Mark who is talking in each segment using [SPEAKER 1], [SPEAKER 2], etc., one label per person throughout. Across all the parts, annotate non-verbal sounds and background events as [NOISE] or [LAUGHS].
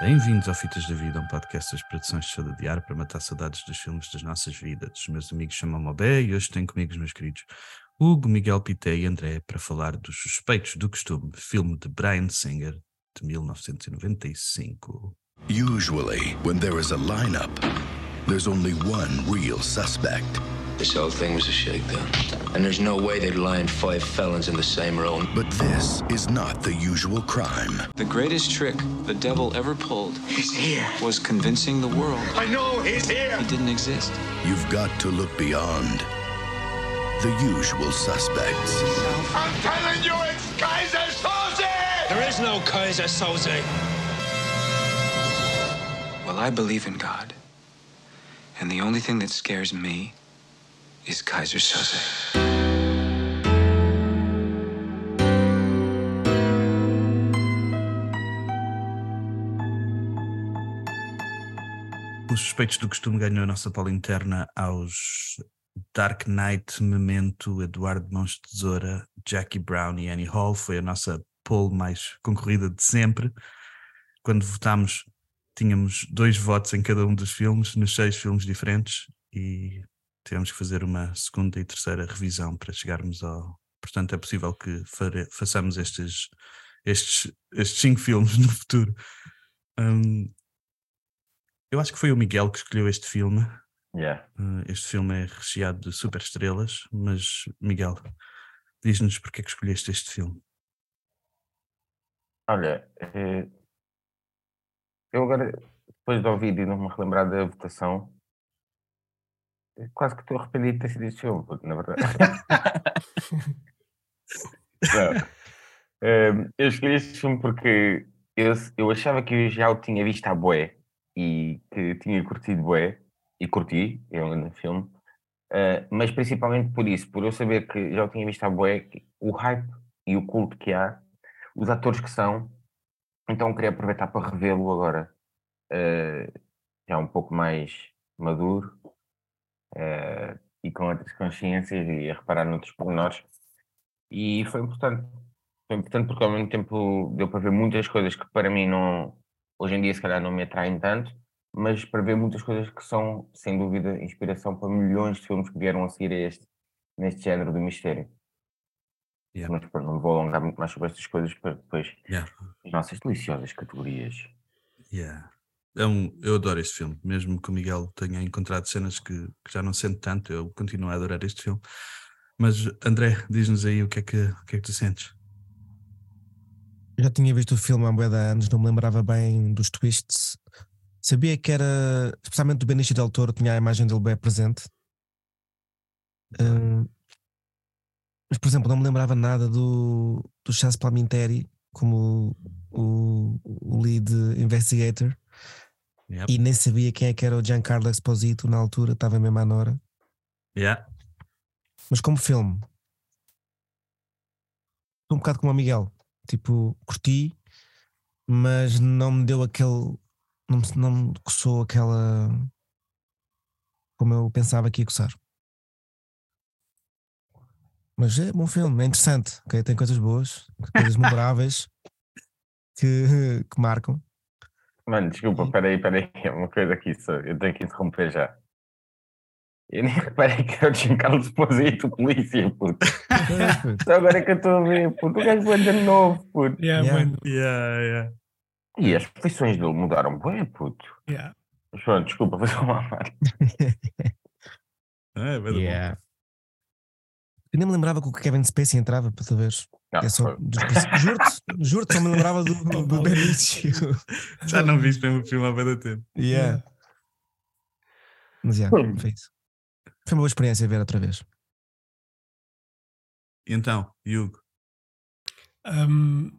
[SPEAKER 1] Bem-vindos ao Fitas da Vida, um podcast das produções de Saladiar para matar saudades dos filmes das nossas vidas. Os meus amigos chamam-me Obé e hoje tenho comigo os meus queridos Hugo, Miguel Pité e André para falar dos Suspeitos do Costume, filme de Brian Singer de 1995.
[SPEAKER 2] Usually, when there is a lineup, there's only one real suspect.
[SPEAKER 3] This whole thing was a shakedown. And there's no way they'd line five felons in the same room.
[SPEAKER 2] But this is not the usual crime.
[SPEAKER 4] The greatest trick the devil ever pulled
[SPEAKER 5] He's here.
[SPEAKER 4] was convincing the world
[SPEAKER 5] I know he's here.
[SPEAKER 4] he didn't exist.
[SPEAKER 2] You've got to look beyond the usual suspects
[SPEAKER 5] I'm telling you, it's Kaiser Soze!
[SPEAKER 6] There is no Kaiser Soze.
[SPEAKER 4] Well, I believe in God. And the only thing that scares me is Kaiser Soze.
[SPEAKER 1] Os Suspeitos do Costume ganhou a nossa pala interna aos Dark Knight, Memento, Eduardo Mãos de Tesoura, Jackie Brown e Annie Hall. Foi a nossa poll mais concorrida de sempre. Quando votámos, tínhamos dois votos em cada um dos filmes, nos seis filmes diferentes, e tivemos que fazer uma segunda e terceira revisão para chegarmos ao. Portanto, é possível que fare- façamos estes, estes, estes cinco filmes [LAUGHS] no futuro. Hum, eu acho que foi o Miguel que escolheu este filme.
[SPEAKER 7] Yeah.
[SPEAKER 1] Uh, Este filme é recheado de superestrelas, mas Miguel, diz-nos porque é que escolheste este filme.
[SPEAKER 7] Olha, eh, eu agora, depois de ouvir e não me relembrar da votação, eh, quase que estou arrependido de ter sido este filme, porque na verdade. Não. Ehm, eu escolhi este filme porque eu, s- eu achava que eu já o tinha visto à boé e que tinha curtido boé e curti, é um grande filme, eh, mas principalmente por isso, por eu saber que já o tinha visto à boé, o hype e o culto que há os atores que são, então queria aproveitar para revê-lo agora, eh, já um pouco mais maduro eh, e com outras consciências e a reparar noutros pormenores. E foi importante, foi importante porque ao mesmo tempo deu para ver muitas coisas que para mim não, hoje em dia se calhar não me atraem tanto, mas para ver muitas coisas que são, sem dúvida, inspiração para milhões de filmes que vieram a seguir a este, neste género do mistério.
[SPEAKER 1] Yeah.
[SPEAKER 7] Mas pronto, não me vou alongar muito mais sobre estas coisas para depois
[SPEAKER 1] Yeah.
[SPEAKER 7] as nossas deliciosas categorias.
[SPEAKER 1] Yeah. É um- eu adoro este filme, mesmo que o Miguel tenha encontrado cenas que, que já não sente tanto, eu continuo a adorar este filme. Mas André, diz-nos aí o que, é que, o que é que tu sentes.
[SPEAKER 8] Já tinha visto o filme há bué de anos, não me lembrava bem dos twists. Sabia que era, especialmente do Benicio del Toro, tinha a imagem dele bem presente. Hum, mas, por exemplo, não me lembrava nada do, do Chas Palminteri como o, o lead investigator.
[SPEAKER 1] Yep.
[SPEAKER 8] E nem sabia quem é que era o Giancarlo Esposito na altura, estava mesmo à Nora.
[SPEAKER 1] Yeah.
[SPEAKER 8] Mas como filme, estou um bocado como o Miguel. Tipo, curti, mas não me deu aquele. Não me, não me coçou aquela. Como eu pensava que ia coçar. Mas é bom filme, é interessante. ok? Tem coisas boas, coisas memoráveis que, que marcam.
[SPEAKER 7] Mano, desculpa,
[SPEAKER 9] Uhum.
[SPEAKER 8] Sim.
[SPEAKER 7] peraí, peraí, [LAUGHS] é uma coisa aqui, só, eu tenho que interromper já. Eu nem [LAUGHS] reparei que era o Giancarlo Esposito, polícia, puto. Só agora é que eu estou a ver, puto, o gajo é de novo, puto.
[SPEAKER 8] Yeah. mano.
[SPEAKER 1] Yeah, yeah.
[SPEAKER 7] E as feições dele mudaram bem, puto. Mas pronto, desculpa, vou tomar parte.
[SPEAKER 1] É, vai dar bom.
[SPEAKER 8] Eu nem me lembrava que o Kevin Spacey entrava para tu veres.
[SPEAKER 7] Não,
[SPEAKER 8] É só-
[SPEAKER 7] Ah, foi-
[SPEAKER 8] dos princípios- Juro-te, juro-te, só me lembrava do, do [LAUGHS] Benício.
[SPEAKER 1] Já não viste mesmo o filme há bem tempo.
[SPEAKER 8] Yeah. Mas yeah,
[SPEAKER 7] Hum.
[SPEAKER 8] foi isso. Foi uma boa experiência ver outra vez.
[SPEAKER 1] E Então, Hugo,
[SPEAKER 9] Hum,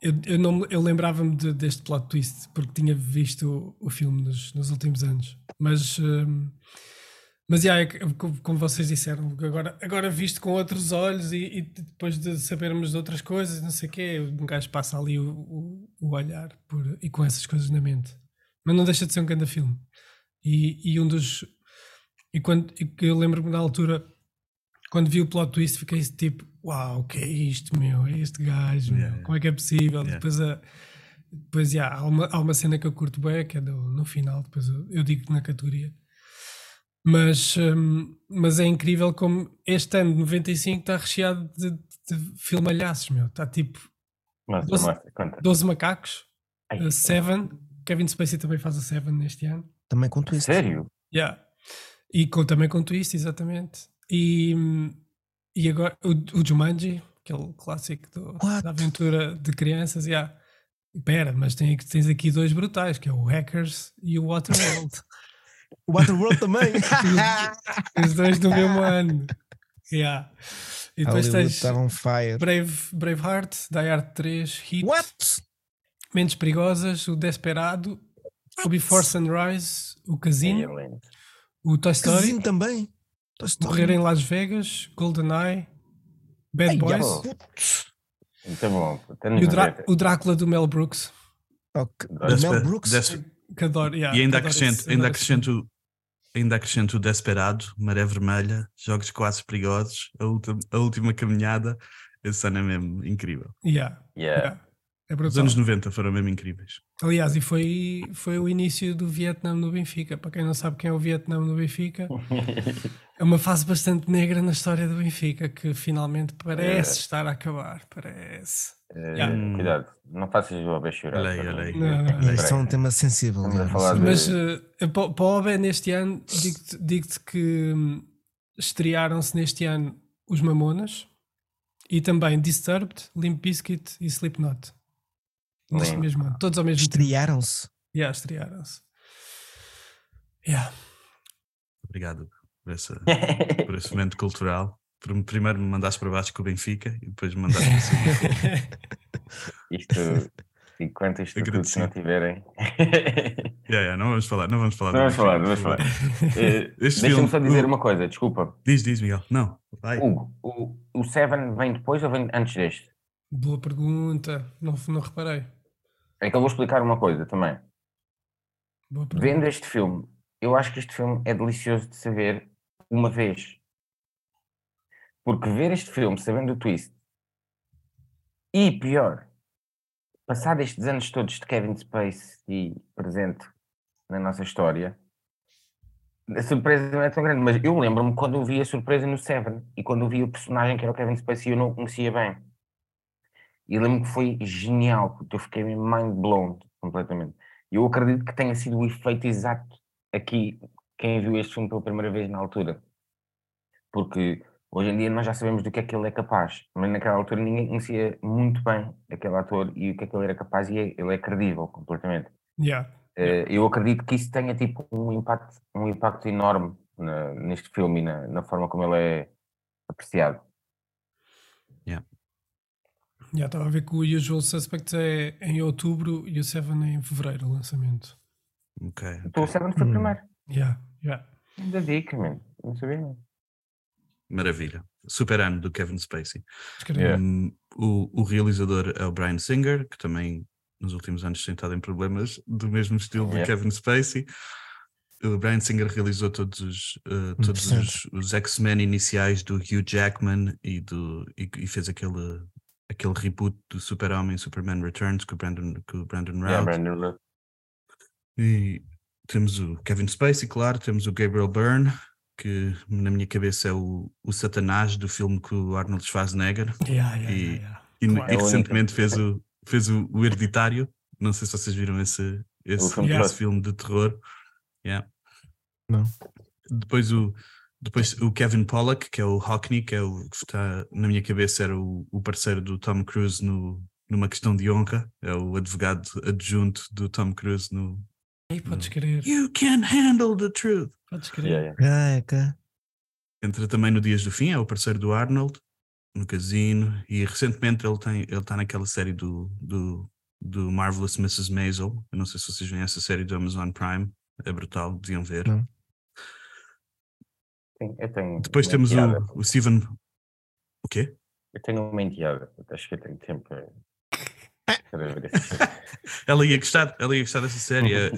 [SPEAKER 9] eu eu, não me- eu lembrava-me de- deste plot twist porque tinha visto o, o filme nos, nos últimos anos. Mas, hum, mas yeah, é que- como, como vocês disseram, agora, agora visto com outros olhos e, e depois de sabermos de outras coisas, não sei o quê, um gajo passa ali o, o- o olhar por- e com essas coisas na mente. Mas não deixa de ser um grande filme. E, e um dos. E quando e que eu lembro-me na altura quando vi o plot twist fiquei tipo, uau, o que é isto, meu? É este gajo, meu?
[SPEAKER 1] Yeah,
[SPEAKER 9] como é que é possível?
[SPEAKER 1] yeah.
[SPEAKER 9] Depois a, Depois, já, há, uma, há uma cena que eu curto bem, que é do- no final, depois eu, eu digo na categoria. Mas, hum, mas é incrível como este ano de 95 está recheado de, de filmalhaços, meu. Está tipo
[SPEAKER 7] Mostra,
[SPEAKER 9] Doze-
[SPEAKER 7] mostra, conta.
[SPEAKER 9] 12 macacos,
[SPEAKER 7] Ai,
[SPEAKER 9] a Seven. Kevin Spacey também faz a Seven neste ano.
[SPEAKER 8] Também com twist.
[SPEAKER 7] Sério?
[SPEAKER 9] Yeah. E com, também com twist, exatamente. E, e agora o, o Jumanji, aquele clássico do-
[SPEAKER 8] What?
[SPEAKER 9] da aventura de crianças, yeah. Pera, mas tem, tens aqui dois brutais, que é o Hackers e o Waterworld.
[SPEAKER 8] [LAUGHS] O Waterworld
[SPEAKER 9] [LAUGHS]
[SPEAKER 8] também.
[SPEAKER 9] Os dois do mesmo ano. Yeah. E depois
[SPEAKER 8] Hollywood tá
[SPEAKER 9] tens
[SPEAKER 8] está on fire.
[SPEAKER 9] Brave, Braveheart, Die Hard 3, Hit,
[SPEAKER 8] What?
[SPEAKER 9] Mentes Perigosas, o Desperado, o Before Sunrise, o Casino,
[SPEAKER 7] Alien.
[SPEAKER 9] o Toy Story.
[SPEAKER 8] Casinho também. Toy Story.
[SPEAKER 9] Morrer em Las Vegas, GoldenEye, Bad
[SPEAKER 8] Ai,
[SPEAKER 9] Boys
[SPEAKER 7] ó.
[SPEAKER 8] putz.
[SPEAKER 7] Muito Então bom. pô. Até
[SPEAKER 9] e
[SPEAKER 7] nos
[SPEAKER 9] o, Drá-
[SPEAKER 7] 90.
[SPEAKER 9] o Drácula do Mel Brooks.
[SPEAKER 8] Ok, do
[SPEAKER 7] Despe-
[SPEAKER 8] Mel Brooks. é
[SPEAKER 1] Despe-
[SPEAKER 9] Que adoro, yeah,
[SPEAKER 1] e ainda
[SPEAKER 9] adoro
[SPEAKER 1] acrescento,
[SPEAKER 9] esse-
[SPEAKER 1] ainda
[SPEAKER 9] adoro esse-
[SPEAKER 1] acrescento, ainda acrescento o Desperado, Maré Vermelha, Jogos Quase Perigosos, a última, a última caminhada. Esse ano é mesmo incrível.
[SPEAKER 9] Yeah,
[SPEAKER 7] Yeah.
[SPEAKER 9] yeah. É
[SPEAKER 1] Os
[SPEAKER 9] brutal.
[SPEAKER 1] anos 90 foram mesmo incríveis.
[SPEAKER 9] Aliás, e foi, foi o início do Vietnã no Benfica. Para quem não sabe quem é o Vietnã no Benfica, é uma fase bastante negra na história do Benfica que finalmente parece estar a acabar. Parece.
[SPEAKER 7] Eh,
[SPEAKER 9] Yeah.
[SPEAKER 7] Cuidado, não faças o Abel chorar.
[SPEAKER 1] Hum. Olha aí, olha aí.
[SPEAKER 7] Não,
[SPEAKER 9] Não, não,
[SPEAKER 7] não,
[SPEAKER 8] Isso é um tema sensível.
[SPEAKER 7] Estamos a
[SPEAKER 8] Leandro.
[SPEAKER 7] falar
[SPEAKER 8] Sim.
[SPEAKER 7] de-
[SPEAKER 9] Mas eh, pa- para o OBE neste ano, digo-te digo-te que hum, estrearam-se neste ano os Mamonas e também Disturbed, Limp Bizkit e Slipknot. Neste
[SPEAKER 7] Limp.
[SPEAKER 9] mesmo ano, todos ao mesmo tempo.
[SPEAKER 8] Estrearam-se.
[SPEAKER 9] Yeah, estrearam-se. Yeah. [LAUGHS]
[SPEAKER 1] Obrigado por, essa,
[SPEAKER 9] eh,
[SPEAKER 1] por esse momento cultural. Por me- Primeiro me mandaste para baixo com o Benfica e depois me
[SPEAKER 7] [LAUGHS]
[SPEAKER 1] mandaste para cima.
[SPEAKER 9] [LAUGHS]
[SPEAKER 7] Isto, enquanto isto tudo se
[SPEAKER 1] Agradecido.
[SPEAKER 7] não tiverem.
[SPEAKER 1] Yeah, yeah, não vamos falar, não vamos falar. do
[SPEAKER 7] não
[SPEAKER 1] Benfica,
[SPEAKER 7] vamos falar, não
[SPEAKER 1] por
[SPEAKER 7] vamos
[SPEAKER 1] favor. [LAUGHS]
[SPEAKER 7] falar. Eh,
[SPEAKER 1] Este
[SPEAKER 7] Deixa-me
[SPEAKER 1] filme-
[SPEAKER 7] só dizer uma coisa, desculpa.
[SPEAKER 1] Diz, diz, Miguel. Não, vai.
[SPEAKER 7] Hugo, o, o Seven vem depois ou vem antes deste?
[SPEAKER 9] Boa pergunta. Não, não reparei.
[SPEAKER 7] É que eu vou explicar uma coisa também.
[SPEAKER 9] Boa pergunta.
[SPEAKER 7] Vendo este filme, eu acho que este filme é delicioso de saber uma vez. Porque ver este filme sabendo o twist e pior, passado estes anos todos de Kevin Space e presente na nossa história, a surpresa não é tão grande. Mas eu lembro-me quando eu vi a surpresa no Seven e quando eu vi o personagem que era o Kevin Space e eu não o conhecia bem. E lembro-me que foi genial, porque eu fiquei mesmo mind blown completamente. E eu acredito que tenha sido o efeito exato aqui, quem viu este filme pela primeira vez na altura. Porque hoje em dia nós já sabemos do que é que ele é capaz, mas naquela altura ninguém conhecia muito bem aquele ator e o que é que ele era capaz, e é- ele é credível completamente.
[SPEAKER 9] Yeah.
[SPEAKER 7] Eh, eu acredito que isso tenha tipo um impacto, um impacto enorme na- neste filme e na, na forma como ele é apreciado.
[SPEAKER 9] Já estava a ver que o Usual Suspects é em outubro e o Seven é em fevereiro o lançamento.
[SPEAKER 1] Ok.
[SPEAKER 7] Então o Seven foi o
[SPEAKER 8] Hum.
[SPEAKER 7] primeiro.
[SPEAKER 9] Yeah, yeah.
[SPEAKER 7] Ainda dica, mesmo. Não sabia. não.
[SPEAKER 1] Maravilha. Super ano do Kevin Spacey.
[SPEAKER 9] Escreve.
[SPEAKER 7] Yeah.
[SPEAKER 1] Hum, o, o realizador é o Brian Singer, que também nos últimos anos tem estado em problemas do mesmo estilo do
[SPEAKER 7] Yeah.
[SPEAKER 1] Kevin Spacey. O Brian Singer realizou todos os, eh, todos os, os X-Men iniciais do Hugh Jackman e, do, e, e fez aquele, aquele reboot do Super-Homem Superman Returns com o Brandon, com o Brandon Routh.
[SPEAKER 7] Yeah, Brandon Routh.
[SPEAKER 1] E temos o Kevin Spacey, claro, temos o Gabriel Byrne, que na minha cabeça é o, o Satanás do filme que o Arnold Schwarzenegger,
[SPEAKER 9] Yeah, yeah,
[SPEAKER 1] E-
[SPEAKER 9] yeah, yeah.
[SPEAKER 1] e,
[SPEAKER 9] Claro.
[SPEAKER 1] e
[SPEAKER 7] É o
[SPEAKER 1] recentemente fez o, fez o, o Hereditário. Não sei se vocês viram esse, esse,
[SPEAKER 7] filme
[SPEAKER 1] esse
[SPEAKER 9] clássico.
[SPEAKER 1] filme de terror. Yeah.
[SPEAKER 8] Não.
[SPEAKER 1] Depois o, depois o Kevin Pollack, que é o Hockney, que é o que está na minha cabeça, era o, o parceiro do Tom Cruise no, numa questão de honra, é o advogado adjunto do Tom Cruise no,
[SPEAKER 9] Aí podes
[SPEAKER 8] Hum.
[SPEAKER 9] querer.
[SPEAKER 1] You can handle the truth.
[SPEAKER 9] Podes querer.
[SPEAKER 7] Yeah, yeah.
[SPEAKER 8] Caraca.
[SPEAKER 1] Entra também no Dias do Fim, é o parceiro do Arnold, no casino, e recentemente ele tem, ele está naquela série do, do, do Marvelous Mrs. Maisel. Eu não sei se vocês veem essa série do Amazon Prime, é brutal, deviam ver.
[SPEAKER 8] Não.
[SPEAKER 7] Sim, eu tenho
[SPEAKER 1] Depois
[SPEAKER 7] uma
[SPEAKER 1] temos
[SPEAKER 7] é piada.
[SPEAKER 1] o, o Steven. O quê? [LAUGHS]
[SPEAKER 7] Eu tenho uma enteada, acho que eu tenho tempo para para ver esse
[SPEAKER 1] [LAUGHS]
[SPEAKER 7] filme.
[SPEAKER 1] Ela ia gostar, ela ia gostar dessa série, é, é-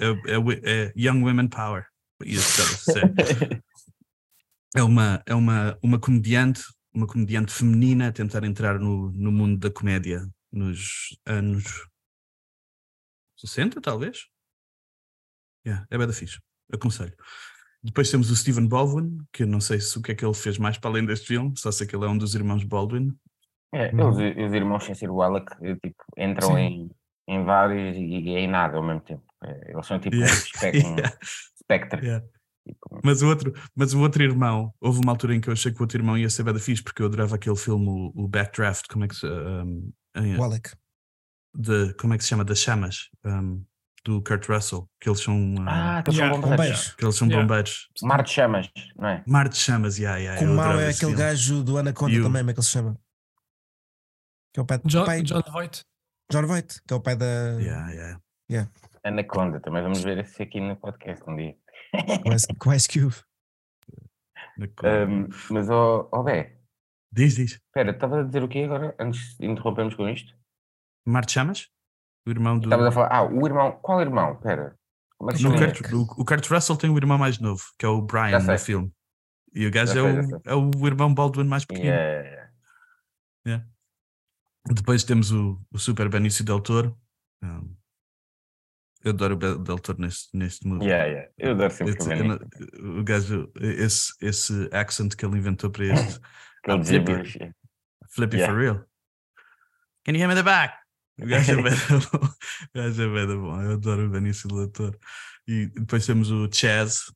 [SPEAKER 1] é- é Young Women Power. Ia gostar dessa série. é uma, é uma, uma comediante, uma comediante feminina a tentar entrar no, no mundo da comédia nos anos 60, talvez. Yeah, é bem da fixe. Aconselho. Depois temos o Stephen Baldwin, que eu não sei se o que é que ele fez mais para além deste filme, só sei que ele é um dos irmãos Baldwin.
[SPEAKER 7] [LAUGHS] É,
[SPEAKER 1] Uhum.
[SPEAKER 7] eles- os, irmãos sem ser o Alec eh, tipo, entram
[SPEAKER 9] Sim.
[SPEAKER 7] em, em vários e, e em nada ao mesmo tempo. Eh, Eles são tipo
[SPEAKER 1] Yeah.
[SPEAKER 7] um espectro.
[SPEAKER 1] [LAUGHS]
[SPEAKER 7] um
[SPEAKER 1] Yeah.
[SPEAKER 7] espectro,
[SPEAKER 1] Yeah.
[SPEAKER 7] tipo,
[SPEAKER 1] Mas o, outro, mas o outro irmão, houve uma altura em que eu achei que o outro irmão ia ser bada fixe, porque eu adorava aquele filme, o, o Backdraft, como é que se. um, em-
[SPEAKER 8] O Alec.
[SPEAKER 7] É
[SPEAKER 1] de, como é que se chama? Das chamas, um, do Kurt Russell, que eles são. um,
[SPEAKER 7] Ah, que eles
[SPEAKER 9] Yeah,
[SPEAKER 7] são bombeiros.
[SPEAKER 8] Bombeiros.
[SPEAKER 1] que eles são
[SPEAKER 9] Yeah.
[SPEAKER 1] bombeiros.
[SPEAKER 7] Mar de chamas, não é?
[SPEAKER 1] Mar de chamas, yeah, yeah,
[SPEAKER 8] Com
[SPEAKER 1] eu
[SPEAKER 8] o mau
[SPEAKER 1] adorava
[SPEAKER 8] é
[SPEAKER 1] esse
[SPEAKER 8] aquele
[SPEAKER 1] filme.
[SPEAKER 8] gajo do Anaconda
[SPEAKER 1] E o-
[SPEAKER 8] também, como é que ele se chama? Que é o pai,
[SPEAKER 9] John,
[SPEAKER 8] pai
[SPEAKER 9] John Voight.
[SPEAKER 8] John Voight, que é o pai da.
[SPEAKER 1] Yeah, yeah.
[SPEAKER 7] Anaconda, também vamos ver esse aqui no podcast um dia.
[SPEAKER 8] Com Ice- com Ice Cube.
[SPEAKER 1] Na cor.
[SPEAKER 7] Ahm, mas, ó oh, Bé,
[SPEAKER 1] Diz, diz.
[SPEAKER 7] espera, estava a dizer o quê agora, antes de interrompermos com isto?
[SPEAKER 1] Mar de chamas? O irmão do.
[SPEAKER 7] Estavas a falar, ah, o irmão, qual irmão? Espera, como é que se
[SPEAKER 1] No
[SPEAKER 7] chama?
[SPEAKER 1] Kurt, o, o Kurt Russell tem um irmão mais novo, que é o Brian
[SPEAKER 7] Já sei.
[SPEAKER 1] no filme. E o gajo
[SPEAKER 7] Já
[SPEAKER 1] é
[SPEAKER 7] sei, já
[SPEAKER 1] o, é o irmão Baldwin mais pequeno.
[SPEAKER 7] Yeah.
[SPEAKER 1] Depois temos o, o Super Benício Del Toro. Um, eu adoro o Be- Del Toro neste, neste movie.
[SPEAKER 7] Yeah, yeah. Eu adoro sempre que
[SPEAKER 1] Esse-
[SPEAKER 7] eu
[SPEAKER 1] eu
[SPEAKER 7] venho.
[SPEAKER 1] não- o gajo, esse, esse accent que ele inventou para este.
[SPEAKER 9] é
[SPEAKER 7] Aquele
[SPEAKER 1] Ah, Flippy.
[SPEAKER 7] gibberish.
[SPEAKER 1] Flippy
[SPEAKER 7] Yeah.
[SPEAKER 1] for real. Can you hear me in the back? O gajo é bem da bom. O gajo é bué da bom. Eu adoro o Benício Del Toro. E depois temos o Chaz,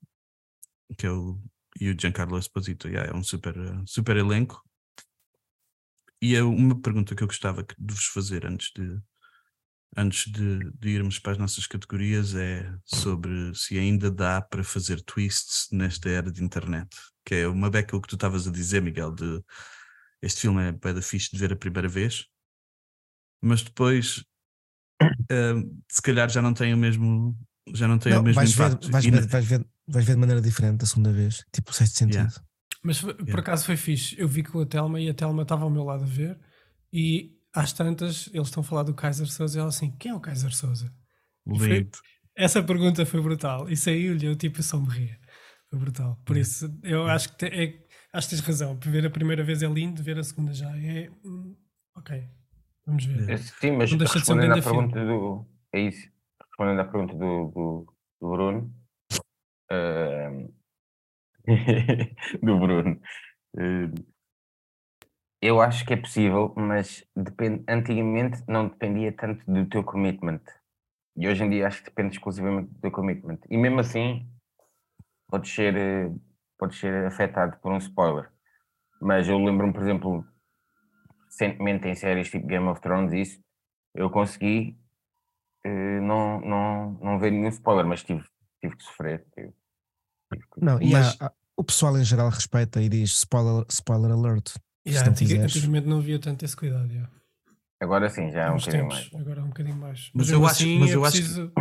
[SPEAKER 1] que é o, e o Giancarlo Esposito. Yeah, é um super, eh, super elenco. E é uma pergunta que eu gostava que- de vos fazer antes de, antes de, de irmos para as nossas categorias é sobre se ainda dá para fazer twists nesta era de internet. Que é uma beca o que tu estavas a dizer, Miguel, de este filme é bué da fixe de ver a primeira vez, mas
[SPEAKER 8] [COUGHS]
[SPEAKER 1] depois hum, se calhar já não tem o mesmo já não tem o
[SPEAKER 8] Não,
[SPEAKER 1] mesmo
[SPEAKER 8] vais, ver,
[SPEAKER 1] impacto.
[SPEAKER 8] vais,
[SPEAKER 1] E
[SPEAKER 8] ver,
[SPEAKER 1] na-
[SPEAKER 8] vais, ver, vais ver de maneira diferente da segunda vez, tipo o sexto sentido.
[SPEAKER 1] Yeah.
[SPEAKER 9] Mas foi- por
[SPEAKER 1] Yeah.
[SPEAKER 9] acaso foi fixe. Eu vi com a Telma e a Telma estava ao meu lado a ver. E às tantas, eles estão a falar do Kaiser Souza. E ela assim: quem é o Kaiser Souza? ver-
[SPEAKER 1] lindo.
[SPEAKER 9] Essa pergunta foi brutal. E saiu-lhe, eu tipo, eu só me ria. Foi brutal. Por isso, eu acho que, te- é- acho que tens razão. Ver a primeira vez é lindo, ver a segunda já é. hum, Ok, vamos ver.
[SPEAKER 1] É.
[SPEAKER 7] Sim, mas
[SPEAKER 9] Não deixa de ser um
[SPEAKER 7] respondendo à
[SPEAKER 9] grande filme.
[SPEAKER 7] pergunta do. É isso. Respondendo à pergunta do, do, do Bruno. ehm, [LAUGHS] do Bruno. ehm, eu acho que é possível, mas depende, antigamente não dependia tanto do teu commitment. E hoje em dia acho que depende exclusivamente do teu commitment. E mesmo assim, podes ser, eh, podes ser afetado por um spoiler. Mas eu lembro-me, por exemplo, recentemente em séries tipo Game of Thrones, e isso, eu consegui eh, não, não, não ver nenhum spoiler, mas tive, tive que sofrer. tive- tive que-
[SPEAKER 8] Não, e
[SPEAKER 7] mas,
[SPEAKER 8] há- há- o pessoal em geral respeita e diz spoiler, spoiler alert.
[SPEAKER 9] Yeah,
[SPEAKER 8] se não
[SPEAKER 9] antiga-
[SPEAKER 8] quiseres.
[SPEAKER 9] antigamente não havia tanto esse cuidado. Yeah.
[SPEAKER 7] Agora sim, já é um
[SPEAKER 9] Nos
[SPEAKER 7] bocadinho
[SPEAKER 9] tempos,
[SPEAKER 7] mais.
[SPEAKER 9] Agora é um bocadinho mais.
[SPEAKER 1] Mas
[SPEAKER 9] mesmo
[SPEAKER 1] eu acho- mas
[SPEAKER 9] é
[SPEAKER 1] eu acho que-
[SPEAKER 9] preciso,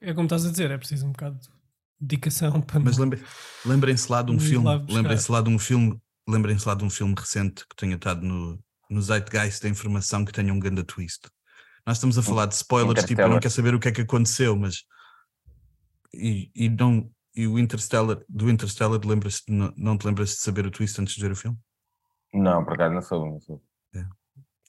[SPEAKER 9] É como estás a dizer, é preciso um bocado de
[SPEAKER 1] [LAUGHS]
[SPEAKER 9] dedicação para
[SPEAKER 1] Mas
[SPEAKER 9] não. [LAUGHS]
[SPEAKER 1] lembre- lembrem-se lá de um
[SPEAKER 9] Vamos
[SPEAKER 1] filme,
[SPEAKER 9] lá buscar.
[SPEAKER 1] lembrem-se lá de um filme, lembrem-se lá de um filme recente que tenha estado no, no Zeitgeist da informação que tenha um grande twist. Nós estamos a falar de spoilers, tipo, eu não
[SPEAKER 7] Interstellar.
[SPEAKER 1] quero saber o que é que aconteceu, mas e, e não e o Interstellar, do Interstellar, lembras não, não te lembras de saber o twist antes de ver o
[SPEAKER 9] [LAUGHS]
[SPEAKER 1] filme?
[SPEAKER 7] Não, por acaso não soube, não soube.
[SPEAKER 1] É.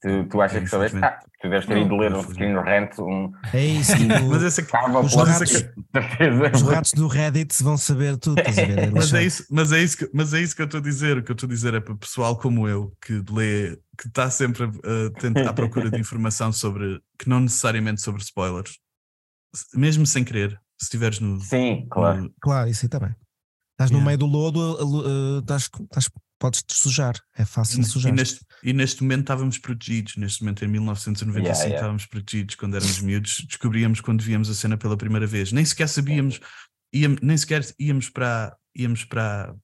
[SPEAKER 7] Tu, tu achas que soubeste? Ah,
[SPEAKER 1] Infelizmente.
[SPEAKER 7] tu deves ter ido ler um
[SPEAKER 1] Infelizmente.
[SPEAKER 7] screen rant, um
[SPEAKER 8] É [LAUGHS] isso.
[SPEAKER 1] [LAUGHS] Mas
[SPEAKER 8] tipo,
[SPEAKER 1] esse é que-
[SPEAKER 7] cava
[SPEAKER 8] Os
[SPEAKER 7] plot
[SPEAKER 8] ratos-
[SPEAKER 7] twist, de [LAUGHS] certeza.
[SPEAKER 8] os ratos do Reddit vão saber tudo. estás a ver?
[SPEAKER 1] [LAUGHS]
[SPEAKER 8] É
[SPEAKER 1] Mas é,
[SPEAKER 8] lixado.
[SPEAKER 1] isso, mas, é isso que, mas é isso que eu estou a dizer. O que eu estou a dizer é para o pessoal como eu, que lê, que está sempre a- a tentar- à procura de informação sobre, que não necessariamente sobre spoilers, Se- mesmo sem querer, se estiveres no.
[SPEAKER 7] Sim, claro.
[SPEAKER 1] no-
[SPEAKER 8] Claro, isso aí também. Estás no
[SPEAKER 1] Yeah.
[SPEAKER 8] meio do lodo, a lu- eh, estás- estás- podes te sujar. É fácil de
[SPEAKER 1] e,
[SPEAKER 8] sujar.
[SPEAKER 1] neste, e neste momento estávamos protegidos. Neste momento, em 1995,
[SPEAKER 7] Yeah, yeah.
[SPEAKER 1] estávamos protegidos quando éramos miúdos. Descobríamos quando víamos a cena pela primeira vez. Nem sequer sabíamos, íam- nem sequer íamos para. Íamos para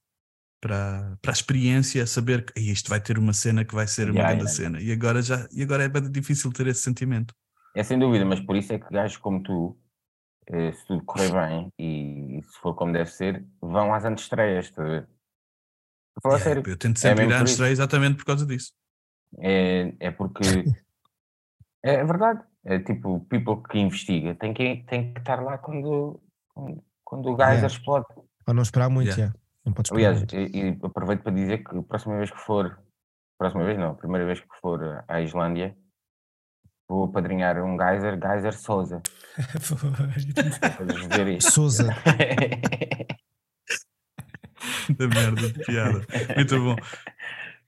[SPEAKER 1] para, para a experiência, saber que "Ei, isto vai ter uma cena que vai ser uma
[SPEAKER 7] Yeah,
[SPEAKER 1] grande
[SPEAKER 7] yeah.
[SPEAKER 1] cena. E agora, já, e agora é bem difícil ter esse sentimento.
[SPEAKER 7] É sem dúvida, mas por isso é que gajos como tu, eh, se tudo correr bem e, e se for como deve ser, vão às antestreias, estás a ver? Estou a falar
[SPEAKER 1] Yeah, [LAUGHS]
[SPEAKER 7] sério.
[SPEAKER 1] eu tento sempre
[SPEAKER 7] é mesmo
[SPEAKER 1] ir
[SPEAKER 7] por
[SPEAKER 1] à
[SPEAKER 7] isso.
[SPEAKER 1] estreia exatamente por causa disso. [LAUGHS]
[SPEAKER 7] É, é porque. é, é verdade. É tipo, o people que investiga tem que, tem que estar lá quando, quando- quando o geyser
[SPEAKER 8] Yeah.
[SPEAKER 7] explode.
[SPEAKER 8] Ou não esperar muito,
[SPEAKER 1] Yeah.
[SPEAKER 8] yeah. não podes esperar.
[SPEAKER 7] Aliás,
[SPEAKER 8] muito.
[SPEAKER 7] e, e aproveito para dizer que a próxima vez que for. Próxima vez não, a primeira vez que for à Islândia, Vou apadrinhar um geyser, geyser Souza.
[SPEAKER 9] É Foi.
[SPEAKER 7] Para eles verem isto.
[SPEAKER 8] Souza.
[SPEAKER 1] da merda de
[SPEAKER 7] [LAUGHS]
[SPEAKER 1] piada. Muito bom.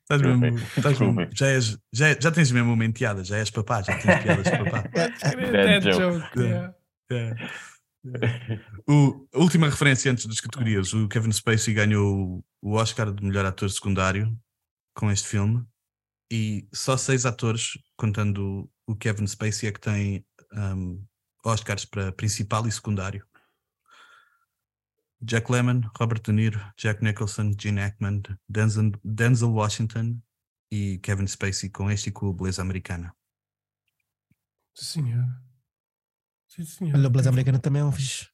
[SPEAKER 1] Estás mesmo, estás mesmo-
[SPEAKER 7] Desculpem.
[SPEAKER 1] já, és, já, é- já tens mesmo uma enteada, já és papá, já tens [LAUGHS] piadas de papá.
[SPEAKER 9] Podes crer,
[SPEAKER 7] Dead
[SPEAKER 9] dead
[SPEAKER 7] joke.
[SPEAKER 9] É joke, yeah.
[SPEAKER 1] É. O, a última referência antes das categorias: o Kevin Spacey ganhou o Oscar de melhor ator secundário com este filme, e só seis atores, contando o Kevin Spacey, é que têm ahm, Oscars para principal e secundário. Jack Lemmon, Robert De Niro, Jack Nicholson, Gene Hackman, Denzel, Denzel Washington e Kevin Spacey com este e com o Beleza Americana.
[SPEAKER 9] Sim, senhora. Sim, senhora.
[SPEAKER 8] Olha, o Beleza Americana também é
[SPEAKER 1] [LAUGHS]
[SPEAKER 8] um fixe.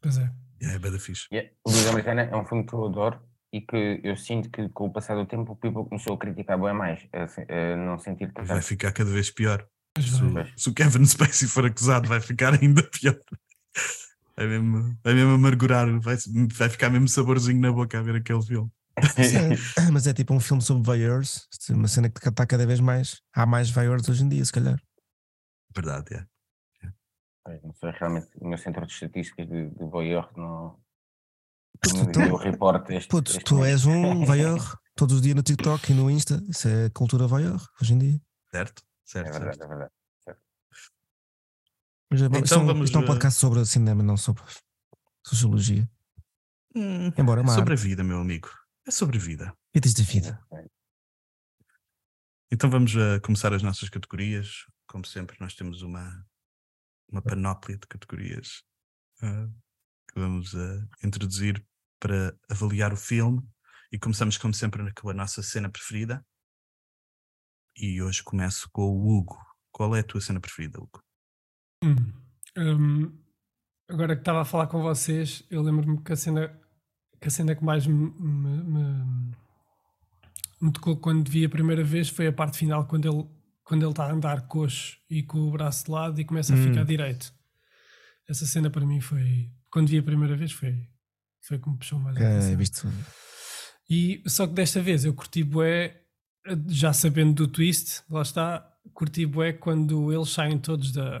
[SPEAKER 9] Pois é.
[SPEAKER 1] Yeah, é bada fixe.
[SPEAKER 7] Yeah. O Luz Americana é um filme que eu adoro e que eu sinto que com o passar do tempo o people começou a criticar bem mais, a, se- a não sentir que [LAUGHS]
[SPEAKER 1] Vai ficar cada vez pior.
[SPEAKER 9] Pois
[SPEAKER 1] Se,
[SPEAKER 9] vai.
[SPEAKER 1] o- se o Kevin [LAUGHS] Spacey for acusado, vai ficar ainda pior. Vai mesmo, vai mesmo amargurar, vai, vai ficar mesmo saborzinho na boca a ver aquele filme.
[SPEAKER 8] Sim, Mas é tipo um filme sobre voyeurs, uma cena que está cada vez mais. Há mais voyeurs hoje em dia, se calhar.
[SPEAKER 1] Verdade, é.
[SPEAKER 7] Pois, não sei, realmente o meu centro de estatísticas de, de voyeur não.
[SPEAKER 8] Puto,
[SPEAKER 7] não me
[SPEAKER 8] então-
[SPEAKER 7] deu o report este,
[SPEAKER 8] Puto,
[SPEAKER 7] este
[SPEAKER 8] tu
[SPEAKER 7] mês.
[SPEAKER 8] és um voyeur todos os dias no TikTok e no Insta. Isso é cultura voyeur hoje em dia.
[SPEAKER 1] Certo?
[SPEAKER 7] É
[SPEAKER 1] Certo,
[SPEAKER 7] verdade,
[SPEAKER 1] certo.
[SPEAKER 7] é verdade.
[SPEAKER 8] Mas é bom,
[SPEAKER 1] Então
[SPEAKER 8] isto é um-
[SPEAKER 1] vamos,
[SPEAKER 8] isto é um
[SPEAKER 1] eh,
[SPEAKER 8] podcast sobre cinema, não sobre sociologia.
[SPEAKER 1] Hum,
[SPEAKER 8] Embora
[SPEAKER 1] é
[SPEAKER 8] uma
[SPEAKER 1] sobre
[SPEAKER 8] sobre...
[SPEAKER 1] a vida, meu amigo. É sobre a vida.
[SPEAKER 8] vidas de vida.
[SPEAKER 1] Então vamos a começar as nossas categorias. Como sempre, nós temos uma, uma panóplia de categorias ah, que vamos a introduzir para avaliar o filme. E começamos, como sempre, com a nossa cena preferida. E hoje começo com o Hugo. Qual é a tua cena preferida, Hugo?
[SPEAKER 9] Hum. Hum, agora que estava a falar com vocês, eu lembro-me que a cena que, a cena que mais me, me- me- me tocou quando vi a primeira vez foi a parte final, quando ele quando ele está a andar coxo e com o braço de lado e começa a
[SPEAKER 8] Hum.
[SPEAKER 9] ficar direito. Essa cena para mim foi. Quando vi a primeira vez foi. Foi como puxou mais a
[SPEAKER 8] É,
[SPEAKER 9] atenção.
[SPEAKER 8] visto.
[SPEAKER 9] E só que desta vez eu curti bué, já sabendo do twist, lá está, curti bué quando eles saem todos da,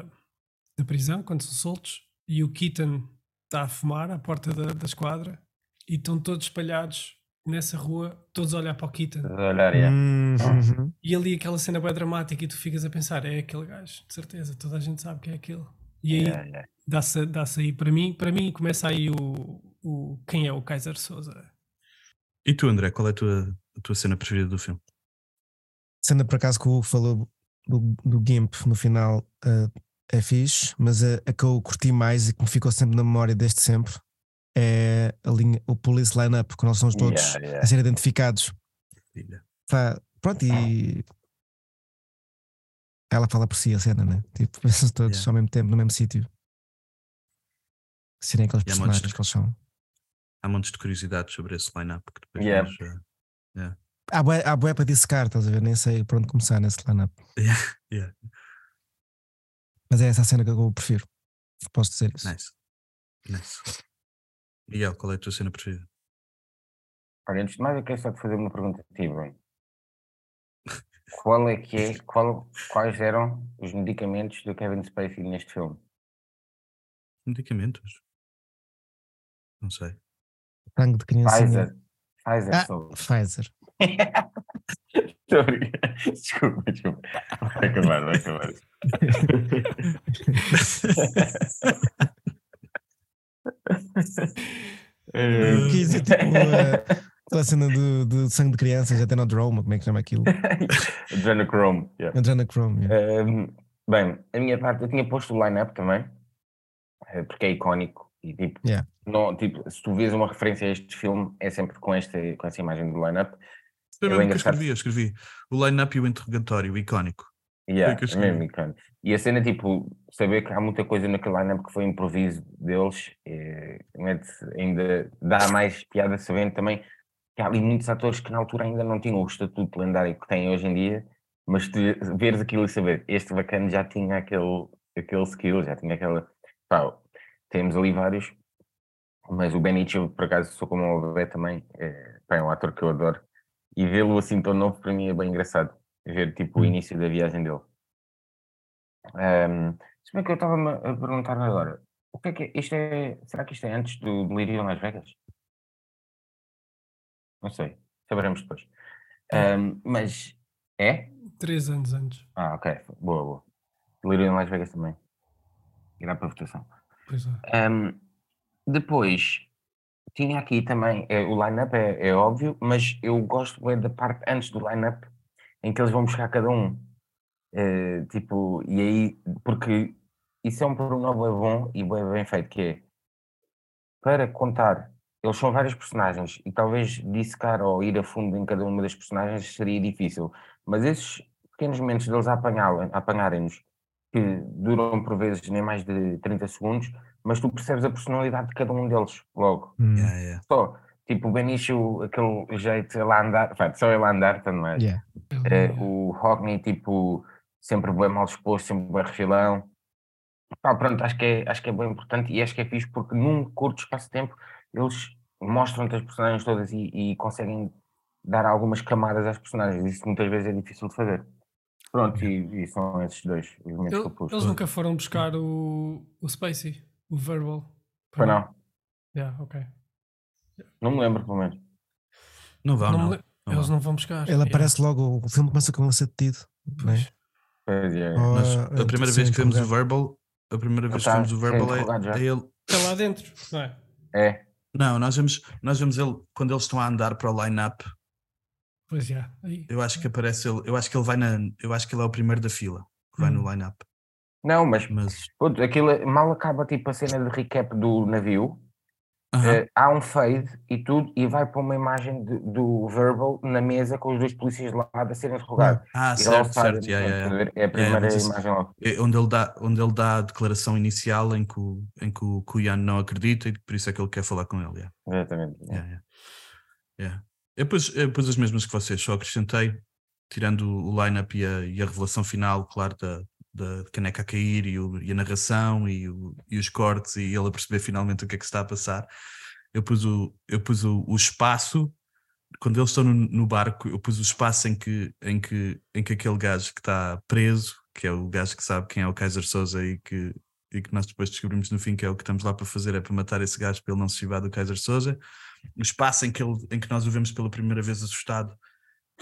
[SPEAKER 9] da prisão, quando são soltos, e o Keaton está a fumar à porta da, da esquadra, e estão todos espalhados nessa rua, todos a olhar para o Keaton.
[SPEAKER 7] Estás a olhar,
[SPEAKER 1] É.
[SPEAKER 7] yeah.
[SPEAKER 8] Hum, uhum.
[SPEAKER 9] E ali aquela cena bué dramática e tu ficas a pensar, é aquele gajo, de certeza, toda a gente sabe que é aquele. E aí
[SPEAKER 7] Yeah, yeah.
[SPEAKER 9] dá-se dá aí, para mim, para mim começa aí o, o quem é o Kaiser Souza.
[SPEAKER 1] E tu, André, qual é a tua, a tua cena preferida do filme?
[SPEAKER 8] Sendo por acaso que o Hugo falou do, do Gimp no final eh, é fixe, mas a, a que eu curti mais e que me ficou sempre na memória desde sempre é a linha, o Police Lineup, que nós somos todos
[SPEAKER 7] Yeah, yeah.
[SPEAKER 8] a ser identificados.
[SPEAKER 1] Filha?
[SPEAKER 8] Pá, pronto, e ela fala por si a cena, né? Tipo, [LAUGHS] pensam todos
[SPEAKER 1] Yeah.
[SPEAKER 8] ao mesmo tempo, no mesmo sítio. Serem aqueles
[SPEAKER 1] Yeah, mas-
[SPEAKER 8] personagens que eles são.
[SPEAKER 1] Há montes de curiosidades sobre esse line-up que depois
[SPEAKER 7] Yeah.
[SPEAKER 1] vamos, ah,
[SPEAKER 8] Há bué, há bué para dissecar, estás a ver? Nem sei por onde começar nesse lineup.
[SPEAKER 1] Yeah, [LAUGHS] yeah.
[SPEAKER 8] Mas é essa a cena que eu prefiro. Posso dizer isso.
[SPEAKER 1] eh, Nice. Nice. Miguel, qual é a tua cena preferida?
[SPEAKER 7] Olha, antes de mais, eu quero só te fazer uma pergunta a ti, Bruno. Qual é que é, qual, quais eram os medicamentos do Kevin Spacey neste filme?
[SPEAKER 1] Medicamentos? Não
[SPEAKER 7] [LAUGHS]
[SPEAKER 1] sei.
[SPEAKER 8] Tango de criancinha.
[SPEAKER 7] Pfizer. Pfizer,
[SPEAKER 8] Ah,
[SPEAKER 7] sou.
[SPEAKER 8] Pfizer.
[SPEAKER 7] [LAUGHS] Estou a brincar. Desculpa, desculpa. Vai acabar, vai acabar. Eh,
[SPEAKER 8] Que existe tipo
[SPEAKER 7] [LAUGHS]
[SPEAKER 8] a, aquela cena do, do sangue de crianças, até no drama, como é que chama aquilo? é.
[SPEAKER 7] Adrenochrome. yeah.
[SPEAKER 8] Adrenochrome. yeah.
[SPEAKER 7] Ahm, bem, a minha parte, eu tinha posto o line-up também, eh, porque é icónico e tipo,
[SPEAKER 8] Yeah.
[SPEAKER 7] não, tipo, se tu vês uma referência a este filme, é sempre com, este, com essa imagem do line-up.
[SPEAKER 1] Foi mesmo
[SPEAKER 7] Eu
[SPEAKER 1] que
[SPEAKER 7] ainda
[SPEAKER 1] eu
[SPEAKER 7] sabe-
[SPEAKER 1] escrevi, eu escrevi. O line-up e o interrogatório, o icónico.
[SPEAKER 7] Yeah,
[SPEAKER 1] que eu
[SPEAKER 7] é
[SPEAKER 1] escrevi.
[SPEAKER 7] mesmo icónico. E a cena, tipo, saber que há muita coisa naquele line-up que foi improviso deles, eh, mete ainda dá mais piada sabendo também que há ali muitos atores que na altura ainda não tinham o estatuto lendário que têm hoje em dia, mas tu veres aquilo e saber, este bacana já tinha aquele, aquele skill, já tinha aquela. Pá, temos ali vários, mas o Benicio, por acaso, sou como o Bebé também, é, pá, é um ator que eu adoro, e vê-lo assim tão novo para mim é bem engraçado, ver tipo o início da viagem dele. Ahm, se bem que eu estava-me a perguntar agora, o que é que é, isto é, será que isto é antes do Delirium Las Vegas? Não sei, saberemos depois. Ahm, mas é?
[SPEAKER 9] Três anos antes.
[SPEAKER 7] Ah, ok, boa, boa. Delirium Las Vegas também. Irá para votação.
[SPEAKER 9] Pois é.
[SPEAKER 7] Ahm, depois, tinha aqui também, é, o line-up é, é óbvio, mas eu gosto bué da parte antes do line-up, em que eles vão buscar cada um. Eh, tipo, e aí, porque isso é um pormenor bué bom e bué bem feito, que é, para contar, eles são vários personagens, e talvez dissecar ou ir a fundo em cada uma das personagens seria difícil, mas esses pequenos momentos deles a apanhá-la- a apanharem-nos, que duram por vezes nem mais de 30 segundos, mas tu percebes a personalidade de cada um deles logo.
[SPEAKER 8] Hum,
[SPEAKER 1] É. Yeah, yeah.
[SPEAKER 7] Só, tipo, o Benício, aquele jeito ele a andar, pá, só ele a andar também.
[SPEAKER 8] yeah.
[SPEAKER 9] é.
[SPEAKER 7] Eh, o Hockney, tipo, sempre bem mal disposto, sempre bem refilão. Pá, pronto, acho que, é, acho que é bem importante e acho que é fixe porque num curto espaço de tempo eles mostram-te as personagens todas e, e conseguem dar algumas camadas às personagens. Isso muitas vezes é difícil de fazer. Pronto, e, e são esses dois os momentos
[SPEAKER 9] Ele-
[SPEAKER 7] que eu pus.
[SPEAKER 9] eles nunca foram buscar o, o Spacey, o Verbal.
[SPEAKER 7] Foi não,
[SPEAKER 9] Yeah, ok.
[SPEAKER 7] não me lembro pelo menos.
[SPEAKER 1] Não vão,
[SPEAKER 9] Não
[SPEAKER 1] não.
[SPEAKER 9] me le- eles não vão buscar.
[SPEAKER 8] Ele aparece logo, o filme começa com um ele ser detido. não é?
[SPEAKER 9] Pois.
[SPEAKER 7] Pois é.
[SPEAKER 8] Ou,
[SPEAKER 1] Mas
[SPEAKER 8] ah,
[SPEAKER 1] a primeira
[SPEAKER 8] ser
[SPEAKER 1] vez que vemos o
[SPEAKER 8] interrogado.
[SPEAKER 1] Verbal, a primeira
[SPEAKER 7] Ele
[SPEAKER 1] vez que
[SPEAKER 7] tá
[SPEAKER 1] vemos o
[SPEAKER 7] sendo
[SPEAKER 1] Verbal
[SPEAKER 7] interrogado já.
[SPEAKER 1] é, é ele.
[SPEAKER 9] É lá dentro, não é?
[SPEAKER 7] É,
[SPEAKER 1] Não, nós vemos, nós vemos ele quando eles estão a andar para o line-up.
[SPEAKER 9] Pois já. Aí-
[SPEAKER 1] Eu acho que aparece ele. Eu acho que ele vai na. Eu acho que ele é o primeiro da fila que vai
[SPEAKER 7] Hum.
[SPEAKER 1] no line-up.
[SPEAKER 7] Não, mas
[SPEAKER 1] Mas.
[SPEAKER 7] puto, aquilo é- mal acaba tipo a cena de recap do navio,
[SPEAKER 1] Aham.
[SPEAKER 7] eh, há um fade e tudo, e vai para uma imagem de- do Verbal na mesa com os dois polícias de lado a serem interrogados.
[SPEAKER 1] Ah,
[SPEAKER 7] E lá o
[SPEAKER 1] certo,
[SPEAKER 7] fade,
[SPEAKER 1] certo. yeah,
[SPEAKER 7] estás a
[SPEAKER 1] yeah, yeah.
[SPEAKER 7] ver? É a
[SPEAKER 1] Yeah,
[SPEAKER 7] primeira
[SPEAKER 1] mas isso-
[SPEAKER 7] imagem logo.
[SPEAKER 1] É Onde, ele dá, onde ele dá a declaração inicial em que o, em que o, que o Ian não acredita e por isso é que ele quer falar com ele. yeah.
[SPEAKER 7] Exatamente.
[SPEAKER 1] Yeah, yeah. Yeah. Eu, pus, eu pus as mesmas que vocês, só acrescentei, tirando o line-up e a, e a revelação final, claro, da, da caneca a cair e, o- e a narração e, o- e os cortes e ele a perceber finalmente o que é que se está a passar. Eu pus o, eu pus o, o espaço, quando eles estão no, no barco, eu pus o espaço em que, em, que, em que aquele gajo que está preso, que é o gajo que sabe quem é o Kaiser Souza e que, e que nós depois descobrimos no fim que é o que estamos lá para fazer, é para matar esse gajo para ele não se chivar do Kaiser Souza no espaço em que, ele, em que nós o vemos pela primeira vez assustado.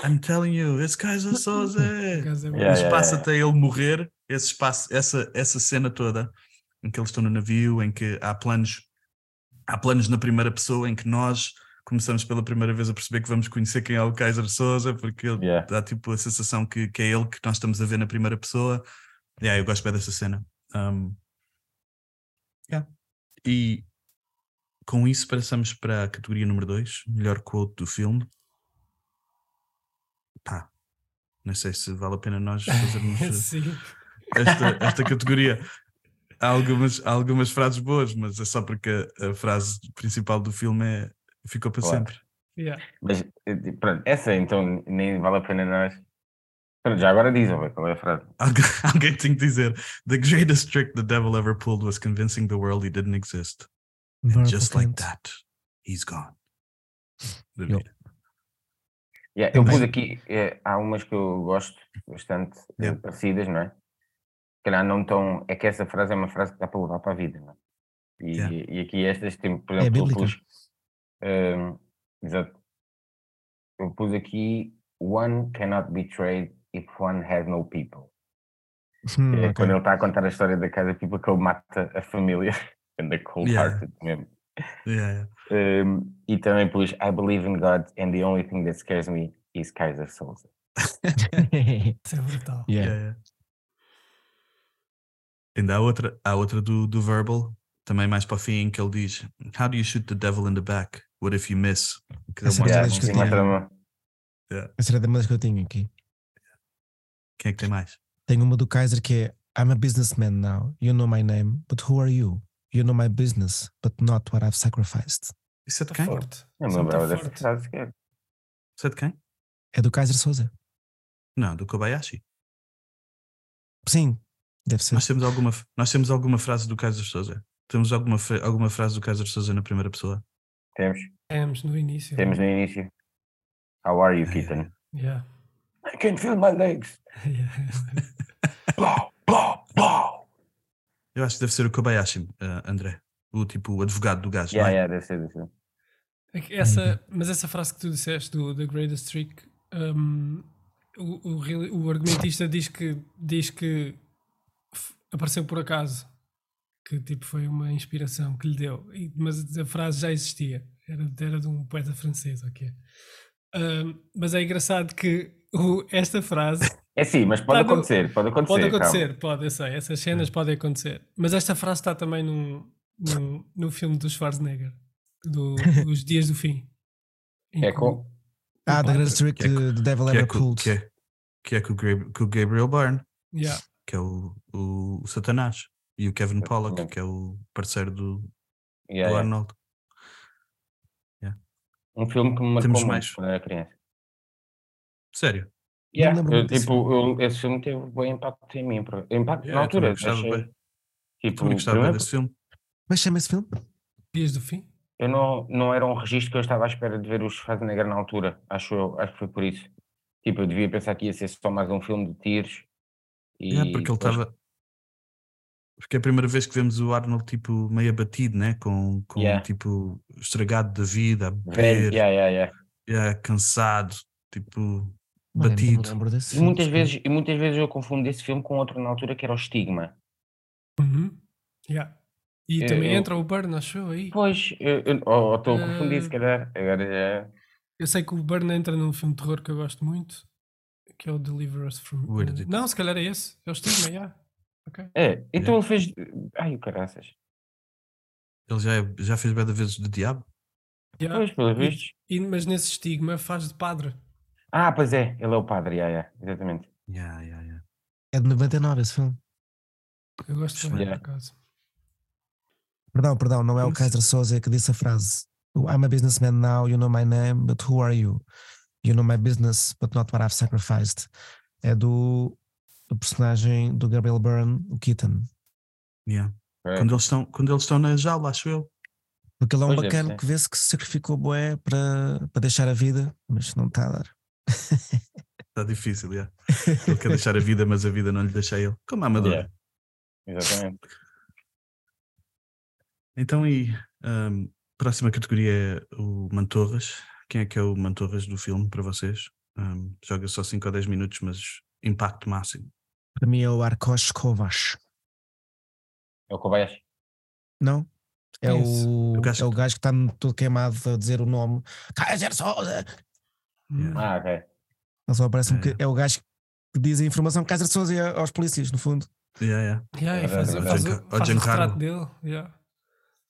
[SPEAKER 1] I'm telling you, esse Kaiser Soze.
[SPEAKER 9] Por acaso é bom.
[SPEAKER 1] O
[SPEAKER 7] Yeah.
[SPEAKER 1] espaço até ele morrer, esse espaço, essa, essa cena toda em que eles estão no navio, em que há planos, há planos na primeira pessoa, em que nós começamos pela primeira vez a perceber que vamos conhecer quem é o Kaiser Souza, porque ele
[SPEAKER 7] Yeah.
[SPEAKER 1] dá tipo a sensação que, que é ele que nós estamos a ver na primeira pessoa. Yeah, eu gosto bem dessa cena. Um, yeah. E com isso passamos para a categoria número 2, melhor quote do filme. Pá, não sei se vale a pena nós [LAUGHS]
[SPEAKER 9] [LAUGHS]
[SPEAKER 1] fazermos
[SPEAKER 9] Sim.
[SPEAKER 1] esta, esta categoria. Há algumas, há algumas frases boas, mas é só porque a, a frase principal do filme é ficou para
[SPEAKER 7] Claro.
[SPEAKER 1] sempre.
[SPEAKER 9] Yeah.
[SPEAKER 7] Mas eh, pronto, essa então nem vale a pena nós. Pronto, já agora dizem, vai, qual é a frase?
[SPEAKER 1] [LAUGHS] Algu- Alguém tem que dizer: The greatest trick the devil ever pulled was convincing the world he didn't exist. And
[SPEAKER 8] Verbal
[SPEAKER 1] just like
[SPEAKER 8] Clint.
[SPEAKER 1] that, he's [SIGHS] gone.
[SPEAKER 8] Yep.
[SPEAKER 7] Yeah, eu
[SPEAKER 8] Também.
[SPEAKER 7] pus aqui, eh, há umas que eu gosto bastante eh,
[SPEAKER 1] Yeah.
[SPEAKER 7] parecidas, não é? Se calhar não tão. É que essa frase é uma frase que dá para levar para a vida, não é? E,
[SPEAKER 1] Yeah.
[SPEAKER 7] e aqui estas, tem, por
[SPEAKER 8] É
[SPEAKER 7] exemplo, eu
[SPEAKER 8] bíblica.
[SPEAKER 7] pus. ehm, exato. Eu pus aqui: One cannot be betrayed if one has no people.
[SPEAKER 8] Hum,
[SPEAKER 7] Que é
[SPEAKER 8] ok.
[SPEAKER 7] Quando ele está a contar a história da casa people que ele mata a família. [LAUGHS] And the cold hearted mesmo.
[SPEAKER 1] Yeah, yeah.
[SPEAKER 7] Ehm, e também pus: I believe in God and the only thing that scares me is Kaiser Souls.
[SPEAKER 8] [LAUGHS]
[SPEAKER 9] Isso é brutal.
[SPEAKER 1] [LAUGHS]
[SPEAKER 8] Yeah.
[SPEAKER 1] Yeah, yeah. Ainda há outra, há outra do, do Verbal, também mais para o fim, em que ele diz: How do you shoot the devil in the back? What if you miss? Que ele
[SPEAKER 8] Essa
[SPEAKER 1] mostra
[SPEAKER 8] piada
[SPEAKER 1] um-
[SPEAKER 8] é
[SPEAKER 7] sim, uma
[SPEAKER 8] escutei.
[SPEAKER 7] trama.
[SPEAKER 8] Essa era da mais que eu tinha aqui.
[SPEAKER 1] Quem é que tem mais?
[SPEAKER 8] Tem uma do Kaiser que é I'm a businessman now. You know my name, but who are you? You know my business, but not what I've sacrificed.
[SPEAKER 1] Isso é de
[SPEAKER 9] Está
[SPEAKER 1] quem?
[SPEAKER 9] forte.
[SPEAKER 7] Não me
[SPEAKER 9] Isso
[SPEAKER 7] lembrava
[SPEAKER 9] tá
[SPEAKER 7] dessa
[SPEAKER 9] forte.
[SPEAKER 7] frase sequer.
[SPEAKER 1] Isso é de quem?
[SPEAKER 8] É do Kaiser Souza.
[SPEAKER 1] Não, do Kobayashi.
[SPEAKER 8] Sim, deve ser.
[SPEAKER 1] Nós temos alguma, nós temos alguma frase do Kaiser Souza. Temos alguma, fra- alguma frase do Kaiser Souza na primeira pessoa?
[SPEAKER 7] Temos,
[SPEAKER 9] Temos no
[SPEAKER 1] É.
[SPEAKER 9] início.
[SPEAKER 7] temos no início. How are you,
[SPEAKER 1] Ai,
[SPEAKER 7] kitten?
[SPEAKER 9] Yeah. [LAUGHS]
[SPEAKER 7] I can feel my legs.
[SPEAKER 9] Yeah.
[SPEAKER 7] Blow, blow.
[SPEAKER 1] Uau! Eu acho que deve ser o Kobayashi, eh, André. O tipo, o advogado do gajo. não
[SPEAKER 7] Yeah,
[SPEAKER 1] é?
[SPEAKER 7] yeah, deve ser, deve ser.
[SPEAKER 9] É Essa, mas essa frase que tu disseste do The Greatest Trick, um, o, o reali- o argumentista diz que, diz que f- apareceu por acaso, que tipo foi uma inspiração que lhe deu, E- mas a frase já existia, era, era de um poeta francês, ok. Um, mas é engraçado que o- esta frase
[SPEAKER 7] É sim, mas pode
[SPEAKER 9] Tá, não-
[SPEAKER 7] acontecer, pode acontecer.
[SPEAKER 9] Pode
[SPEAKER 7] calma.
[SPEAKER 9] acontecer, pode, eu sei. Essas cenas podem acontecer. Mas esta frase está também num, num, no filme do Schwarzenegger, do, dos Dias do Fim. Em
[SPEAKER 7] É
[SPEAKER 9] que
[SPEAKER 7] com-
[SPEAKER 9] o-
[SPEAKER 8] Ah, The Greatest
[SPEAKER 1] que
[SPEAKER 8] Trick
[SPEAKER 1] é
[SPEAKER 8] de The Devil
[SPEAKER 1] Que é,
[SPEAKER 8] Ever
[SPEAKER 1] co- que,
[SPEAKER 8] Pulled.
[SPEAKER 1] é, que é com o Gab- com o Gabriel Byrne,
[SPEAKER 9] Yeah.
[SPEAKER 1] que é o, o, o Satanás. E o Kevin Pollock,
[SPEAKER 7] Exatamente.
[SPEAKER 1] que é o parceiro do,
[SPEAKER 7] Yeah,
[SPEAKER 1] do
[SPEAKER 7] yeah.
[SPEAKER 1] Arnold.
[SPEAKER 7] Um filme que me marcou
[SPEAKER 1] Temos
[SPEAKER 7] muito
[SPEAKER 1] mais.
[SPEAKER 7] quando era criança.
[SPEAKER 1] Sério.
[SPEAKER 7] Yeah,
[SPEAKER 8] lembro
[SPEAKER 7] eu,
[SPEAKER 8] muito desse
[SPEAKER 7] tipo, eu- esse filme teve um bom impacto em mim. por- Impacto
[SPEAKER 1] Yeah,
[SPEAKER 7] na
[SPEAKER 1] eu
[SPEAKER 7] altura.
[SPEAKER 1] também gostava
[SPEAKER 7] achei-
[SPEAKER 1] bem.
[SPEAKER 7] tipo,
[SPEAKER 1] Também gostava
[SPEAKER 7] primeiro,
[SPEAKER 1] desse filme.
[SPEAKER 8] Mas chama esse filme?
[SPEAKER 9] Dias do Fim?
[SPEAKER 7] eu não, não era um registro que eu estava à espera de ver os Schwarzenegger na altura. Acho, eu, acho que foi por isso. Tipo, eu devia pensar que ia ser só mais um filme de tiros. E
[SPEAKER 1] É, porque ele
[SPEAKER 7] depois-
[SPEAKER 1] estava. Porque é a primeira vez que vemos o Arnold tipo meio abatido, né? Com, com
[SPEAKER 7] Yeah.
[SPEAKER 1] tipo estragado da vida, a
[SPEAKER 7] Velho,
[SPEAKER 1] beber,
[SPEAKER 7] yeah, yeah, yeah.
[SPEAKER 1] yeah, cansado, tipo
[SPEAKER 8] Mano, eu não me
[SPEAKER 1] batido.
[SPEAKER 8] lembro desse
[SPEAKER 7] E
[SPEAKER 8] filme,
[SPEAKER 7] muitas,
[SPEAKER 8] desculpa.
[SPEAKER 7] vezes, e muitas vezes eu confundo esse filme com outro na altura que era o Estigma.
[SPEAKER 9] Uhum. Yeah. E
[SPEAKER 7] É,
[SPEAKER 9] também
[SPEAKER 7] eu-
[SPEAKER 9] entra o Burn, acho eu aí.
[SPEAKER 7] Pois, eu eu- ou ou estou a
[SPEAKER 9] Ah.
[SPEAKER 7] confundir, se calhar. Agora
[SPEAKER 9] Eu sei que o Burn entra num filme de terror que eu gosto muito, que é o Deliver Us From...
[SPEAKER 1] Weird It.
[SPEAKER 9] Não, se calhar é esse. É o Stigma, yeah. Ok.
[SPEAKER 7] já. É, então ele fez. Ai, o caraças.
[SPEAKER 1] Ele já, é- já fez bem vezes do diabo.
[SPEAKER 9] Yeah.
[SPEAKER 7] Pois, pelos
[SPEAKER 9] E-
[SPEAKER 7] vistos.
[SPEAKER 9] e- mas nesse Estigma faz de padre.
[SPEAKER 7] Ah, pois é, ele é o padre, yeah, yeah, exatamente.
[SPEAKER 1] Yeah, yeah, yeah.
[SPEAKER 8] É de 99 esse filme.
[SPEAKER 9] Eu gosto bem,
[SPEAKER 7] Yeah.
[SPEAKER 9] por acaso.
[SPEAKER 8] Perdão, perdão, não é o
[SPEAKER 1] Como se-
[SPEAKER 8] Kaiser Souza que disse a frase. o I'm a businessman now, you know my name, but who are you? You know my business, but not what I've sacrificed. É do, do personagem do Gabriel Byrne, o Keaton.
[SPEAKER 1] yeah.
[SPEAKER 7] É.
[SPEAKER 1] Quando, eles estão, quando eles estão na jaula, acho eu.
[SPEAKER 8] Porque ele é um
[SPEAKER 7] Pois deve
[SPEAKER 8] bacana
[SPEAKER 7] ser.
[SPEAKER 8] que vê-se que se sacrificou bué para, para deixar a vida, mas não está a dar.
[SPEAKER 1] Está difícil, yeah. Ele quer deixar a vida, mas a vida não lhe deixa a ele. Como a amadora.
[SPEAKER 7] Yeah, Exatamente.
[SPEAKER 1] Então, e ahm, próxima categoria é o Mantorras. Quem é que é o Mantorras do filme para vocês? Ahm, joga só 5 ou 10 minutos, mas impacto máximo.
[SPEAKER 8] Para mim é o Arkosh Kovacs.
[SPEAKER 7] É
[SPEAKER 1] [LAUGHS]
[SPEAKER 7] o Kobayashi.
[SPEAKER 8] Não? É
[SPEAKER 9] Quem é esse?
[SPEAKER 8] o,
[SPEAKER 1] O gajo
[SPEAKER 8] é o
[SPEAKER 1] que-
[SPEAKER 8] gajo que está todo queimado a dizer o nome. Kaiser Souza!
[SPEAKER 1] Yeah.
[SPEAKER 7] Ah, ok.
[SPEAKER 8] Ele só parece um
[SPEAKER 1] É.
[SPEAKER 8] bocadinho- é o gajo que diz a informação Kaiser Souza aos polícias, no fundo.
[SPEAKER 7] Hum.
[SPEAKER 1] Yeah, yeah.
[SPEAKER 9] Yeah, e
[SPEAKER 7] É
[SPEAKER 9] faz,
[SPEAKER 7] verdade.
[SPEAKER 1] Ao
[SPEAKER 9] faz, o-
[SPEAKER 1] Gianca- ao
[SPEAKER 9] faz o
[SPEAKER 1] Giancarlo.
[SPEAKER 9] retrato dele. Yeah.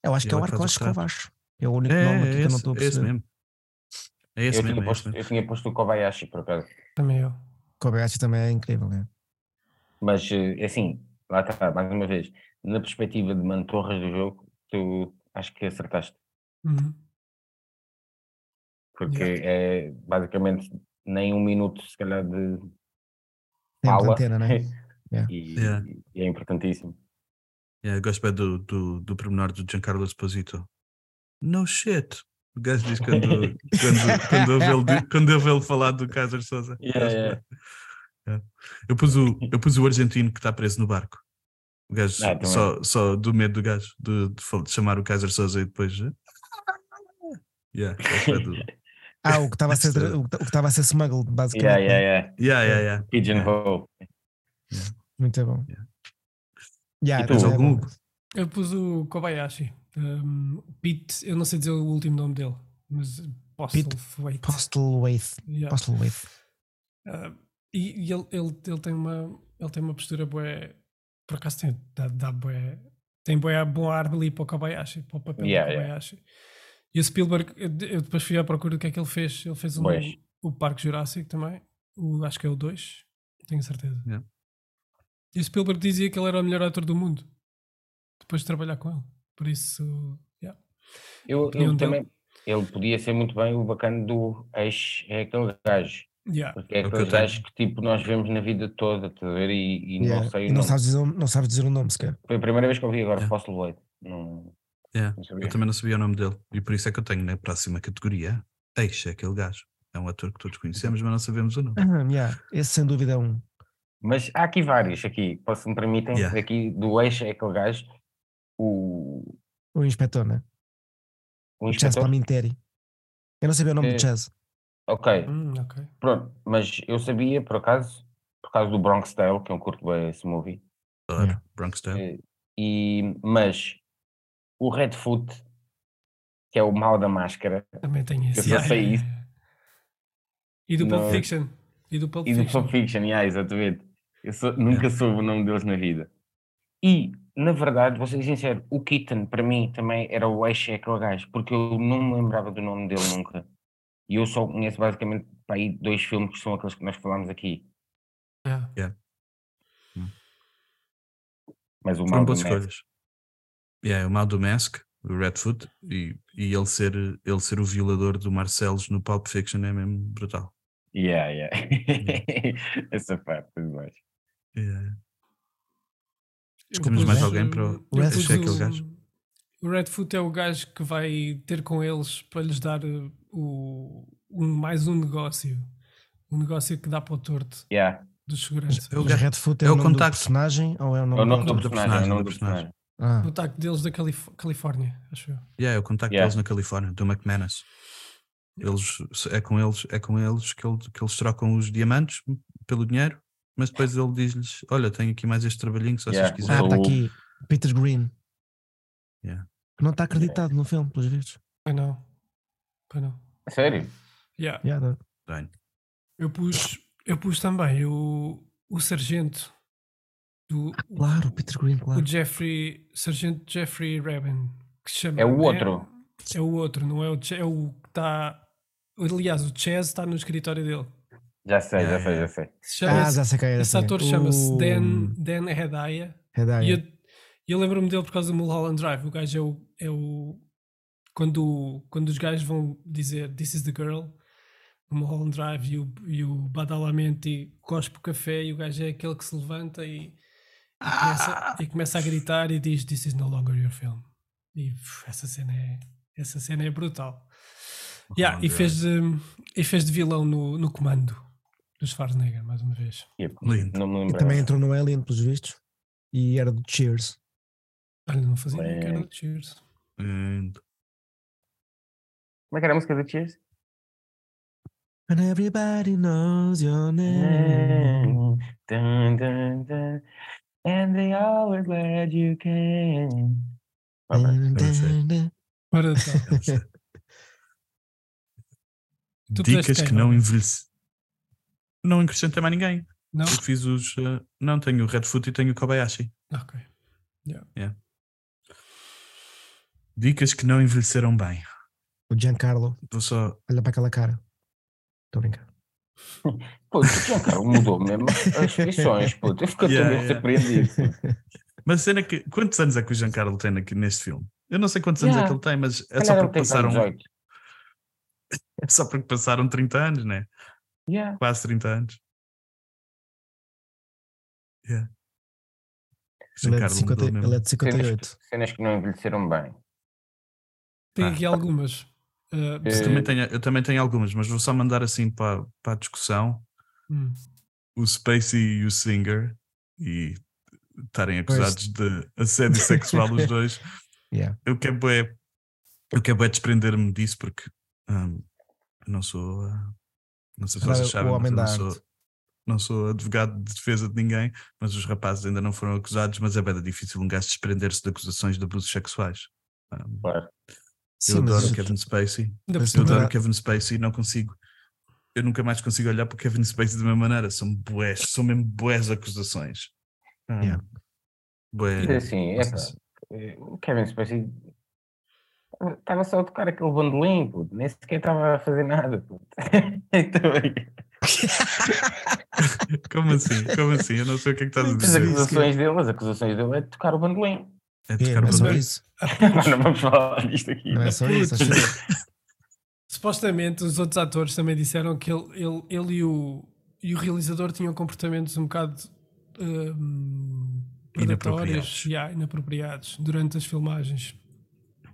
[SPEAKER 8] Eu acho que é o
[SPEAKER 1] Ele é que faz o
[SPEAKER 8] Arcos
[SPEAKER 1] retrato.
[SPEAKER 8] Kovacs. É o único
[SPEAKER 1] É,
[SPEAKER 8] nome
[SPEAKER 1] é
[SPEAKER 8] aqui que eu não estou a
[SPEAKER 1] esse, é esse
[SPEAKER 8] perceber.
[SPEAKER 1] mesmo. É esse mesmo.
[SPEAKER 7] eu,
[SPEAKER 1] É
[SPEAKER 7] tinha
[SPEAKER 1] esse
[SPEAKER 7] posto,
[SPEAKER 1] mesmo.
[SPEAKER 7] eu tinha posto o Kobayashi, por acaso.
[SPEAKER 9] Também eu.
[SPEAKER 8] Kobayashi também é incrível, é.
[SPEAKER 7] Mas, eh, assim, lá está, mais uma vez, na perspectiva de mantorras do jogo, tu acho que acertaste.
[SPEAKER 9] Uhum.
[SPEAKER 7] Porque é basicamente nem um minuto, se calhar, de
[SPEAKER 8] Tempo de
[SPEAKER 7] fala.
[SPEAKER 8] antena, né? [LAUGHS]
[SPEAKER 7] e,
[SPEAKER 1] Yeah.
[SPEAKER 7] e é importantíssimo.
[SPEAKER 1] Yeah, eu Eh, gosto bem do, do, do pormenor do Giancarlo Esposito. No shit. O gajo diz quando, quando, quando, ouve, ele,
[SPEAKER 7] [LAUGHS]
[SPEAKER 1] di- quando ouve ele falar do Kaiser Souza. É.
[SPEAKER 7] Yeah, yeah.
[SPEAKER 1] Eu pus, o, eu pus o argentino que está preso no barco. O gajo,
[SPEAKER 7] Ah, também.
[SPEAKER 1] só, só do medo do gajo, de, de fal- de chamar o Kaiser Souza e depois. eh, Yeah, gosto bué do-
[SPEAKER 7] [LAUGHS]
[SPEAKER 8] Ah, o que estava a ser,
[SPEAKER 1] Esse-
[SPEAKER 8] o que ta- o que estava a ser smuggled, basicamente.
[SPEAKER 7] Yeah,
[SPEAKER 8] né?
[SPEAKER 7] yeah, yeah.
[SPEAKER 1] yeah, yeah, yeah.
[SPEAKER 7] Pigeonhole.
[SPEAKER 8] Muito bom.
[SPEAKER 1] Yeah.
[SPEAKER 8] Yeah,
[SPEAKER 7] E tu,
[SPEAKER 8] é bom.
[SPEAKER 1] algum?
[SPEAKER 9] Eu pus o Kobayashi. Um, Pete, eu não sei dizer o último nome dele, mas Postal
[SPEAKER 8] Pete
[SPEAKER 9] Wait.
[SPEAKER 8] Postlewaite.
[SPEAKER 9] Yeah.
[SPEAKER 8] Postlewaite.
[SPEAKER 9] Ah, e e ele, ele, ele, tem uma, ele tem uma postura boé. Por acaso tem, dá, dá bué- Tem boé bom ar ali para o Kobayashi, para o papel
[SPEAKER 7] Yeah,
[SPEAKER 9] do
[SPEAKER 7] yeah.
[SPEAKER 9] Kobayashi. E o Spielberg, eu, de- eu depois fui à procura do que é que ele fez. Ele fez um,
[SPEAKER 7] Pois.
[SPEAKER 9] o Parque Jurássico também, o, acho que é o 2, tenho certeza.
[SPEAKER 1] Yeah.
[SPEAKER 9] E o Spielberg dizia que ele era o melhor ator do mundo depois de trabalhar com ele. Por isso, yeah.
[SPEAKER 7] Eu,
[SPEAKER 9] Opinião
[SPEAKER 1] um
[SPEAKER 7] eu
[SPEAKER 9] dele.
[SPEAKER 7] também, ele podia ser muito bem o bacana do ex, é aquele gajo.
[SPEAKER 9] Yeah.
[SPEAKER 7] Porque é
[SPEAKER 1] o que eu
[SPEAKER 7] aqueles
[SPEAKER 1] tenho.
[SPEAKER 7] gajos que tipo nós vemos na vida toda, estás a ver? E, e
[SPEAKER 8] Yeah.
[SPEAKER 7] não sei
[SPEAKER 8] E
[SPEAKER 7] o nome.
[SPEAKER 8] sabes dizer, o- não sabes dizer o nome sequer. [CLEARS THROAT]
[SPEAKER 7] Foi a primeira vez que eu vi agora,
[SPEAKER 1] Yeah.
[SPEAKER 7] Fossil Leite. Não,
[SPEAKER 1] Yeah,
[SPEAKER 7] não sabia.
[SPEAKER 1] Eu também não sabia o nome dele. E por isso é que eu tenho na próxima categoria. Eixa, aquele gajo. É um ator que todos conhecemos, mas não sabemos o nome.
[SPEAKER 8] Ah, yeah. Esse sem dúvida é um.
[SPEAKER 7] Mas há aqui vários, aqui, se me permitem,
[SPEAKER 1] Yeah.
[SPEAKER 7] aqui do eixo é aquele gajo, o,
[SPEAKER 8] O inspetor, né?
[SPEAKER 7] o
[SPEAKER 8] Chaz
[SPEAKER 7] inspetor.
[SPEAKER 8] Palminteri. Eu não sabia o nome
[SPEAKER 7] É.
[SPEAKER 8] do Chaz.
[SPEAKER 7] Ok,
[SPEAKER 9] Hum, ok.
[SPEAKER 7] pronto, mas eu sabia por acaso, por causa do Bronx Tale, que eu curto bem esse movie,
[SPEAKER 1] Adoro.
[SPEAKER 8] Yeah.
[SPEAKER 1] Bronx Tale.
[SPEAKER 7] Eh, e, mas o Redfoot, que é o mal da máscara,
[SPEAKER 9] Também tenho esse.
[SPEAKER 7] só sei isso.
[SPEAKER 9] E do Pulp
[SPEAKER 7] Não.
[SPEAKER 9] Fiction. E do Pulp
[SPEAKER 7] E do
[SPEAKER 9] Fiction.
[SPEAKER 7] Pulp Fiction, yeah, exatamente. Eu sou- nunca soube o nome deles na vida. E, na verdade, vou ser sincero, o Keaton, para mim, também era o eixo, é aquele gajo, porque eu não me lembrava do nome dele nunca. E eu só conheço basicamente para aí dois filmes que são aqueles que nós falámos aqui.
[SPEAKER 9] Yeah.
[SPEAKER 7] Mas o
[SPEAKER 1] Foram
[SPEAKER 7] mal
[SPEAKER 1] boas escolhas. Yeah, o mal do Mask, o Redfoot, e, e ele, ser, ele ser o violador do Marcelos no Pulp Fiction é mesmo brutal.
[SPEAKER 7] Yeah, yeah. [LAUGHS] Essa parte, eu gosto.
[SPEAKER 1] Yeah.
[SPEAKER 9] Eu
[SPEAKER 1] Temos
[SPEAKER 9] pus,
[SPEAKER 1] mais alguém
[SPEAKER 9] eh,
[SPEAKER 1] para o-
[SPEAKER 9] eu
[SPEAKER 8] Red
[SPEAKER 9] pus
[SPEAKER 8] Foot é
[SPEAKER 9] o-
[SPEAKER 1] aquele gajo?
[SPEAKER 9] O Redfoot é o gajo que vai ter com eles para lhes dar eh, o, um- mais um negócio. Um negócio que dá para o torto
[SPEAKER 7] Yeah.
[SPEAKER 9] dos seguranças.
[SPEAKER 1] É o
[SPEAKER 8] Mas
[SPEAKER 1] gajo-
[SPEAKER 8] Redfoot é,
[SPEAKER 1] é
[SPEAKER 8] o
[SPEAKER 1] o
[SPEAKER 8] nome
[SPEAKER 1] contacto.
[SPEAKER 8] do personagem ou é o
[SPEAKER 7] É
[SPEAKER 8] nome,
[SPEAKER 7] o nome
[SPEAKER 1] do
[SPEAKER 7] do personagem, é o
[SPEAKER 1] personagem,
[SPEAKER 7] nome
[SPEAKER 1] do
[SPEAKER 7] do personagem.
[SPEAKER 8] Ah,
[SPEAKER 9] O ataque deles da Calif- Califórnia, acho eu.
[SPEAKER 1] Yeah, eu contacto
[SPEAKER 7] Yeah.
[SPEAKER 1] eles na Califórnia, do McManus. Eles, é com eles, é com eles que, ele- que eles trocam os diamantes pelo dinheiro, mas depois ele diz-lhes: Olha, tenho aqui mais este trabalhinho, se vocês
[SPEAKER 7] Yeah.
[SPEAKER 1] quiserem.
[SPEAKER 8] está
[SPEAKER 7] o-
[SPEAKER 8] Ah, tá aqui. Peter Green.
[SPEAKER 1] Yeah.
[SPEAKER 8] Que Não está acreditado no filme, pelos vistos.
[SPEAKER 9] Pois não. Pois não.
[SPEAKER 7] Sério?
[SPEAKER 9] Yeah.
[SPEAKER 8] Yeah, não.
[SPEAKER 1] Estranho.
[SPEAKER 9] Eu pus, eu pus também o, o sargento do
[SPEAKER 8] Claro, Peter Green, claro.
[SPEAKER 9] o Jeffrey, sargento Jeffrey Rabin, que se chama
[SPEAKER 7] É o outro.
[SPEAKER 9] É, o outro, não é o Ch- é o que está aliás, o Chaz está no escritório dele.
[SPEAKER 7] Já sei,
[SPEAKER 1] Yeah,
[SPEAKER 7] já sei,
[SPEAKER 1] yeah.
[SPEAKER 7] já sei.
[SPEAKER 9] Se
[SPEAKER 8] Ah,
[SPEAKER 9] chama
[SPEAKER 8] já sei quem era.
[SPEAKER 9] esse
[SPEAKER 8] sei quem.
[SPEAKER 9] ator chama-se
[SPEAKER 8] O-
[SPEAKER 9] Dan, Dan Hedaya. E
[SPEAKER 8] Hedaya.
[SPEAKER 9] eu, e eu lembro-me dele por causa do Mulholland Drive. O gajo é o. É o quando, quando os gajos vão dizer This is the girl, o Mulholland Drive e o, e o Badalamenti cospe o café e o gajo é aquele que se levanta e, e começa, e começa a gritar e diz This is no longer your film. E uf, essa cena é, essa cena é brutal. Yeah, e,
[SPEAKER 1] Mulholland
[SPEAKER 9] fez de, e fez de vilão no, no comando dos Schwarzenegger, mais uma vez.
[SPEAKER 7] Tipo,
[SPEAKER 1] Lindo.
[SPEAKER 7] Não me
[SPEAKER 8] E
[SPEAKER 7] lembro.
[SPEAKER 8] também entrou no Alien, pelos vistos. E era do Cheers.
[SPEAKER 9] Olha, não fazia ideia que era
[SPEAKER 7] Bem.
[SPEAKER 9] o Cheers.
[SPEAKER 1] [LAUGHS] Hum,
[SPEAKER 7] Como é que era a música do Cheers?
[SPEAKER 8] When everybody knows your name.
[SPEAKER 1] Hum,
[SPEAKER 7] Dun, dun, dun. And they always glad you came. Ah, pá.
[SPEAKER 8] Dun,
[SPEAKER 1] não tá sei.
[SPEAKER 8] dun, dun.
[SPEAKER 9] Ora então.
[SPEAKER 1] eu sei.
[SPEAKER 9] [LAUGHS] Tu
[SPEAKER 1] Dicas
[SPEAKER 9] puseste
[SPEAKER 1] que
[SPEAKER 9] quem,
[SPEAKER 1] não
[SPEAKER 9] Rui?
[SPEAKER 1] envelhecem. Não acrescentei mais ninguém.
[SPEAKER 9] Não?
[SPEAKER 1] Eu fiz os. eh, não, tenho o Redfoot e tenho o Kobayashi.
[SPEAKER 9] Ok.
[SPEAKER 1] Dicas que não envelheceram bem.
[SPEAKER 8] O Giancarlo,
[SPEAKER 1] Vou só.
[SPEAKER 8] olha para aquela cara. Estou a brincar.
[SPEAKER 7] Pô, o Giancarlo um mudou mesmo as feições, puto. Eu fico
[SPEAKER 1] Yeah,
[SPEAKER 7] todo
[SPEAKER 1] yeah.
[SPEAKER 7] surpreendido.
[SPEAKER 1] Mas a cena é que. Quantos anos é que o Giancarlo tem aqui neste filme? Eu não sei quantos anos é
[SPEAKER 7] Yeah.
[SPEAKER 1] que ele tem, mas é
[SPEAKER 7] Calhar
[SPEAKER 1] só,
[SPEAKER 7] ele
[SPEAKER 1] porque
[SPEAKER 7] tem só
[SPEAKER 1] passaram,
[SPEAKER 7] 18.
[SPEAKER 1] [LAUGHS] é só porque passaram 30 anos, né?
[SPEAKER 7] Yeah.
[SPEAKER 1] Quase 30 anos. Yeah. O
[SPEAKER 8] Ele é, de
[SPEAKER 1] Giancarlo mudou
[SPEAKER 8] 50,
[SPEAKER 1] mesmo.
[SPEAKER 8] ele é de 58.
[SPEAKER 7] Cenas que não envelheceram bem.
[SPEAKER 9] Tem
[SPEAKER 1] Ah,
[SPEAKER 9] aqui algumas. Ah,
[SPEAKER 1] Eu
[SPEAKER 7] Eh,
[SPEAKER 1] também, tenho, eu também tenho algumas, mas vou só mandar assim para, para a discussão
[SPEAKER 9] hum,
[SPEAKER 1] o Spacey e o Singer e estarem
[SPEAKER 8] Pois.
[SPEAKER 1] acusados de assédio sexual
[SPEAKER 8] [LAUGHS]
[SPEAKER 1] os dois.
[SPEAKER 8] Yeah.
[SPEAKER 1] Eu quero bué, eu quero bué desprender-me disso porque hum, eu não sou ah, não sei se
[SPEAKER 8] Agora,
[SPEAKER 1] vocês sabem, mas
[SPEAKER 8] o homem
[SPEAKER 1] eu
[SPEAKER 8] da
[SPEAKER 1] não
[SPEAKER 8] arte.
[SPEAKER 1] sou, não sou advogado de defesa de ninguém, mas os rapazes ainda não foram acusados, mas é bem difícil um gajo desprender-se de acusações de abusos sexuais. Hum,
[SPEAKER 7] Claro.
[SPEAKER 1] eu
[SPEAKER 8] mas
[SPEAKER 1] adoro é
[SPEAKER 8] isso-
[SPEAKER 1] Kevin Spacey.
[SPEAKER 9] ainda por
[SPEAKER 8] Mas
[SPEAKER 1] Eu
[SPEAKER 9] cima-
[SPEAKER 8] Sim.
[SPEAKER 1] adoro Kevin Spacey e não consigo. Eu nunca mais consigo olhar para o Kevin Spacey da mesma maneira. São boés, são mesmo boés acusações. Hum. É,
[SPEAKER 8] Yeah.
[SPEAKER 1] Bué-
[SPEAKER 7] Mas assim,
[SPEAKER 8] é
[SPEAKER 1] não sei
[SPEAKER 7] epá,
[SPEAKER 1] se-
[SPEAKER 7] eh, o Kevin Spacey eh, estava só a tocar aquele bandolim, puto. Nem sequer estava a fazer nada, puto. [LAUGHS] Então,
[SPEAKER 1] Como assim? Como assim? Eu não sei o que é que estás a
[SPEAKER 7] as
[SPEAKER 1] dizer.
[SPEAKER 7] acusações dele, as acusações dele é tocar o bandolim. [LAUGHS]
[SPEAKER 1] É
[SPEAKER 8] É,
[SPEAKER 1] tocar
[SPEAKER 8] [LAUGHS] não é
[SPEAKER 1] o
[SPEAKER 8] só
[SPEAKER 1] bandolim.
[SPEAKER 8] isso.
[SPEAKER 7] Mas não vamos falar disto aqui. né?
[SPEAKER 8] Não é só isso. acho que-
[SPEAKER 9] Supostamente os outros atores também disseram que ele, ele, ele e, o, e o realizador tinham comportamentos um bocado hum, predatórios
[SPEAKER 1] Inapropriados.
[SPEAKER 9] e yeah, inapropriados durante as filmagens.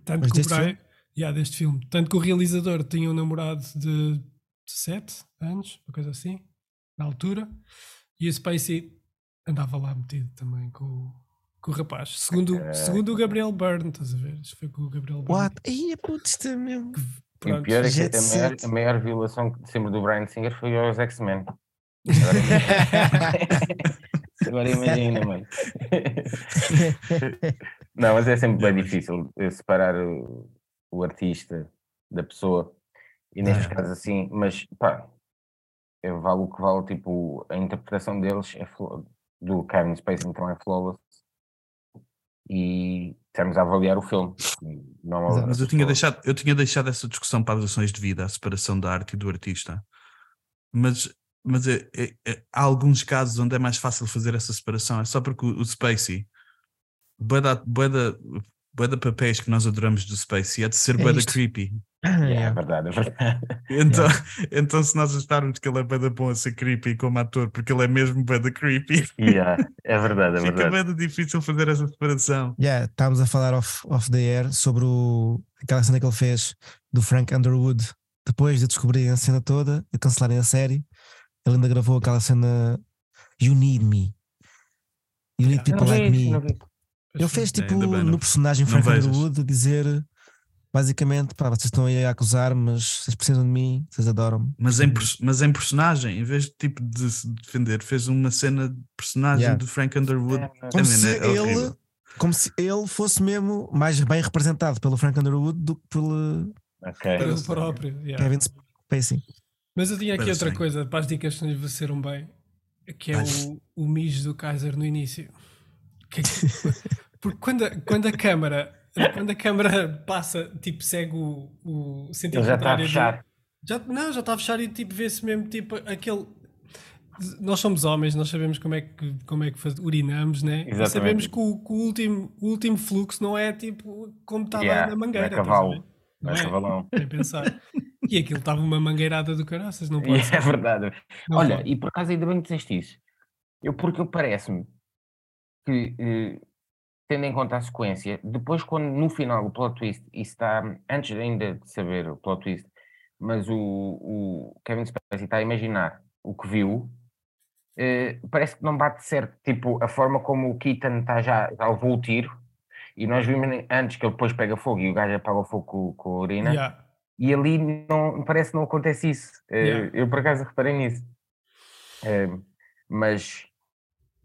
[SPEAKER 9] Tanto
[SPEAKER 8] Mas
[SPEAKER 9] que o
[SPEAKER 8] deste
[SPEAKER 9] Brian, Yeah, deste filme. Tanto que o realizador tinha um namorado de 7 anos, uma coisa assim, na altura, e o Spacey andava lá metido também com, o- com o rapaz. Segundo, segundo o Gabriel Byrne, estás a ver? Isto foi com o Gabriel Byrne.
[SPEAKER 8] What? Ia, putz, isto é mesmo.
[SPEAKER 7] E o
[SPEAKER 9] Pronto.
[SPEAKER 7] pior é que
[SPEAKER 8] Jet
[SPEAKER 7] a maior,
[SPEAKER 8] Set.
[SPEAKER 7] a maior violação de sempre do Brian Singer foi aos X-Men.
[SPEAKER 1] [LAUGHS]
[SPEAKER 7] Agora imagina, mano. Não, mas é sempre bem difícil eh, separar o, o artista da pessoa. E nestes
[SPEAKER 1] É.
[SPEAKER 7] casos assim, mas pá, eh, vale o que vale, tipo, a interpretação deles é flo- do Kevin Spacey então é flawless. E estamos a avaliar o filme. Não
[SPEAKER 8] Mas-
[SPEAKER 7] a-
[SPEAKER 1] Mas
[SPEAKER 7] a
[SPEAKER 1] eu tinha,
[SPEAKER 7] pessoa.
[SPEAKER 1] deixado, eu tinha deixado essa discussão para as lições de vida, a separação da arte e do artista. Mas, mas é- é- é- há alguns casos onde é mais fácil fazer essa separação, é só porque o, o Spacey, bué da, bué da- bué da papéis que nós adoramos do Spacey, é de ser
[SPEAKER 8] É
[SPEAKER 1] bué da
[SPEAKER 8] isto.
[SPEAKER 1] creepy.
[SPEAKER 7] Yeah, é
[SPEAKER 8] Yeah.
[SPEAKER 7] verdade, é verdade.
[SPEAKER 1] Então,
[SPEAKER 8] É.
[SPEAKER 1] [LAUGHS] então se nós acharmos que ele é bué da bom a ser creepy como ator, porque ele é mesmo bué da creepy,
[SPEAKER 7] Yeah, é verdade,
[SPEAKER 1] [LAUGHS]
[SPEAKER 7] é
[SPEAKER 1] fica
[SPEAKER 7] verdade.
[SPEAKER 1] bué da difícil fazer essa separação.
[SPEAKER 8] [LAUGHS] Yeah, estávamos a falar off, off the air sobre o, aquela cena que ele fez do Frank Underwood. Depois de descobrirem a cena toda e cancelarem a série, ele ainda gravou aquela cena You Need Me. You Need
[SPEAKER 9] Yeah.
[SPEAKER 8] People Like Me. Ele fez
[SPEAKER 1] Ainda
[SPEAKER 8] tipo
[SPEAKER 1] bem, não-
[SPEAKER 8] no personagem
[SPEAKER 1] não
[SPEAKER 8] Frank
[SPEAKER 1] vejas.
[SPEAKER 8] Underwood a dizer basicamente pá, vocês estão aí a acusar, mas vocês precisam de mim, vocês adoram-me.
[SPEAKER 1] Mas em, pers- mas em personagem, em vez de tipo de se defender, fez uma cena de personagem
[SPEAKER 8] Yeah.
[SPEAKER 1] de Frank Underwood.
[SPEAKER 7] É,
[SPEAKER 8] Como
[SPEAKER 1] I mean,
[SPEAKER 8] se
[SPEAKER 1] é horrível.
[SPEAKER 8] ele como se ele fosse mesmo mais bem representado pelo Frank Underwood do que pelo
[SPEAKER 7] Ok.
[SPEAKER 9] Para ele próprio. yeah.
[SPEAKER 8] Kevin Spacey.
[SPEAKER 9] Mas eu tinha aqui
[SPEAKER 1] Parece
[SPEAKER 9] outra
[SPEAKER 1] bem.
[SPEAKER 9] coisa para as dicas que nos venceram bem, que é
[SPEAKER 1] Ai.
[SPEAKER 9] o, o mijo do Kaiser no início. Que é que- [LAUGHS] porque quando a, quando a câmara quando a câmara passa, tipo, segue o, o sentido
[SPEAKER 7] Ele já está a
[SPEAKER 9] contrário do-
[SPEAKER 7] fechar.
[SPEAKER 9] já, não, já está a fechar e tipo, vê-se mesmo tipo aquele. Nós somos homens, nós sabemos como é que, como é que faz- urinamos, né? E
[SPEAKER 7] Exatamente.
[SPEAKER 9] sabemos que o, que o último, o último fluxo não é tipo como estava
[SPEAKER 7] Yeah,
[SPEAKER 9] na mangueira.
[SPEAKER 7] não é
[SPEAKER 9] estás a
[SPEAKER 7] cavalo,
[SPEAKER 9] ver?
[SPEAKER 7] Não é cavalão.
[SPEAKER 9] Nem pensar. E aquilo estava uma mangueirada do
[SPEAKER 7] [LAUGHS]
[SPEAKER 9] caraças, não pode
[SPEAKER 7] É
[SPEAKER 9] ser.
[SPEAKER 7] verdade.
[SPEAKER 9] Não
[SPEAKER 7] Olha,
[SPEAKER 9] pode.
[SPEAKER 7] e por acaso ainda bem que disseste isso. Eu, porque eu parece-me que, eh, tendo em conta a sequência, depois quando no final o plot twist, e está, antes ainda de saber o plot twist, mas o, o Kevin Spacey está a imaginar o que viu, eh, parece que não bate certo. Tipo, a forma como o Keaton está já, já levou o tiro, e nós vimos antes que ele depois pega fogo e o gajo apaga o fogo com, com a urina.
[SPEAKER 9] Yeah.
[SPEAKER 7] E ali não, parece que não acontece isso. Eh,
[SPEAKER 9] Yeah.
[SPEAKER 7] Eu por acaso reparei nisso. Eh, mas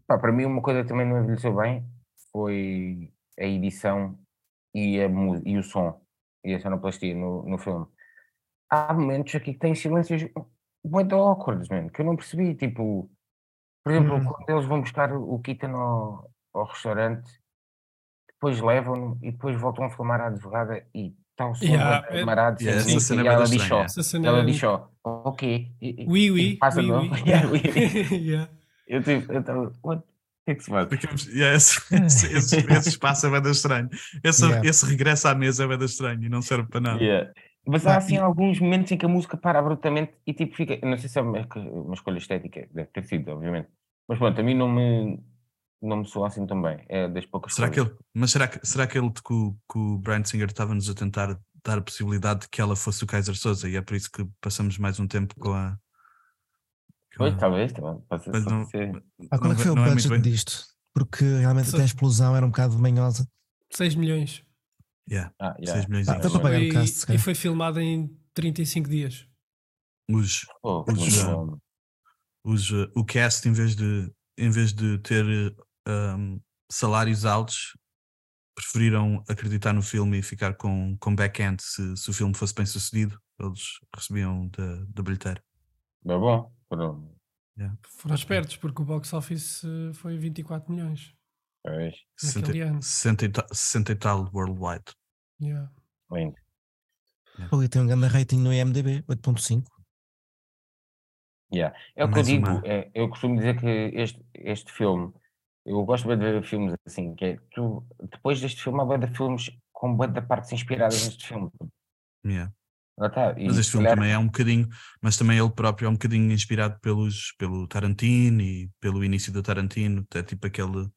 [SPEAKER 7] pá, para mim uma coisa que também não envelheceu bem foi a edição e, a, mu- e o som e a sonoplastia no, no filme. Há momentos aqui que tem silêncios muito awkward, mano, que eu não percebi. Tipo, por exemplo,
[SPEAKER 9] Uhum.
[SPEAKER 8] Hum.
[SPEAKER 7] quando eles vão buscar o Keaton ao, ao restaurante, depois levam-no e depois voltam a filmar a advogada e tal som
[SPEAKER 9] Yeah,
[SPEAKER 7] bué
[SPEAKER 9] é-
[SPEAKER 7] marado, sem
[SPEAKER 1] Yeah, essa
[SPEAKER 7] mim,
[SPEAKER 1] cena é
[SPEAKER 7] e
[SPEAKER 1] bué da
[SPEAKER 7] ela diz
[SPEAKER 1] estranha.
[SPEAKER 7] só,
[SPEAKER 9] Essa cena
[SPEAKER 7] ela
[SPEAKER 9] é-
[SPEAKER 7] diz só, ok, e- e-
[SPEAKER 9] Oui,
[SPEAKER 7] e
[SPEAKER 9] oui.
[SPEAKER 7] passa
[SPEAKER 9] oui,
[SPEAKER 7] de
[SPEAKER 9] oui.
[SPEAKER 7] novo. [LAUGHS] Yeah, oui, oui.
[SPEAKER 9] [LAUGHS] Yeah.
[SPEAKER 7] Eu tive, eu tava, what? O que é que se faz?
[SPEAKER 1] Porque yeah, esse, esse, esse-
[SPEAKER 8] [LAUGHS]
[SPEAKER 1] esse espaço é bem estranho. Esse,
[SPEAKER 8] Yeah.
[SPEAKER 1] esse regresso à mesa é bem estranho e não serve para nada.
[SPEAKER 7] Yeah. Mas
[SPEAKER 9] Ah,
[SPEAKER 8] Pá,
[SPEAKER 7] há assim
[SPEAKER 8] e-
[SPEAKER 7] alguns momentos em que a música para abruptamente e tipo fica. eu Não sei se é uma, que- uma escolha estética, deve ter sido, obviamente. Mas pronto, a mim não me, não me soa assim tão bem. É das poucas
[SPEAKER 1] Será que
[SPEAKER 7] coisas.
[SPEAKER 1] ele, mas será que, será que ele que o, que o Brian Singer estava-nos a tentar dar a possibilidade de que ela fosse o Kaiser Souza e é por isso que passamos mais um tempo com a. com
[SPEAKER 7] Pois,
[SPEAKER 1] a-
[SPEAKER 7] talvez, também. Pode ser,
[SPEAKER 1] Mas
[SPEAKER 7] pode
[SPEAKER 1] não-
[SPEAKER 7] ser.
[SPEAKER 8] Ah, qual é
[SPEAKER 1] não
[SPEAKER 8] que foi
[SPEAKER 1] é- não
[SPEAKER 8] o
[SPEAKER 1] é muito
[SPEAKER 8] budget
[SPEAKER 1] bem.
[SPEAKER 8] disto? Porque realmente até
[SPEAKER 9] Sei.
[SPEAKER 8] a explosão era um bocado manhosa.
[SPEAKER 9] 6 milhões.
[SPEAKER 1] Yeah,
[SPEAKER 7] Ah, yeah.
[SPEAKER 1] 6 milhões
[SPEAKER 9] Tá,
[SPEAKER 8] Pá,
[SPEAKER 1] e
[SPEAKER 8] dá
[SPEAKER 1] meio.
[SPEAKER 8] para pagar
[SPEAKER 9] E,
[SPEAKER 8] o cast, um se
[SPEAKER 9] e
[SPEAKER 8] calhar.
[SPEAKER 9] foi filmado em 35 dias.
[SPEAKER 1] Os-
[SPEAKER 7] Oh,
[SPEAKER 1] Os-
[SPEAKER 7] muito
[SPEAKER 1] já.
[SPEAKER 7] bom.
[SPEAKER 1] os, eh, o cast em vez de, em vez de ter eh, um, salários altos preferiram acreditar no filme e ficar com, com back-end se, se o filme fosse bem sucedido eles recebiam da, da bilheteira
[SPEAKER 7] Bem Tá bom. Pronto.
[SPEAKER 9] Foram espertos, porque o box office eh, foi 24 milhões
[SPEAKER 7] Pois,
[SPEAKER 9] naquele
[SPEAKER 1] 60,
[SPEAKER 9] ano.
[SPEAKER 1] 60 e tal- 60 e tal worldwide
[SPEAKER 9] Yeah.
[SPEAKER 7] lindo.
[SPEAKER 8] Pô, e tem um grande rating no IMDB, 8.5.
[SPEAKER 7] É o que eu
[SPEAKER 1] Mais
[SPEAKER 7] digo,
[SPEAKER 1] uma.
[SPEAKER 7] é, eu costumo dizer que este, este filme, eu gosto bem de ver filmes assim, que é tu, depois deste filme há bué de filmes com bué de partes inspiradas neste filme.
[SPEAKER 1] Yeah.
[SPEAKER 7] Lá tá, e
[SPEAKER 1] mas este filme
[SPEAKER 7] olhar-
[SPEAKER 1] também é um bocadinho mas também ele próprio é um bocadinho inspirado pelos, pelo Tarantino e pelo início do Tarantino é tipo aquele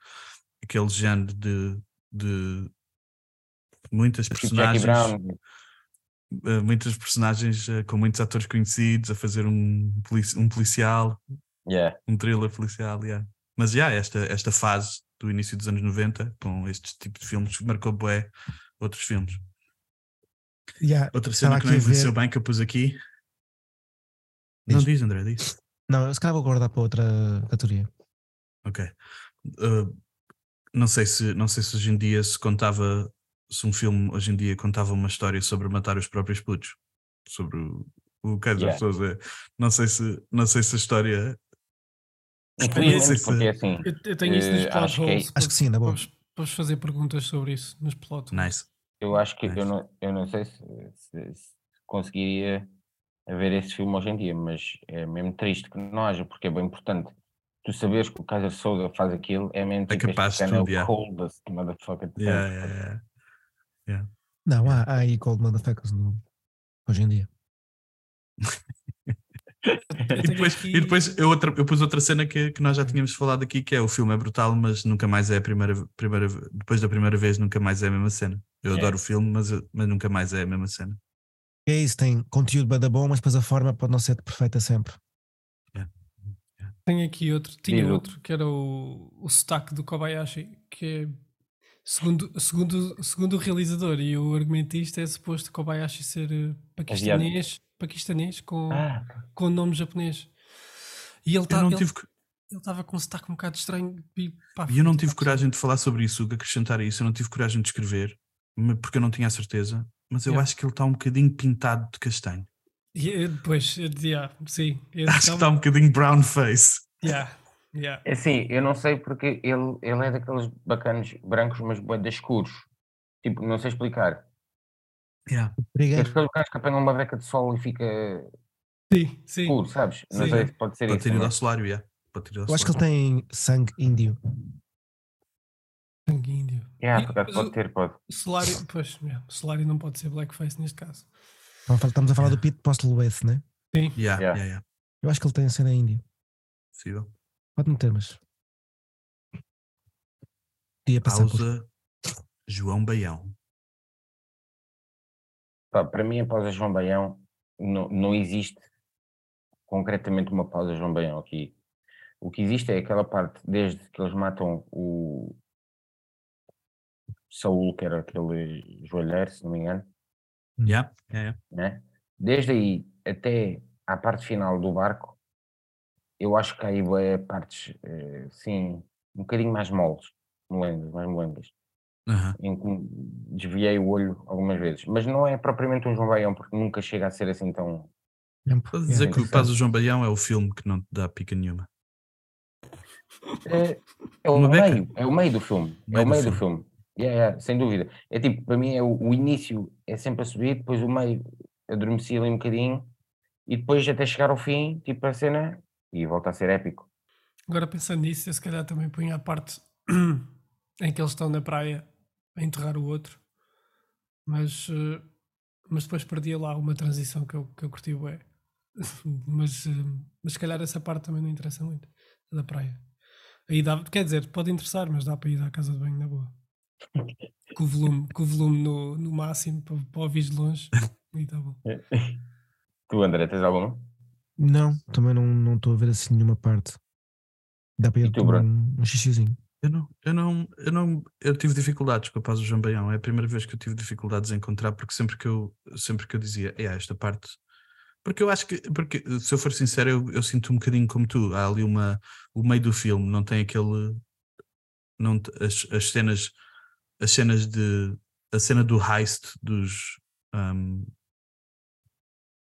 [SPEAKER 1] aquele género de, de muitas
[SPEAKER 7] tipo Jackie
[SPEAKER 1] é personagens
[SPEAKER 7] Brown,
[SPEAKER 1] eh, muitas personagens eh, com muitos atores conhecidos a fazer um, polici- um policial,
[SPEAKER 7] yeah,
[SPEAKER 1] um thriller policial, yeah. Mas já, esta, esta fase do início dos anos 90, com este tipo de filmes, marcou bué outros filmes.
[SPEAKER 8] Yeah,
[SPEAKER 1] Outra
[SPEAKER 8] estava
[SPEAKER 1] cena que
[SPEAKER 8] aqui
[SPEAKER 1] não
[SPEAKER 8] a ver-
[SPEAKER 1] envelheceu bem que eu pus aqui. Não
[SPEAKER 8] Diz.
[SPEAKER 1] diz, André, diz.
[SPEAKER 8] Não, eu se calhar vou guardar para outra categoria.
[SPEAKER 1] Ok. Uh, não, sei se, não sei se hoje em dia se contava, se um filme hoje em dia contava uma história sobre matar os próprios putos, sobre o, o caso das
[SPEAKER 7] Yeah.
[SPEAKER 1] pessoas. é- Não sei se, não sei se a história. Não sei
[SPEAKER 7] Infelizmente,
[SPEAKER 1] se-
[SPEAKER 7] porque é assim.
[SPEAKER 9] Eu, eu tenho isso nos
[SPEAKER 7] Eh,
[SPEAKER 9] plot
[SPEAKER 7] acho que é-
[SPEAKER 9] holes.
[SPEAKER 8] Acho que sim, na boa.
[SPEAKER 9] Podes, podes fazer perguntas sobre isso nos plot holes.
[SPEAKER 1] Nice.
[SPEAKER 7] Eu acho que
[SPEAKER 1] Nice.
[SPEAKER 7] eu, não, eu não sei se, se- se conseguiria ver esse filme hoje em dia, mas é mesmo triste que não haja, porque é bem importante. Tu saberes que o Kaiser Souza faz aquilo, é mesmo tipo, este
[SPEAKER 1] capaz de
[SPEAKER 7] cano é
[SPEAKER 1] tudo,
[SPEAKER 7] o
[SPEAKER 1] yeah.
[SPEAKER 7] coldest motherfucker. de
[SPEAKER 1] Yeah,
[SPEAKER 7] sempre.
[SPEAKER 1] yeah, yeah.
[SPEAKER 8] Não, há, há aí Cold Motherfuckers no, hoje em dia.
[SPEAKER 1] E depois, e depois eu, outra- eu pus outra cena que, que nós
[SPEAKER 7] Uhum.
[SPEAKER 1] já tínhamos falado aqui, que é o filme é brutal, mas nunca mais é a primeira, primeira ve- depois da primeira vez nunca mais é a mesma cena. Eu
[SPEAKER 7] É.
[SPEAKER 1] adoro o filme, mas, eu- mas nunca mais é a mesma cena.
[SPEAKER 8] É isso, tem conteúdo bada bom, mas depois a forma pode não ser perfeita sempre.
[SPEAKER 9] Tenho aqui outro, tinha
[SPEAKER 7] Digo.
[SPEAKER 9] outro, que era o, o sotaque do Kobayashi, que é, segundo, segundo, segundo o realizador e o argumentista, é suposto Kobayashi ser eh, paquistanês, paquistanês com,
[SPEAKER 7] Ah,
[SPEAKER 9] com nome japonês. E ele
[SPEAKER 1] Eu não
[SPEAKER 9] estava
[SPEAKER 1] tive que-
[SPEAKER 9] com um sotaque um bocado estranho. E pá,
[SPEAKER 1] E eu não
[SPEAKER 9] fiquei
[SPEAKER 1] tive
[SPEAKER 9] com-
[SPEAKER 1] coragem de falar sobre isso, de acrescentar a isso, eu não tive coragem de escrever, mas- porque eu não tinha a certeza, mas eu
[SPEAKER 9] Yeah.
[SPEAKER 1] acho que ele está um bocadinho pintado de castanho.
[SPEAKER 9] E, eh, Pois, eh, yeah, sim. Ele
[SPEAKER 1] Acho que
[SPEAKER 9] tava-
[SPEAKER 1] está um bocadinho brown face.
[SPEAKER 9] yeah, yeah.
[SPEAKER 7] é assim, eu não sei porque ele, ele é daqueles bacanos brancos, mas bué de escuros. Tipo, não sei explicar.
[SPEAKER 1] Yeah.
[SPEAKER 7] É
[SPEAKER 8] Obrigado.
[SPEAKER 7] aqueles gajos que apanham uma beca de sol e fica
[SPEAKER 9] Sim, sim.
[SPEAKER 7] escuro, sabes? Não
[SPEAKER 9] Sim.
[SPEAKER 7] sei se pode ser
[SPEAKER 1] Para
[SPEAKER 7] isso.
[SPEAKER 1] tirar
[SPEAKER 7] mas-
[SPEAKER 1] ao solário, yeah. Para tirar ao
[SPEAKER 8] Eu acho que ele
[SPEAKER 1] solário.
[SPEAKER 8] tem sangue índio.
[SPEAKER 9] Sangue índio.
[SPEAKER 7] Yeah,
[SPEAKER 9] E-
[SPEAKER 7] por acaso
[SPEAKER 9] mas o-
[SPEAKER 7] pode ter, pode.
[SPEAKER 9] o Solário, pois, yeah, o Solário não pode ser blackface neste caso.
[SPEAKER 8] Então, fal- Estamos a falar do Pete Postlewaite, né?
[SPEAKER 1] Yeah,
[SPEAKER 7] Yeah.
[SPEAKER 1] yeah, yeah.
[SPEAKER 8] Eu acho que ele tem a cena índia.
[SPEAKER 1] Possível.
[SPEAKER 8] Pode meter, mas. Ia passar por.
[SPEAKER 1] Pausa João Baião.
[SPEAKER 7] Pá, para mim, a pausa João Baião não, não existe concretamente uma pausa João Baião aqui. O que existe é aquela parte, desde que eles matam o Saúl, que era aquele joalheiro, se não me engano,
[SPEAKER 8] Hum.
[SPEAKER 1] Yeah, yeah, yeah.
[SPEAKER 7] né? desde aí até à parte final do barco, eu acho que há aí bué partes, eh, sim, um bocadinho mais moles, molengas, mais molengas
[SPEAKER 1] Aham.
[SPEAKER 7] em que me desviei o olho algumas vezes. Mas não é propriamente um João Baião, porque nunca chega a ser assim tão.
[SPEAKER 8] tempo.
[SPEAKER 1] Estás a
[SPEAKER 8] Yeah.
[SPEAKER 1] dizer que o
[SPEAKER 7] interessante.
[SPEAKER 1] Paz do João Baião é o filme que não te dá pica nenhuma.
[SPEAKER 7] É, é o
[SPEAKER 1] Uma beca.
[SPEAKER 7] meio, é o meio do filme. é
[SPEAKER 1] Meio
[SPEAKER 7] o
[SPEAKER 1] do
[SPEAKER 7] meio do filme. Yeah, yeah, sem dúvida. É tipo, para mim é o, o início é sempre a subir, depois o meio adormeci ali um bocadinho e depois até chegar ao fim, tipo a cena, e volta a ser épico.
[SPEAKER 9] Agora pensando nisso, eu se calhar também ponho a parte [CLEARS THROAT] em que eles estão na praia a enterrar o outro, mas, eh, mas depois perdia lá uma transição que eu, que eu curti bué. [LAUGHS] mas, eh, mas se calhar essa parte também não interessa muito, a da praia. Aí dá, quer dizer, pode interessar, mas dá para ir à casa de banho na boa. Com o volume, com o volume no, no máximo para, para ouvir de longe. E tá bom.
[SPEAKER 7] É. Tu, André, tens alguma?
[SPEAKER 8] Não, também não não estou a ver assim nenhuma parte. Dá para
[SPEAKER 7] E
[SPEAKER 8] ir
[SPEAKER 7] tu,
[SPEAKER 8] tomar
[SPEAKER 7] Bruno?
[SPEAKER 8] um, um xixizinho.
[SPEAKER 1] Eu não, eu não, eu não, eu tive dificuldades com a Paz do João Baião. É a primeira vez que eu tive dificuldades em encontrar, porque sempre que eu, sempre que eu dizia, é esta parte. Porque eu acho que, porque se eu for sincero, eu, eu sinto um bocadinho como tu. Há ali uma, o meio do filme não tem aquele, não te- as, as cenas, as cenas de, a cena do heist dos, ahm,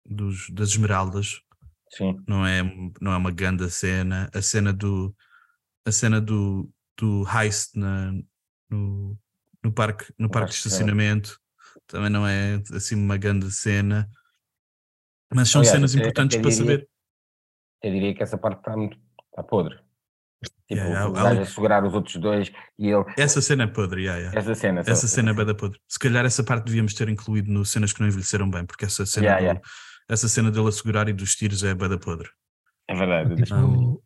[SPEAKER 1] dos das esmeraldas
[SPEAKER 7] Sim.
[SPEAKER 1] não é, não é uma grande cena. A cena do a cena do, do heist na- no, no parque, no parque de
[SPEAKER 7] parque de
[SPEAKER 1] estacionamento também não é assim uma grande cena. Mas são
[SPEAKER 7] Aliás,
[SPEAKER 1] cenas
[SPEAKER 7] até-
[SPEAKER 1] importantes
[SPEAKER 7] até
[SPEAKER 1] para
[SPEAKER 7] diria-
[SPEAKER 1] saber.
[SPEAKER 7] Eu diria que essa parte está muito. Está podre. Tipo,
[SPEAKER 1] Yeah,
[SPEAKER 7] o
[SPEAKER 1] há- há
[SPEAKER 7] gajo
[SPEAKER 1] um-
[SPEAKER 7] a segurar os outros dois e ele.
[SPEAKER 1] Essa cena é podre, yeah, yeah.
[SPEAKER 7] Essa cena. só-
[SPEAKER 1] Essa cena é bada podre. Se calhar essa parte devíamos ter incluído no cenas que não envelheceram bem, porque essa cena,
[SPEAKER 7] Yeah,
[SPEAKER 1] do-
[SPEAKER 7] yeah.
[SPEAKER 1] essa cena dele a segurar e dos tiros é bada podre.
[SPEAKER 7] É verdade.
[SPEAKER 8] Tipo,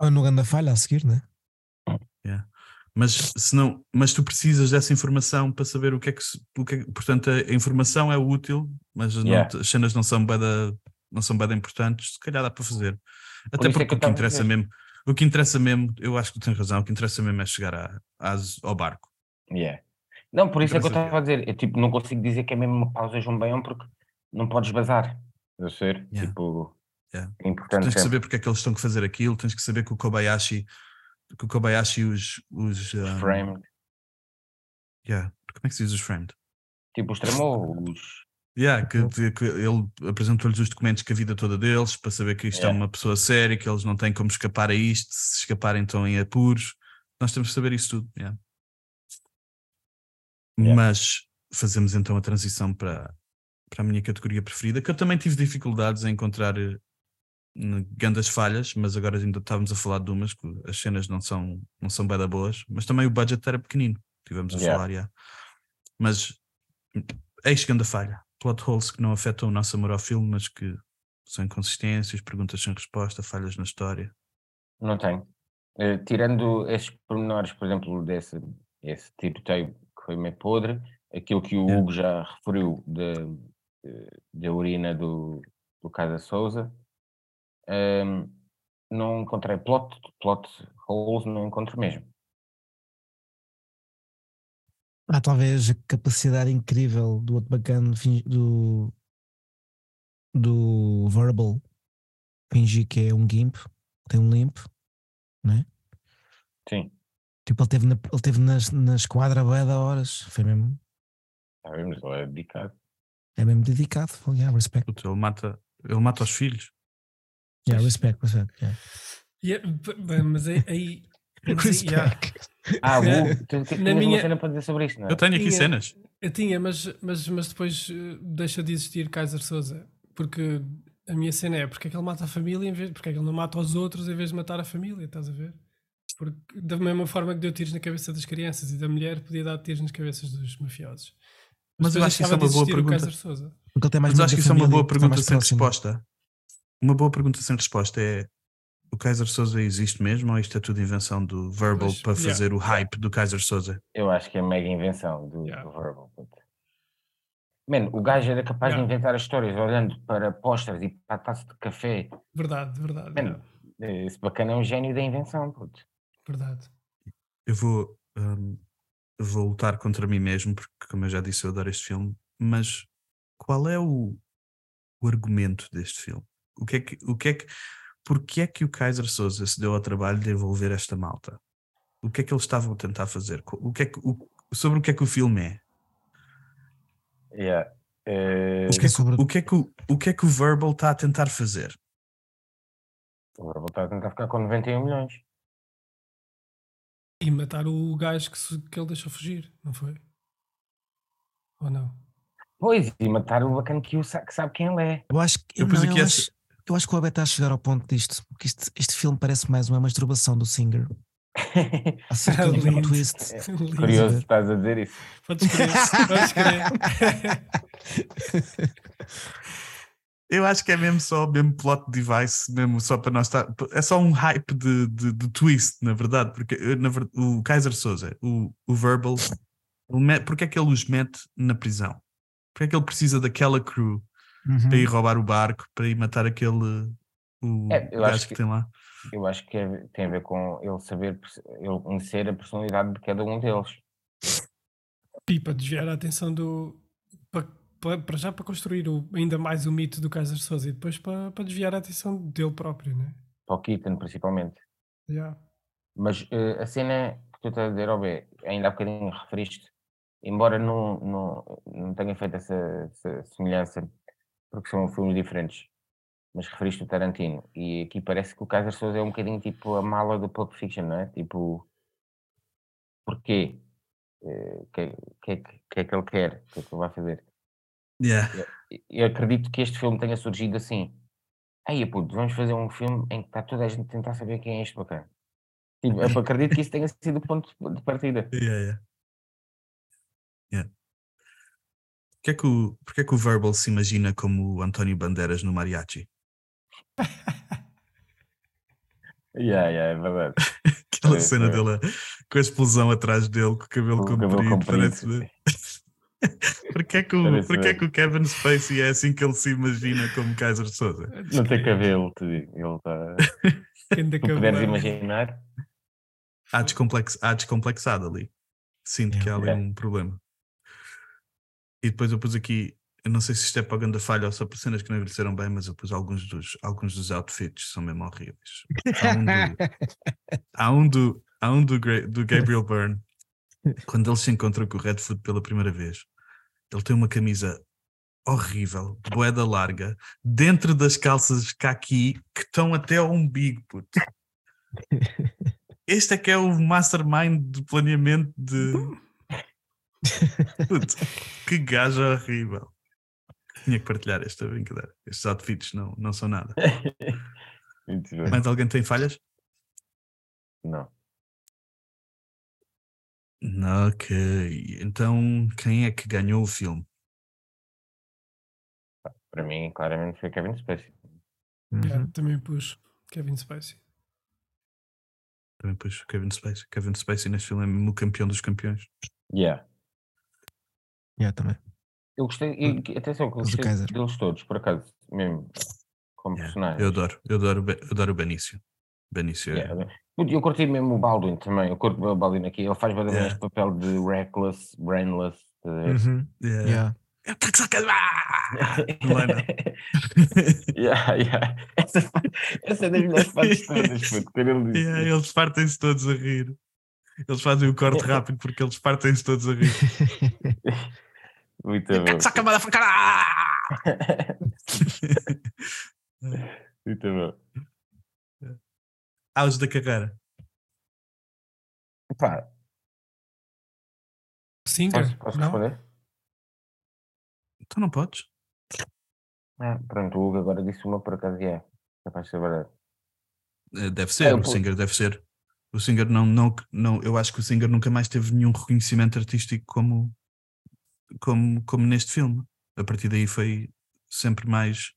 [SPEAKER 8] ou no Ganda Falha a seguir, né?
[SPEAKER 1] Mas, se não, mas tu precisas dessa informação para saber o que é que. se- O que é que- portanto, a a informação é útil, mas não
[SPEAKER 7] Yeah.
[SPEAKER 1] te- as cenas não são bada, não são bada importantes. Se calhar dá para fazer. Até
[SPEAKER 7] isso é que
[SPEAKER 1] porque
[SPEAKER 7] eu
[SPEAKER 1] o que
[SPEAKER 7] tava a
[SPEAKER 1] interessa
[SPEAKER 7] dizer.
[SPEAKER 1] mesmo. O que interessa mesmo, eu acho que tu tens razão, o que interessa mesmo é chegar à- às- ao barco.
[SPEAKER 7] Yeah. Não, por isso é que eu
[SPEAKER 1] Interessa
[SPEAKER 7] estava a dizer. Eu tipo, não consigo dizer que é mesmo uma pausa João Baião porque não podes bazar. Eu sei,
[SPEAKER 1] Yeah.
[SPEAKER 7] tipo,
[SPEAKER 1] Yeah.
[SPEAKER 7] é importante
[SPEAKER 1] tens que
[SPEAKER 7] sempre.
[SPEAKER 1] saber porque é que eles estão a fazer aquilo, tens que saber que o Kobayashi, que o Kobayashi os. os ah,
[SPEAKER 7] Framed.
[SPEAKER 1] yeah. Como é que se diz os framed?
[SPEAKER 7] Tipo, os tremou, os.
[SPEAKER 1] Yeah,
[SPEAKER 7] Uhum.
[SPEAKER 1] que, de- que ele apresentou-lhes os documentos que a vida toda deles para saber que isto é
[SPEAKER 7] Yeah.
[SPEAKER 1] uma pessoa séria, que eles não têm como escapar a isto, se escaparem estão em apuros. Nós temos que saber isso tudo. yeah.
[SPEAKER 7] Yeah.
[SPEAKER 1] Mas fazemos então a transição para, para a minha categoria preferida, que eu também tive dificuldades em encontrar eh, n- grandes falhas, mas agora ainda estávamos a falar de umas, que as cenas não são, não são bem da boas, mas também o budget era pequenino, tivemos a
[SPEAKER 7] Yeah.
[SPEAKER 1] falar, yeah. mas hum, eis grande falha, plot holes que não afetam o nosso amor ao filme, mas que são inconsistências, perguntas sem resposta, falhas na história.
[SPEAKER 7] Não tenho. Eh, tirando esses pormenores, por exemplo, desse esse tiroteio que foi meio podre, aquilo que o
[SPEAKER 1] Yeah.
[SPEAKER 7] Hugo já referiu da eh, da urina do, do Casa Souza, ehm, não encontrei plot, plot holes, não encontro mesmo.
[SPEAKER 8] Há talvez a capacidade incrível do outro bacana fin- do, do Verbal fingir que é um Gimp, tem um limp.
[SPEAKER 7] Sim,
[SPEAKER 8] Tipo, ele teve na, ele teve nas, na esquadra bué da horas. Foi mesmo,
[SPEAKER 7] sabemos, ele é dedicado.
[SPEAKER 8] é mesmo dedicado. Foi, yeah, respect.
[SPEAKER 1] Puta, ele mata, ele mata os filhos.
[SPEAKER 8] Yeah, respect, respect. Yeah.
[SPEAKER 9] E é- p- bem, mas aí. aí- mas aí- yeah.
[SPEAKER 8] Respect.
[SPEAKER 7] Ah, o
[SPEAKER 9] Yeah.
[SPEAKER 7] Hugo, tu, tu
[SPEAKER 9] Na
[SPEAKER 7] tinhas
[SPEAKER 9] minha-
[SPEAKER 7] uma cena para dizer sobre isto, não é?
[SPEAKER 1] Eu tenho aqui
[SPEAKER 9] Tinha-
[SPEAKER 1] cenas.
[SPEAKER 9] Eu tinha, mas, mas, mas depois eh, deixa de existir Kaiser Souza. Porque a minha cena é porque é que ele mata a família em vez. Porque é que ele não mata os outros em vez de matar a família, estás a ver? Porque da mesma forma que deu tiros na cabeça das crianças e da mulher, podia dar tiros nas cabeças dos mafiosos.
[SPEAKER 1] Mas eu
[SPEAKER 9] depois
[SPEAKER 1] acho que isso
[SPEAKER 9] deixava
[SPEAKER 1] é uma
[SPEAKER 9] de
[SPEAKER 1] boa
[SPEAKER 9] existir o
[SPEAKER 1] pergunta.
[SPEAKER 9] Kaiser Sousa.
[SPEAKER 8] Porque ele tem mais
[SPEAKER 1] Mas
[SPEAKER 8] medo
[SPEAKER 1] acho
[SPEAKER 8] da
[SPEAKER 1] que isso é uma
[SPEAKER 8] família,
[SPEAKER 1] boa
[SPEAKER 8] está
[SPEAKER 1] pergunta
[SPEAKER 8] mais
[SPEAKER 1] sem
[SPEAKER 8] próximo.
[SPEAKER 1] resposta. Uma boa pergunta sem resposta é: o Kaiser Souza existe mesmo ou isto é tudo invenção do Verbal
[SPEAKER 9] Pois,
[SPEAKER 1] para
[SPEAKER 9] yeah.
[SPEAKER 1] fazer o hype do Kaiser Souza?
[SPEAKER 7] Eu acho que é mega invenção do,
[SPEAKER 9] Yeah.
[SPEAKER 7] do Verbal. puto. Mano, o gajo era capaz
[SPEAKER 9] Yeah.
[SPEAKER 7] de inventar as histórias olhando para posters e para a taça de café.
[SPEAKER 9] Verdade, verdade.
[SPEAKER 7] Bem,
[SPEAKER 9] é,
[SPEAKER 7] Esse bacana é um gênio da invenção, puto.
[SPEAKER 9] verdade.
[SPEAKER 1] Eu vou, hum, vou lutar contra mim mesmo, porque, como eu já disse, eu adoro este filme. Mas qual é o, o argumento deste filme? O que é que. O que é que Porquê é que o Kaiser Souza se deu ao trabalho de envolver esta malta? O que é que eles estavam a tentar fazer? Co- O que é que, o- sobre o que é que o filme é?
[SPEAKER 7] Yeah. Eh,
[SPEAKER 1] O que, é que,
[SPEAKER 8] sobre-
[SPEAKER 1] o, que é que o, o que é que o Verbal está a tentar fazer?
[SPEAKER 7] o Verbal está a tentar ficar com 91 milhões.
[SPEAKER 9] E matar o gajo que, se- que ele deixou fugir, não foi? Ou não?
[SPEAKER 7] Pois, e matar o bacana que, o sa- que sabe quem ele é. [LAUGHS]
[SPEAKER 8] Eu acho que,
[SPEAKER 1] Eu
[SPEAKER 8] eu,
[SPEAKER 1] pus
[SPEAKER 8] não,
[SPEAKER 1] aqui
[SPEAKER 8] eu,
[SPEAKER 1] essa-
[SPEAKER 8] acho, eu acho que o Abel está a chegar ao ponto disto. Porque este, este filme parece mais uma masturbação do Singer. Acerca do
[SPEAKER 9] Lindo.
[SPEAKER 8] plot twist.
[SPEAKER 9] [LAUGHS] Lindo.
[SPEAKER 7] Curioso,
[SPEAKER 8] ver.
[SPEAKER 7] estás a dizer isso.
[SPEAKER 9] Podes crer, podes crer.
[SPEAKER 1] Eu acho que é mesmo só o mesmo plot device, mesmo só para nós estar. É só um hype de, de, de twist, na verdade, porque eh, na ver- o Kaiser Souza, o, o Verbal, ele me- porque é que ele os mete na prisão? Porque é que ele precisa daquela crew para ir roubar o barco, para ir matar aquele o
[SPEAKER 7] Hum. É, eu acho
[SPEAKER 1] gajo que...
[SPEAKER 7] que-
[SPEAKER 1] tem lá?
[SPEAKER 7] Eu acho que é- tem a ver com ele saber, perce- ele conhecer a personalidade de cada um deles.
[SPEAKER 9] Pipa, desviar a atenção do. pa- pa- Para já para construir o- ainda mais o mito do Kaiser Souza e depois para, para desviar a atenção dele próprio, né?
[SPEAKER 7] Para o Keaton, principalmente.
[SPEAKER 9] Yeah.
[SPEAKER 7] Mas eh, a cena que tu estás a dizer, Obé, ainda há bocadinho referiste, embora não, não, não tenha feito essa, essa semelhança, porque são filmes diferentes, mas referiste o Tarantino. E aqui parece que o Kaiser Souza é um bocadinho tipo a mala do Pulp Fiction, não é? Tipo, porquê? O que, é- que, é que- que é que ele quer? O que é que ele vai fazer?
[SPEAKER 1] Yeah.
[SPEAKER 7] E- Eu acredito que este filme tenha surgido assim. Aí, puto, vamos fazer um filme em que está toda a gente a tentar saber quem é este bacana. Tipo, [LAUGHS] eu acredito que isso tenha sido o ponto de partida.
[SPEAKER 1] Yeah, yeah. Yeah. Porquê é que o, porque é que o Verbal se imagina como o António Bandeiras no Mariachi?
[SPEAKER 7] Yeah, yeah, é verdade.
[SPEAKER 1] Aquela
[SPEAKER 7] É,
[SPEAKER 1] cena
[SPEAKER 7] é.
[SPEAKER 1] dele a- com a explosão atrás dele, com É o cabelo
[SPEAKER 7] Com Tipo, o cabelo
[SPEAKER 1] comprido.
[SPEAKER 7] comprido,
[SPEAKER 1] parece- Porquê é que, o,
[SPEAKER 7] Parece
[SPEAKER 1] porquê é
[SPEAKER 7] mesmo.
[SPEAKER 1] que o Kevin Spacey é assim que ele se imagina como Kaiser Souza?
[SPEAKER 7] Não tem cabelo, te digo. Ele está.
[SPEAKER 9] Ainda
[SPEAKER 7] tá, tu puderes imaginar. [LAUGHS]
[SPEAKER 1] Há, descomplex, há descomplexado ali. Sinto que há ali um problema. E depois eu pus aqui, eu não sei se isto é para a falha ou só para cenas que não envelheceram bem, mas eu pus alguns dos, alguns dos outfits são mesmo horríveis. Há um do, há um do, há um do, Gra- do Gabriel Byrne, quando ele se encontra com o Redfoot pela primeira vez, ele tem uma camisa horrível, boeda larga, dentro das calças caqui que estão até ao umbigo, puto. Este é que é o mastermind do planeamento de. Puto, que gajo horrível. Tinha que partilhar esta brincadeira. Estes outfits não, não são nada.
[SPEAKER 7] Muito bem.
[SPEAKER 1] Mas alguém tem falhas?
[SPEAKER 7] Não.
[SPEAKER 1] Ok. Então, quem é que ganhou o filme?
[SPEAKER 7] Para mim, claramente foi Kevin Spacey.
[SPEAKER 8] Uhum.
[SPEAKER 9] Yeah, também pus Kevin Spacey.
[SPEAKER 1] Também pus o Kevin Spacey. Kevin Spacey neste filme é mesmo o campeão dos campeões.
[SPEAKER 7] Yeah.
[SPEAKER 8] Yeah, também.
[SPEAKER 7] Eu gostei, e, que- atenção, que eu
[SPEAKER 8] Mas o
[SPEAKER 7] gostei
[SPEAKER 8] Kaiser.
[SPEAKER 7] deles todos, por acaso, mesmo como
[SPEAKER 1] Yeah,
[SPEAKER 7] Um personagem.
[SPEAKER 1] Eu adoro, eu adoro, o Be- eu adoro o Benício. Benício é-
[SPEAKER 7] Yeah. Eu, eu curti mesmo o Baldwin também, eu curto o Baldwin aqui, ele faz bem
[SPEAKER 1] Yeah.
[SPEAKER 7] este papel de reckless, brainless. estás a ver?
[SPEAKER 1] é-
[SPEAKER 8] Yeah.
[SPEAKER 1] Eu tenho que [LAUGHS]
[SPEAKER 7] [LAUGHS]
[SPEAKER 1] acabar! Lana.
[SPEAKER 7] yeah, yeah. Essa, essa é das
[SPEAKER 1] [LAUGHS]
[SPEAKER 7] melhores partes todas, puto, quando ele diz.
[SPEAKER 1] Yeah, eles partem-se todos a rir. Eles fazem o corte rápido porque eles partem-se todos a rir.
[SPEAKER 7] Muito bom.
[SPEAKER 1] Tenho que acabar a faca!
[SPEAKER 7] [LAUGHS] Muito bom.
[SPEAKER 1] [LAUGHS] Auge da carreira.
[SPEAKER 7] Pá, posso,
[SPEAKER 9] Singer?
[SPEAKER 7] posso
[SPEAKER 9] não?
[SPEAKER 7] responder?
[SPEAKER 1] Então não podes?
[SPEAKER 7] Ah, pronto, o Hugo agora disse uma por acaso e é. Capaz de ser verdade.
[SPEAKER 1] Eh, Deve ser,
[SPEAKER 7] eu
[SPEAKER 1] o
[SPEAKER 7] pus.
[SPEAKER 1] Singer deve ser. O Singer não, não, não, eu acho que o Singer nunca mais teve nenhum reconhecimento artístico como, como, como neste filme. A partir daí foi sempre mais,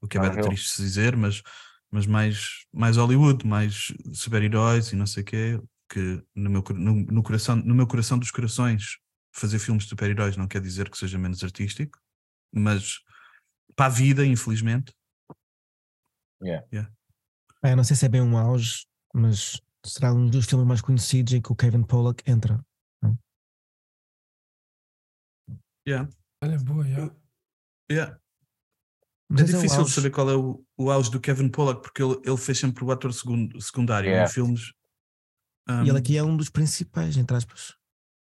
[SPEAKER 1] o que é
[SPEAKER 7] Mais
[SPEAKER 1] bem
[SPEAKER 7] real.
[SPEAKER 1] triste se dizer, mas, mas mais, mais Hollywood, mais super-heróis e não sei o quê, que no meu, cor- no, no coração, no meu coração dos corações fazer filmes de super-heróis não quer dizer que seja menos artístico, mas para a vida, infelizmente,
[SPEAKER 8] Ah, eu não sei se é bem um auge, mas será um dos filmes mais conhecidos em que o Kevin Pollak entra.
[SPEAKER 9] Olha, boa, yeah.
[SPEAKER 1] yeah,
[SPEAKER 8] Mas
[SPEAKER 1] É
[SPEAKER 8] esse o
[SPEAKER 1] difícil
[SPEAKER 8] um auge.
[SPEAKER 1] saber qual é o, o auge do Kevin Pollak, porque ele, ele fez sempre o ator segundo, secundário
[SPEAKER 7] Yeah.
[SPEAKER 1] em filmes.
[SPEAKER 8] E ele
[SPEAKER 1] Ahm,
[SPEAKER 8] aqui é um dos principais, entre aspas.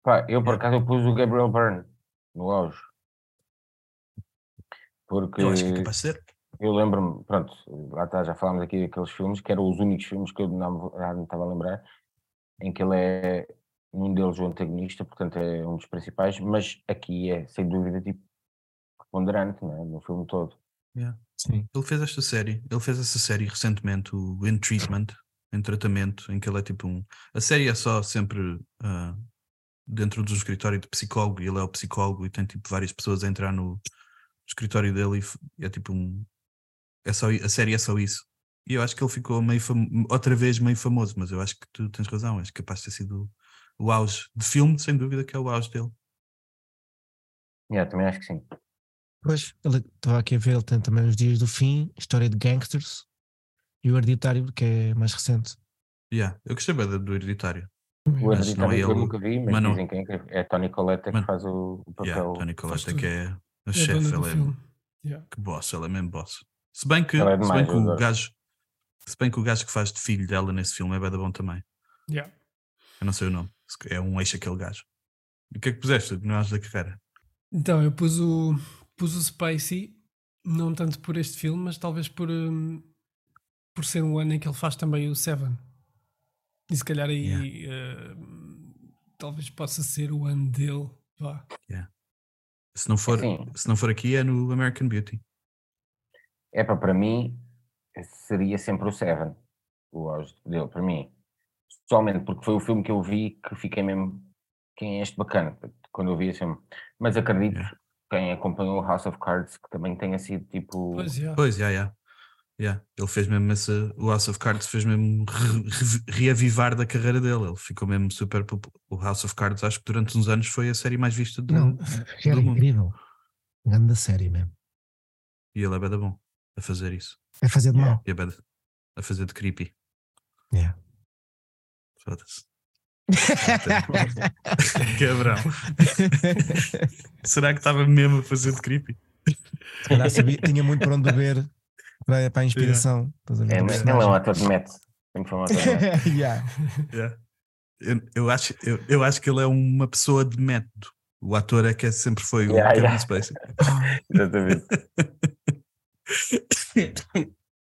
[SPEAKER 7] Pá, eu por acaso eu pus o Gabriel Byrne no auge. Porque
[SPEAKER 1] eu acho que é capaz de ser.
[SPEAKER 7] eu lembro-me, pronto, lá está, já falámos aqui daqueles filmes, que eram os únicos filmes que eu não, me- já não estava a lembrar, em que ele é, num deles, o antagonista, portanto é um dos principais, mas aqui é, sem dúvida, tipo, preponderante, não é? No filme todo.
[SPEAKER 8] Sim.
[SPEAKER 1] Ele fez esta série, ele fez essa série recentemente, o In Treatment, em tratamento, em que ele é tipo um. A série é só sempre ah, dentro do escritório de psicólogo, e ele é o psicólogo e tem tipo várias pessoas a entrar no escritório dele e f- é tipo um. É só, i- a série é só isso. E eu acho que ele ficou meio fam- outra vez meio famoso, mas eu acho que tu tens razão, és capaz de ter sido o auge de filme, sem dúvida que é o auge dele.
[SPEAKER 7] Yeah, também acho que sim.
[SPEAKER 8] Pois, ele estava aqui a ver, ele tem também Os Dias do Fim, História de Gangsters e o Hereditário, que é mais recente.
[SPEAKER 1] Yeah, eu gostei bem do- do hereditário.
[SPEAKER 7] O
[SPEAKER 1] Mas não é
[SPEAKER 7] Hereditário que eu
[SPEAKER 1] ele,
[SPEAKER 7] nunca vi, mas,
[SPEAKER 1] mas não-
[SPEAKER 7] dizem quem é, é Tony Collette que
[SPEAKER 1] Mas-
[SPEAKER 7] faz o, o
[SPEAKER 1] Yeah,
[SPEAKER 7] papel.
[SPEAKER 1] Tony Collette é
[SPEAKER 9] tudo.
[SPEAKER 1] que é a
[SPEAKER 9] É a
[SPEAKER 1] chefe,
[SPEAKER 9] dona do
[SPEAKER 1] ela é
[SPEAKER 9] filme. Yeah.
[SPEAKER 1] Que boss, ela é mesmo boss. Se bem que,
[SPEAKER 7] Ela é
[SPEAKER 1] se bem
[SPEAKER 7] demais,
[SPEAKER 1] que
[SPEAKER 7] eu
[SPEAKER 1] o
[SPEAKER 7] adoro.
[SPEAKER 1] gajo. Se bem que o gajo que faz de filho dela nesse filme é bada bom também.
[SPEAKER 9] Yeah.
[SPEAKER 1] Eu não sei o nome. se- É um eixo aquele gajo. E o que é que puseste no Ás da Carreira?
[SPEAKER 9] Então, eu pus o, pus o Spacey, não tanto por este filme, mas talvez por, hum, por ser um ano em que ele faz também o Seven. E se calhar aí hum, talvez possa ser o ano dele. Vá.
[SPEAKER 1] Se não, for,
[SPEAKER 7] Sim.
[SPEAKER 1] se não for aqui, é no American Beauty.
[SPEAKER 7] É para, para mim, seria sempre o Seven, o auge dele, para mim. Somente porque foi o filme que eu vi que fiquei mesmo. Quem é este bacana? Quando eu vi esse filme. Mas acredito
[SPEAKER 1] Yeah.
[SPEAKER 7] que quem acompanhou o House of Cards que também tenha sido tipo.
[SPEAKER 9] Pois, é. yeah.
[SPEAKER 1] Pois, já, já. Já. Ele fez mesmo essa. O House of Cards fez mesmo re- re- reavivar da carreira dele. Ele ficou mesmo super popular. O House of Cards, acho que durante uns anos foi a série mais vista do
[SPEAKER 8] Não,
[SPEAKER 1] mundo.
[SPEAKER 8] era
[SPEAKER 1] do mundo.
[SPEAKER 8] incrível. Grande série mesmo.
[SPEAKER 1] E ele é bada bom a fazer isso.
[SPEAKER 8] É fazer de
[SPEAKER 7] Yeah.
[SPEAKER 1] [LAUGHS]
[SPEAKER 8] mal.
[SPEAKER 1] E é bada a fazer de creepy.
[SPEAKER 8] Yeah.
[SPEAKER 1] Foda-se. [LAUGHS] Cabrão. Será que estava mesmo a fazer de creepy?
[SPEAKER 8] Se calhar sabia- tinha muito para onde beber para, para a inspiração. Estás a ver?
[SPEAKER 7] É,
[SPEAKER 8] O
[SPEAKER 7] mas ele é
[SPEAKER 8] personagem.
[SPEAKER 7] um ator de mete. Sempre foi um ator de mete.
[SPEAKER 8] [LAUGHS] Yeah.
[SPEAKER 1] Yeah. Eu, eu acho, eu, eu acho que ele é uma pessoa de método. O ator é que é- sempre foi o
[SPEAKER 7] Yeah,
[SPEAKER 1] Kevin
[SPEAKER 7] yeah.
[SPEAKER 1] Spacey. [LAUGHS]
[SPEAKER 7] Exatamente.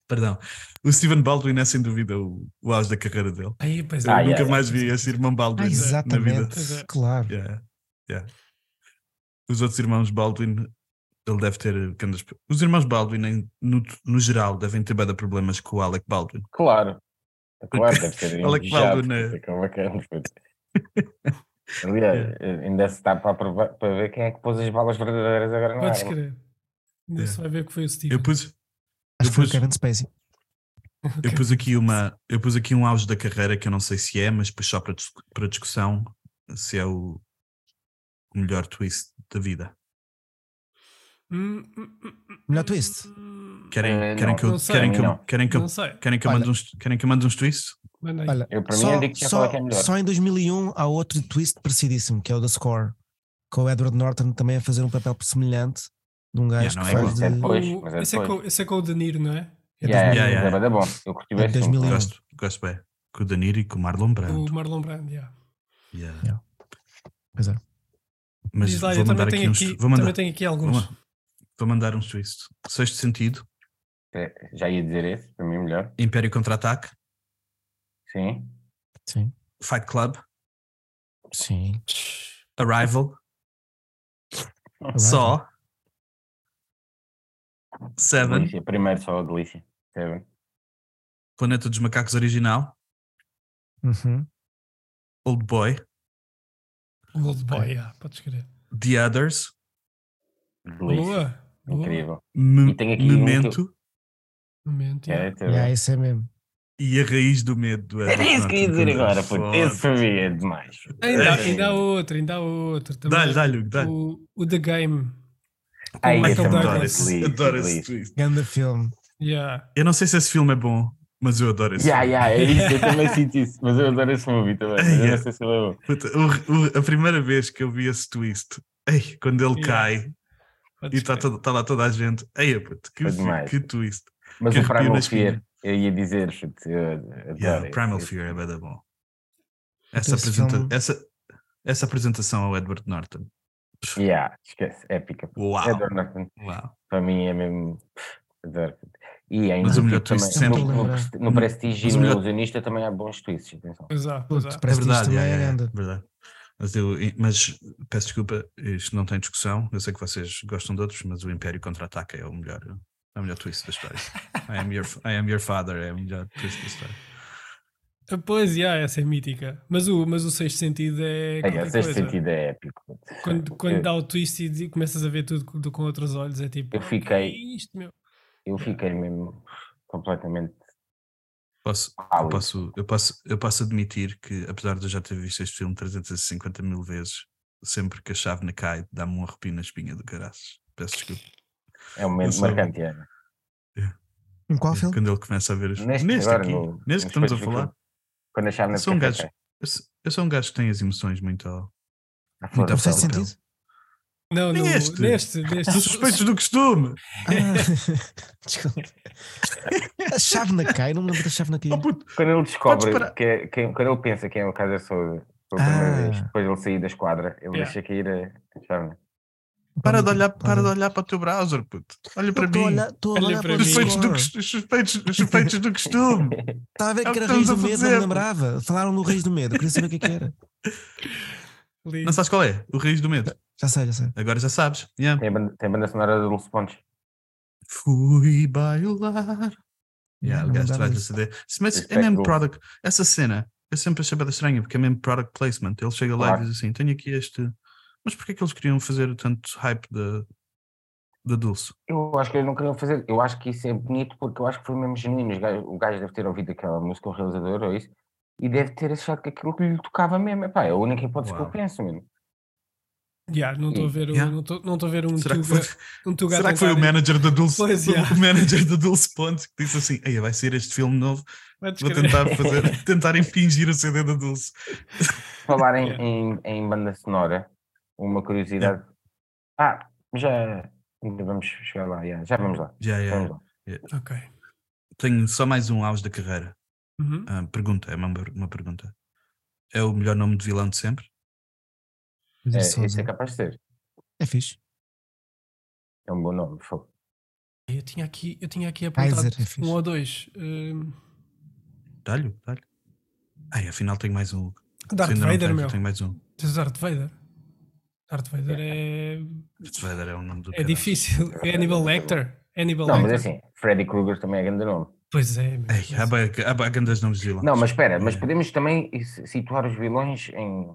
[SPEAKER 1] Perdão. O Steven Baldwin é sem dúvida o, o auge da carreira dele.
[SPEAKER 9] Aí, pois é.
[SPEAKER 1] Eu
[SPEAKER 7] Ah,
[SPEAKER 1] nunca
[SPEAKER 7] yeah,
[SPEAKER 1] mais vi esse irmão Baldwin é, na-
[SPEAKER 8] Ah,
[SPEAKER 1] na vida.
[SPEAKER 8] exatamente.
[SPEAKER 9] Pois é.
[SPEAKER 8] Claro.
[SPEAKER 1] Yeah, yeah. Os outros irmãos Baldwin, ele deve ter. eh, grandes- Os irmãos Baldwin, em- no, no geral, devem ter bada problemas com o Alec Baldwin.
[SPEAKER 7] Claro. Claro, deve ser
[SPEAKER 1] Olha que vale,
[SPEAKER 7] invejado,
[SPEAKER 1] né?
[SPEAKER 7] deve ser que é bacana,
[SPEAKER 1] [LAUGHS]
[SPEAKER 7] puto. Aliás, eh, ainda se está para, provar- para ver quem é que pôs as balas verdadeiras agora né? na
[SPEAKER 9] Podes
[SPEAKER 7] arma.
[SPEAKER 9] crer. Ainda
[SPEAKER 1] É.
[SPEAKER 9] se vai ver que foi o Steve.
[SPEAKER 1] Eu
[SPEAKER 9] [LAUGHS]
[SPEAKER 1] pus,
[SPEAKER 8] Acho que foi o
[SPEAKER 1] Depois-
[SPEAKER 8] Kevin Spacey.
[SPEAKER 1] eu pus aqui uma, eu pus aqui um auge da carreira que eu não sei se é, mas depois só para, dis- para discussão se é o, o melhor twist da vida.
[SPEAKER 9] Hum,
[SPEAKER 8] Melhor twist?
[SPEAKER 1] Querem,
[SPEAKER 7] Eh,
[SPEAKER 1] querem
[SPEAKER 7] não,
[SPEAKER 1] que eu,
[SPEAKER 9] não sei.
[SPEAKER 1] querem que eu-
[SPEAKER 7] Não.
[SPEAKER 1] querem que eu,
[SPEAKER 9] Não sei.
[SPEAKER 1] querem que eu mande
[SPEAKER 8] Olha.
[SPEAKER 1] uns, querem que eu mande uns twists?
[SPEAKER 9] Manda aí.
[SPEAKER 8] Olha,
[SPEAKER 7] Eu, para mim,
[SPEAKER 8] só,
[SPEAKER 7] eu digo já
[SPEAKER 8] só,
[SPEAKER 7] qual é que é melhor.
[SPEAKER 8] só em 2001 há outro twist parecidíssimo, que é o da Score, com o Edward Norton também a fazer um papel semelhante de um gajo
[SPEAKER 1] Yeah, não
[SPEAKER 8] que
[SPEAKER 1] é igual.
[SPEAKER 8] faz de,
[SPEAKER 7] É depois,
[SPEAKER 9] O-
[SPEAKER 7] mas é
[SPEAKER 9] esse, é
[SPEAKER 7] depois.
[SPEAKER 9] com, esse é com o De Niro, não é?
[SPEAKER 8] é
[SPEAKER 7] Yeah,
[SPEAKER 8] 2001.
[SPEAKER 1] yeah, yeah.
[SPEAKER 7] mas é bué da bom. Eu curti
[SPEAKER 8] É
[SPEAKER 7] bem esse filme.
[SPEAKER 8] 2001.
[SPEAKER 1] Gosto, gosto bem. Com o Danilo e com o Marlon
[SPEAKER 9] O
[SPEAKER 1] Brando.
[SPEAKER 9] Marlon Brando, yeah.
[SPEAKER 1] Yeah.
[SPEAKER 8] Yeah. Pois é.
[SPEAKER 1] Mas
[SPEAKER 9] Diz lá,
[SPEAKER 1] vou
[SPEAKER 9] eu
[SPEAKER 1] mandar
[SPEAKER 9] também
[SPEAKER 1] aqui
[SPEAKER 9] tenho
[SPEAKER 1] uns.
[SPEAKER 9] aqui,
[SPEAKER 1] vou mandar-
[SPEAKER 9] também tenho aqui alguns.
[SPEAKER 1] Vamos lá. Vou mandar um twist. Sexto sentido,
[SPEAKER 7] É, Já ia dizer esse, para mim, melhor.
[SPEAKER 1] Império Contra-Ataque,
[SPEAKER 7] Sim.
[SPEAKER 8] Sim,
[SPEAKER 1] Fight Club,
[SPEAKER 8] sim.
[SPEAKER 1] Arrival,
[SPEAKER 8] Arrival.
[SPEAKER 1] Só, Seven,
[SPEAKER 7] Delícia. Primeiro só a delícia. Seven.
[SPEAKER 1] Planeta dos Macacos Original,
[SPEAKER 8] Uhum.
[SPEAKER 1] Old Boy,
[SPEAKER 9] O Old Boy, yeah, podes crer.
[SPEAKER 1] The Others,
[SPEAKER 7] Delícia.
[SPEAKER 9] Boa. boa.
[SPEAKER 7] Incrível.
[SPEAKER 1] Me-
[SPEAKER 7] E tem aqui um
[SPEAKER 1] Memento
[SPEAKER 9] Momento, yeah.
[SPEAKER 7] É, tá
[SPEAKER 8] Yeah,
[SPEAKER 7] bem.
[SPEAKER 8] esse é mesmo.
[SPEAKER 1] e A Raiz do Medo. É
[SPEAKER 7] [LAUGHS]
[SPEAKER 1] do
[SPEAKER 7] Era
[SPEAKER 1] Edward
[SPEAKER 7] É isso que eu ia
[SPEAKER 1] Norton.
[SPEAKER 7] dizer agora, puto. Esse
[SPEAKER 1] Foda.
[SPEAKER 7] para mim é demais. puto.
[SPEAKER 9] Ainda, ainda há outro, ainda há outro. também.
[SPEAKER 1] Dá-lhe, dá-lhe, Hugo, dá-lhe.
[SPEAKER 9] O, o The Game. com
[SPEAKER 7] Ai,
[SPEAKER 9] Michael
[SPEAKER 7] esse é
[SPEAKER 1] Adoro
[SPEAKER 7] Douglas.
[SPEAKER 1] esse,
[SPEAKER 7] Delícia,
[SPEAKER 1] adoro esse
[SPEAKER 7] delícia.
[SPEAKER 1] twist.
[SPEAKER 8] Ganda filme.
[SPEAKER 9] Yeah.
[SPEAKER 1] Eu não sei se esse filme é bom, mas eu adoro esse
[SPEAKER 7] Yeah,
[SPEAKER 1] filme.
[SPEAKER 7] yeah, é isso, eu também sinto isso, mas eu adoro esse movie também. mas eu
[SPEAKER 1] Yeah.
[SPEAKER 7] não sei se ele é bom.
[SPEAKER 1] Puta, o- o- a primeira vez que eu vi esse twist, ei, quando ele
[SPEAKER 9] Yeah.
[SPEAKER 1] cai e tá
[SPEAKER 9] podes
[SPEAKER 1] está
[SPEAKER 9] crer.
[SPEAKER 1] lá toda a gente, ei, puto, que,
[SPEAKER 7] Foi
[SPEAKER 1] fi-
[SPEAKER 7] demais.
[SPEAKER 1] que twist.
[SPEAKER 7] Mas
[SPEAKER 1] Que
[SPEAKER 7] o
[SPEAKER 1] arrepio na
[SPEAKER 7] Primal
[SPEAKER 1] espinha.
[SPEAKER 7] Fear, eu ia dizer, puto, eu adoro
[SPEAKER 1] Yeah,
[SPEAKER 7] esse-
[SPEAKER 1] Primal
[SPEAKER 7] esse-
[SPEAKER 1] Fear é bada bom. Essa,
[SPEAKER 8] esse
[SPEAKER 1] apresenta-
[SPEAKER 8] filme-
[SPEAKER 1] essa, essa apresentação ao Edward Norton. Pff,
[SPEAKER 7] Yeah, esquece, épica. É
[SPEAKER 1] Uau,
[SPEAKER 7] Edward Norton,
[SPEAKER 1] uau.
[SPEAKER 7] para mim é mesmo. pff, Adoro. E ainda
[SPEAKER 1] Mas o melhor
[SPEAKER 7] também,
[SPEAKER 1] twist Uhum.
[SPEAKER 8] sempre-
[SPEAKER 7] no, no, Presti- no
[SPEAKER 1] Mas
[SPEAKER 7] Prestige e
[SPEAKER 1] o
[SPEAKER 7] no
[SPEAKER 1] melhor-
[SPEAKER 7] Ilusionista também há bons twists. Atenção.
[SPEAKER 9] Pois há, pois
[SPEAKER 8] Puto,
[SPEAKER 9] há.
[SPEAKER 1] É
[SPEAKER 8] parece que isto
[SPEAKER 1] verdade,
[SPEAKER 8] também
[SPEAKER 1] yeah, yeah,
[SPEAKER 8] é
[SPEAKER 1] yeah,
[SPEAKER 8] ganda.
[SPEAKER 1] verdade. Mas, eu- mas peço desculpa, isto não tem discussão. Eu sei que vocês gostam de outros, mas o Império contra-ataca é o melhor, é o melhor twist da
[SPEAKER 8] [LAUGHS]
[SPEAKER 1] história. I am, your, I am your father é o melhor twist da história.
[SPEAKER 9] Ah, Pois, yeah, essa é mítica. Mas o, mas o sexto sentido é.
[SPEAKER 7] Ai,
[SPEAKER 9] qualquer
[SPEAKER 7] esse
[SPEAKER 9] coisa.
[SPEAKER 7] sentido é épico. puto.
[SPEAKER 1] É,
[SPEAKER 9] Quando,
[SPEAKER 7] Eu-
[SPEAKER 9] quando dá o twist e di- começas a ver tudo com, do- com outros olhos, é tipo.
[SPEAKER 7] Eu
[SPEAKER 9] "Ah, que
[SPEAKER 7] fiquei-
[SPEAKER 9] é isto, meu?
[SPEAKER 7] Eu fiquei mesmo completamente
[SPEAKER 1] Posso, eu,
[SPEAKER 7] pálido.
[SPEAKER 1] posso, eu, posso, eu posso admitir que, apesar de eu já ter visto este filme 350 mil vezes, sempre que a chávena cai, dá-me um arrepio na espinha do caraças. Peço desculpa.
[SPEAKER 7] É um momento
[SPEAKER 1] sei.
[SPEAKER 7] marcante. é.
[SPEAKER 8] Em qual filme?
[SPEAKER 1] Quando ele começa a ver as
[SPEAKER 7] Neste
[SPEAKER 1] Neste,
[SPEAKER 7] agora,
[SPEAKER 1] aqui,
[SPEAKER 7] no-
[SPEAKER 1] neste que
[SPEAKER 7] no
[SPEAKER 1] estamos a
[SPEAKER 7] específico.
[SPEAKER 1] falar,
[SPEAKER 7] Quando achava na
[SPEAKER 1] Sou um
[SPEAKER 7] café,
[SPEAKER 1] gajo- eu sou- eu sou um gajo que tem as emoções
[SPEAKER 7] Ah,
[SPEAKER 1] muito ao.
[SPEAKER 7] à
[SPEAKER 1] Muito à
[SPEAKER 7] flor
[SPEAKER 8] No
[SPEAKER 7] da
[SPEAKER 8] sexto
[SPEAKER 1] falta.
[SPEAKER 7] pele.
[SPEAKER 8] sentido?
[SPEAKER 9] Não, no,
[SPEAKER 1] Neste.
[SPEAKER 9] neste, neste.
[SPEAKER 1] Dos suspeitos do costume! [LAUGHS]
[SPEAKER 8] Ah, Desculpa. A chave na cai, não me lembro da chave na cai.
[SPEAKER 1] Oh, puto,
[SPEAKER 7] Quando ele descobre,
[SPEAKER 1] parar.
[SPEAKER 7] que é, que- quando ele pensa que é o Kaiser Souza, pela primeira
[SPEAKER 8] Ah.
[SPEAKER 7] vez, depois de ele sair da esquadra, ele
[SPEAKER 9] Yeah.
[SPEAKER 7] deixa cair né? a chave.
[SPEAKER 1] para, de olhar, para de olhar para o teu browser, puto. Olha para
[SPEAKER 8] Estou a
[SPEAKER 1] mim.
[SPEAKER 8] olhar, estou a
[SPEAKER 9] Olha
[SPEAKER 8] olhar
[SPEAKER 9] para
[SPEAKER 8] para
[SPEAKER 1] Os
[SPEAKER 9] mim.
[SPEAKER 1] Suspeitos do,
[SPEAKER 8] Score.
[SPEAKER 1] cos- os suspeitos, os suspeitos do
[SPEAKER 8] [LAUGHS]
[SPEAKER 1] costume!
[SPEAKER 8] Estava a ver
[SPEAKER 1] É o
[SPEAKER 8] que
[SPEAKER 1] que
[SPEAKER 8] era Reis
[SPEAKER 1] estamos
[SPEAKER 8] do
[SPEAKER 1] a
[SPEAKER 8] Medo, não me
[SPEAKER 1] fazer.
[SPEAKER 8] lembrava. Falaram no Reis do Medo, eu queria saber o que, é que era.
[SPEAKER 9] Ali.
[SPEAKER 1] Não sabes qual é? O Raiz do Medo.
[SPEAKER 8] Já sei, já sei.
[SPEAKER 1] Agora já sabes. Yeah.
[SPEAKER 7] [LAUGHS] Tem a banda, tem a banda sonora do Dulce Pontes.
[SPEAKER 1] Fui bailar. Yeah,
[SPEAKER 8] Não
[SPEAKER 1] o
[SPEAKER 8] me
[SPEAKER 1] gajo
[SPEAKER 8] lembrava
[SPEAKER 1] traz o
[SPEAKER 8] disso.
[SPEAKER 1] CD. Se- Mas é
[SPEAKER 7] Respect
[SPEAKER 1] mesmo
[SPEAKER 7] Gold.
[SPEAKER 1] product. Essa cena, eu sempre achei bem estranha, porque é mesmo product placement. Ele chega lá
[SPEAKER 7] Claro.
[SPEAKER 1] e diz assim: tenho aqui este. Mas porquê é que eles queriam fazer tanto hype da, da Dulce?
[SPEAKER 7] Eu acho que eles não queriam fazer. Eu acho que isso é bonito porque eu acho que foi mesmo genuíno. Os gajos- O gajo deve ter ouvido aquela música, o realizador ou isso, e deve ter achado que aquilo que lhe tocava mesmo. Epá, é a única hipótese que
[SPEAKER 1] Uau.
[SPEAKER 7] eu penso mesmo.
[SPEAKER 9] Yeah, não estou a ver, o-
[SPEAKER 1] Yeah.
[SPEAKER 9] não estou não estou a ver um
[SPEAKER 1] Será que
[SPEAKER 9] Tuga,
[SPEAKER 1] foi-
[SPEAKER 9] um tuga a
[SPEAKER 1] Será que foi o
[SPEAKER 9] tentar-
[SPEAKER 1] manager da Dulce,
[SPEAKER 9] Pois,
[SPEAKER 1] [LAUGHS]
[SPEAKER 9] yeah.
[SPEAKER 1] o manager da Dulce Pontes que disse assim: "Ei, vai ser este filme novo,
[SPEAKER 9] Vai
[SPEAKER 1] vou
[SPEAKER 9] descrever.
[SPEAKER 1] tentar fazer, tentar impingir o CD da Dulce".
[SPEAKER 7] Falar em, em, em banda sonora, uma curiosidade. Ah, já ainda vamos chegar lá, já, já vamos lá.
[SPEAKER 1] Já, já.
[SPEAKER 7] Vamos lá.
[SPEAKER 9] [LAUGHS] Ok.
[SPEAKER 1] Tenho só mais um auge da carreira.
[SPEAKER 9] Uhum.
[SPEAKER 1] Ah, pergunta, é uma, uma pergunta. É o melhor nome de vilão de sempre?
[SPEAKER 8] Pedro
[SPEAKER 7] É, esse
[SPEAKER 8] Sousa.
[SPEAKER 7] é capaz de ser.
[SPEAKER 8] É fixe.
[SPEAKER 7] É um bom nome. fogo.
[SPEAKER 9] Eu tinha aqui, eu tinha aqui apontado
[SPEAKER 8] Kaiser é fixe.
[SPEAKER 9] um ou dois. Hum,
[SPEAKER 1] Dá-lhe, dá-lhe. Ai, afinal tenho mais um. Se
[SPEAKER 9] Darth
[SPEAKER 1] ainda não
[SPEAKER 9] Vader,
[SPEAKER 1] tens,
[SPEAKER 9] meu.
[SPEAKER 1] Tenho mais um.
[SPEAKER 9] Tens Darth Vader. Darth Vader é,
[SPEAKER 1] Darth Vader é o nome do
[SPEAKER 9] é
[SPEAKER 1] caralho.
[SPEAKER 9] difícil. É Hannibal Lecter. Hannibal
[SPEAKER 7] Não, mas
[SPEAKER 9] Lecter.
[SPEAKER 7] assim, Freddy Krueger também é grande nome.
[SPEAKER 9] Pois é. meu.
[SPEAKER 1] Ei, ah, há bué- há bué grandes nomes de vilões.
[SPEAKER 7] Não, mas espera, mas
[SPEAKER 1] É.
[SPEAKER 7] podemos também si- situar os vilões em,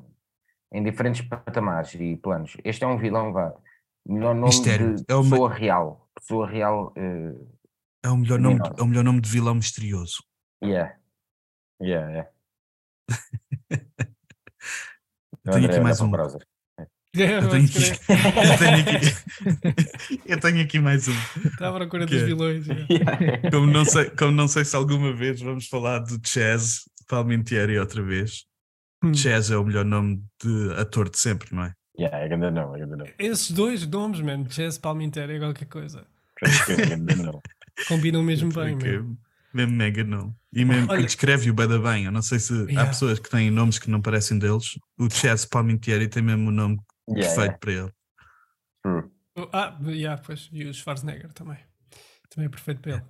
[SPEAKER 7] em diferentes patamares e planos. Este é um vilão, vá. Melhor nome
[SPEAKER 1] Mistério.
[SPEAKER 7] de
[SPEAKER 1] É uma-
[SPEAKER 7] pessoa real. Pessoa real. eh,
[SPEAKER 1] É o melhor nome,
[SPEAKER 7] Criminoso.
[SPEAKER 1] é o melhor nome de vilão misterioso. [LAUGHS]
[SPEAKER 7] Yeah. Yeah, yeah.
[SPEAKER 1] Eu [LAUGHS] tenho aqui mais um. [LAUGHS]
[SPEAKER 9] É,
[SPEAKER 1] Eu tenho
[SPEAKER 9] mas
[SPEAKER 1] aqui, eu
[SPEAKER 9] creio.
[SPEAKER 7] [LAUGHS]
[SPEAKER 1] tenho aqui, [LAUGHS] eu tenho aqui mais um.
[SPEAKER 9] Está Tá à
[SPEAKER 1] [LAUGHS]
[SPEAKER 9] procura
[SPEAKER 1] Que
[SPEAKER 9] dos
[SPEAKER 1] é?
[SPEAKER 9] vilões. é.
[SPEAKER 1] Como não, sei, como não sei se alguma vez vamos falar do Chaz Palmentieri outra vez.
[SPEAKER 9] Hum.
[SPEAKER 1] Chaz é o melhor nome de ator de sempre, não é?
[SPEAKER 7] Yeah, é grande não, é grande não.
[SPEAKER 9] Esses dois nomes, mano. Chess Palminter é qualquer coisa.
[SPEAKER 7] É grande não.
[SPEAKER 9] Combinam mesmo bem,
[SPEAKER 1] Porque
[SPEAKER 9] meu.
[SPEAKER 1] mesmo mega nome. E mesmo
[SPEAKER 9] Olha-
[SPEAKER 1] que descreve o bada bem. Eu não sei se há
[SPEAKER 9] Yeah.
[SPEAKER 1] pessoas que têm nomes que não parecem deles. O Chaz Palmentieri tem mesmo o nome
[SPEAKER 7] Yeah,
[SPEAKER 1] [LAUGHS] perfeito
[SPEAKER 7] yeah,
[SPEAKER 1] para ele.
[SPEAKER 7] true.
[SPEAKER 9] Ah, yeah, pois. E o Schwarzenegger também. Também é perfeito para ele.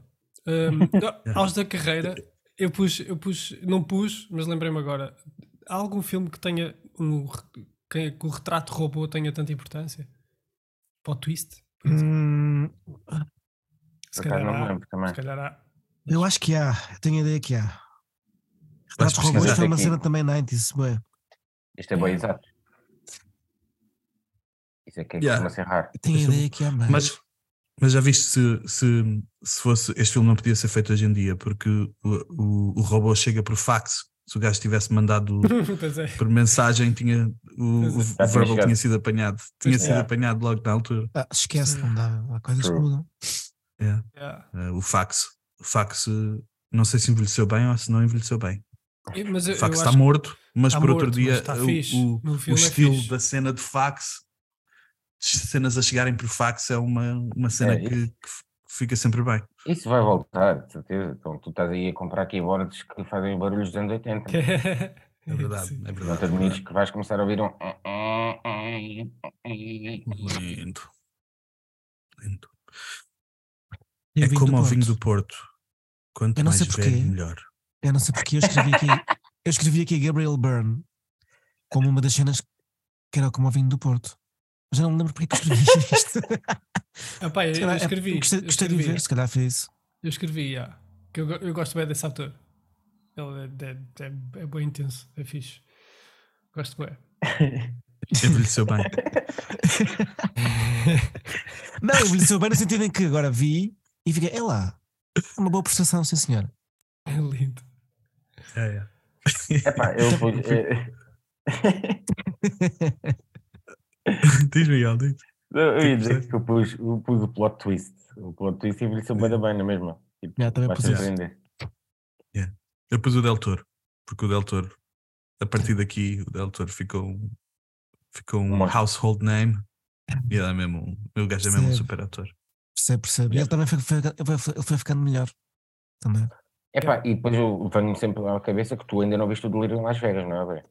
[SPEAKER 1] [LAUGHS]
[SPEAKER 9] Hum, não, aos da carreira, eu pus, eu pus, não pus, mas lembrei-me agora. Há algum filme que tenha um, re- que, que o retrato robô tenha tanta importância? Para o twist?
[SPEAKER 8] Hum,
[SPEAKER 9] Se
[SPEAKER 7] Por acaso
[SPEAKER 9] calhar
[SPEAKER 7] não me
[SPEAKER 9] há.
[SPEAKER 7] lembro também.
[SPEAKER 9] Se calhar há. [LAUGHS]
[SPEAKER 8] eu acho que há. Eu tenho a ideia que há.
[SPEAKER 1] Vais
[SPEAKER 8] Retratos robôs
[SPEAKER 1] pesquisar.
[SPEAKER 8] foi uma
[SPEAKER 7] Aqui.
[SPEAKER 8] cena também 90s, bué.
[SPEAKER 7] Isto é bem exato. Isso é que é que
[SPEAKER 1] Yeah.
[SPEAKER 7] costuma ser raro.
[SPEAKER 8] Tenho a
[SPEAKER 1] Deixa-me-
[SPEAKER 8] ideia que há, mano.
[SPEAKER 1] Mas, mas já viste se, se, se fosse. Este filme não podia ser feito hoje em dia, porque o, o, o robô chega por fax. Se o gajo tivesse mandado
[SPEAKER 9] [LAUGHS] pois é.
[SPEAKER 1] por mensagem, tinha, o, o,
[SPEAKER 7] Já tinha
[SPEAKER 1] o verbal
[SPEAKER 7] chegado.
[SPEAKER 1] tinha sido apanhado. Tinha sido
[SPEAKER 7] Yeah.
[SPEAKER 1] apanhado logo na altura.
[SPEAKER 8] Ah, esquece, não dá. Há coisas que
[SPEAKER 7] True.
[SPEAKER 8] mudam.
[SPEAKER 9] Yeah.
[SPEAKER 1] Eh, o fax. O fax, eh, não sei se envelheceu bem ou se não envelheceu bem.
[SPEAKER 9] E- Mas eu,
[SPEAKER 1] O
[SPEAKER 9] eu
[SPEAKER 1] fax está
[SPEAKER 9] acho-
[SPEAKER 1] morto, mas
[SPEAKER 9] está
[SPEAKER 1] por outro
[SPEAKER 9] morto,
[SPEAKER 1] dia
[SPEAKER 9] mas está
[SPEAKER 1] o-
[SPEAKER 9] fixe.
[SPEAKER 1] o,
[SPEAKER 9] No
[SPEAKER 1] o
[SPEAKER 9] filme é
[SPEAKER 1] estilo
[SPEAKER 9] fixe. [LAUGHS]
[SPEAKER 1] da cena de fax, cenas a chegarem por fax, é uma, uma cena
[SPEAKER 7] É,
[SPEAKER 1] que,
[SPEAKER 7] isso.
[SPEAKER 1] que f- fica sempre
[SPEAKER 9] É
[SPEAKER 1] bem. É
[SPEAKER 7] Isso vai voltar, de certeza. Então tu estás aí a comprar keyboards que fazem barulhos dos anos 80.
[SPEAKER 1] É verdade, é
[SPEAKER 7] Não
[SPEAKER 1] verdade.
[SPEAKER 7] te
[SPEAKER 1] é
[SPEAKER 7] admires
[SPEAKER 1] verdade.
[SPEAKER 7] que vais começar a ouvir um. ah,
[SPEAKER 1] Lindo. Lindo.
[SPEAKER 8] E
[SPEAKER 1] É
[SPEAKER 8] vinho do
[SPEAKER 1] como ao
[SPEAKER 8] Porto.
[SPEAKER 1] vinho do Porto. Quanto
[SPEAKER 8] Eu não
[SPEAKER 1] mais
[SPEAKER 8] sei porquê.
[SPEAKER 1] velho, melhor.
[SPEAKER 8] Eu não sei porque eu escrevi aqui.
[SPEAKER 9] [LAUGHS]
[SPEAKER 8] eu escrevi aqui Gabriel Byrne como uma das cenas que era como ao vinho do Porto. Já não me lembro porque é que eu
[SPEAKER 9] [LAUGHS]
[SPEAKER 8] escrevi isto.
[SPEAKER 9] Ah, pá, eu,
[SPEAKER 8] Se
[SPEAKER 9] eu
[SPEAKER 8] calhar, é-
[SPEAKER 9] escrevi.
[SPEAKER 8] gostei,
[SPEAKER 9] eu
[SPEAKER 8] gostei de
[SPEAKER 9] escrevi.
[SPEAKER 8] ver, se calhar foi
[SPEAKER 9] [LAUGHS]
[SPEAKER 8] isso.
[SPEAKER 9] Eu escrevi, yeah. que eu, go- eu gosto bem desse ator. Ele é, é, é, é bem intenso, é fixe. Gosto bem.
[SPEAKER 1] Envelheceu
[SPEAKER 9] [LAUGHS]
[SPEAKER 1] bem.
[SPEAKER 8] Não, envelheceu bem no sentido em que agora vi e fiquei, é lá, é uma boa prestação, sim senhor.
[SPEAKER 9] É lindo.
[SPEAKER 1] É, é.
[SPEAKER 7] Epá, eu pus. eh,
[SPEAKER 1] [LAUGHS] diz, Miguel, diz.
[SPEAKER 7] Eu ia dizer que eu pus, eu pus o plot twist. O plot twist envelheceu bem, bem na mesma. Tipo,
[SPEAKER 8] Já,
[SPEAKER 9] É
[SPEAKER 8] também
[SPEAKER 7] vais
[SPEAKER 8] pus isso.
[SPEAKER 7] surpreender.
[SPEAKER 1] Eu pus o Del Toro, porque o Del Toro, a partir daqui, o Del Toro ficou um, ficou um
[SPEAKER 7] Uma-
[SPEAKER 1] household name. E ele é mesmo, um- o gajo é mesmo um
[SPEAKER 8] Percebo.
[SPEAKER 1] super ator.
[SPEAKER 8] Percebe, percebe. E Ele
[SPEAKER 7] Yeah.
[SPEAKER 8] também foi, foi- ele foi- ele foi ficando melhor. Também.
[SPEAKER 7] Epá,
[SPEAKER 9] É.
[SPEAKER 7] e depois eu venho-me sempre à cabeça que tu ainda não viste o Delírio em Las Vegas, não é, André?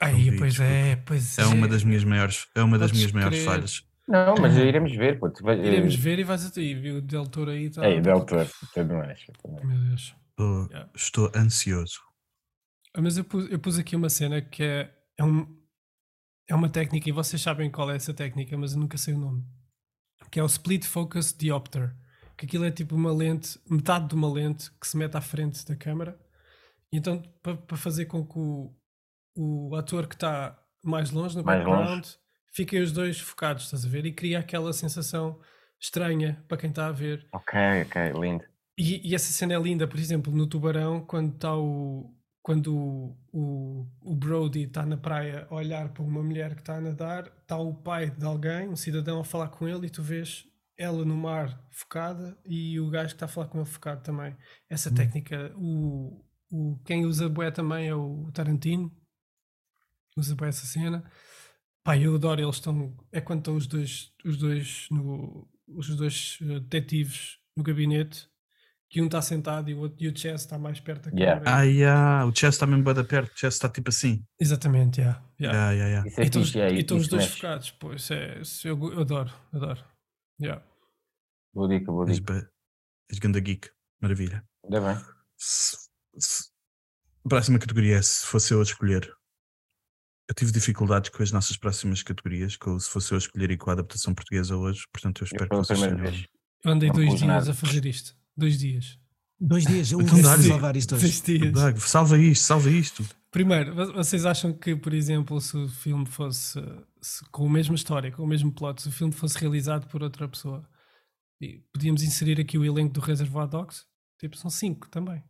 [SPEAKER 9] Aí,
[SPEAKER 1] vi,
[SPEAKER 9] pois é, pois é.
[SPEAKER 1] É uma das minhas maiores, é uma das
[SPEAKER 9] Podes
[SPEAKER 1] minhas maiores
[SPEAKER 9] crer.
[SPEAKER 1] falhas.
[SPEAKER 7] Não, mas iremos ver, pô. Tu, vai-
[SPEAKER 9] Uhum. Iremos ver e vais a ti, viu? O Del Toro aí está.
[SPEAKER 7] Ei, Del Toro, tudo mais. tudo mais.
[SPEAKER 9] Meu Deus.
[SPEAKER 1] Estou,
[SPEAKER 9] Yeah.
[SPEAKER 1] Oh, estou ansioso.
[SPEAKER 9] Ah, Mas eu pus, eu pus aqui uma cena que é, é, um, é uma técnica, e vocês sabem qual é essa técnica, mas eu nunca sei o nome. Que é o Split Focus Diopter. Que aquilo é tipo uma lente, metade de uma lente que se mete à frente da câmara. E então, para fazer com que o, o ator que está mais longe no
[SPEAKER 7] Mais
[SPEAKER 9] background
[SPEAKER 7] longe.
[SPEAKER 9] fiquem os dois focados, estás a ver? E cria aquela sensação estranha para quem está a ver.
[SPEAKER 7] Ok, ok, lindo.
[SPEAKER 9] E, e essa cena é linda, por exemplo, no Tubarão, quando está o, quando o, o, o Brody está na praia a olhar para uma mulher que está a nadar, está o pai de alguém, um cidadão, a falar com ele e tu vês ela no mar focada e o gajo que está a falar com ele focado também. Essa técnica, o, o, quem usa bué também é o Tarantino, usa bué essa cena. Pá, eu adoro, eles estão. É quando estão os dois, os dois, no, os dois eh, detetives no gabinete, que um está sentado e o, outro, e o Chess está mais perto da
[SPEAKER 7] Yeah.
[SPEAKER 9] câmera.
[SPEAKER 1] Ah, yeah. o Chess está mesmo bem da perto. O Chess está tipo assim.
[SPEAKER 9] Exatamente, yeah, yeah.
[SPEAKER 1] Yeah, yeah, yeah.
[SPEAKER 7] Isso é
[SPEAKER 9] E estão os-
[SPEAKER 7] fixe, é,
[SPEAKER 9] e estão os
[SPEAKER 7] isso
[SPEAKER 9] dois
[SPEAKER 7] mexe.
[SPEAKER 9] focados, pô, isso é, isso eu, eu adoro, adoro. Yeah.
[SPEAKER 7] Boa dica, boa
[SPEAKER 1] És,
[SPEAKER 7] dica.
[SPEAKER 1] ba- és ganda geek. Maravilha.
[SPEAKER 7] Ainda bem.
[SPEAKER 1] Se- se- Próxima categoria é se fosse eu a escolher. Eu tive dificuldades com as nossas próximas categorias, com o se fosse eu a escolher e com a adaptação portuguesa hoje, portanto eu espero
[SPEAKER 7] pela
[SPEAKER 1] que vocês
[SPEAKER 7] primeira
[SPEAKER 1] tenham-
[SPEAKER 7] vez.
[SPEAKER 9] Eu andei
[SPEAKER 7] Não
[SPEAKER 9] dois
[SPEAKER 7] pus
[SPEAKER 9] dias
[SPEAKER 7] nada.
[SPEAKER 9] a fazer isto. Dois dias.
[SPEAKER 8] Dois dias, eu
[SPEAKER 1] Então
[SPEAKER 8] vou
[SPEAKER 1] dá-lhe.
[SPEAKER 8] salvar isto hoje.
[SPEAKER 9] Dois dias.
[SPEAKER 1] Dá, Salva isto, salva isto.
[SPEAKER 9] Primeiro, vo- vocês acham que, por exemplo, se o filme fosse se com a mesma história, com o mesmo plot, se o filme fosse realizado por outra pessoa, e podíamos inserir aqui o elenco do Reservoir Dogs? Tipo, são cinco também.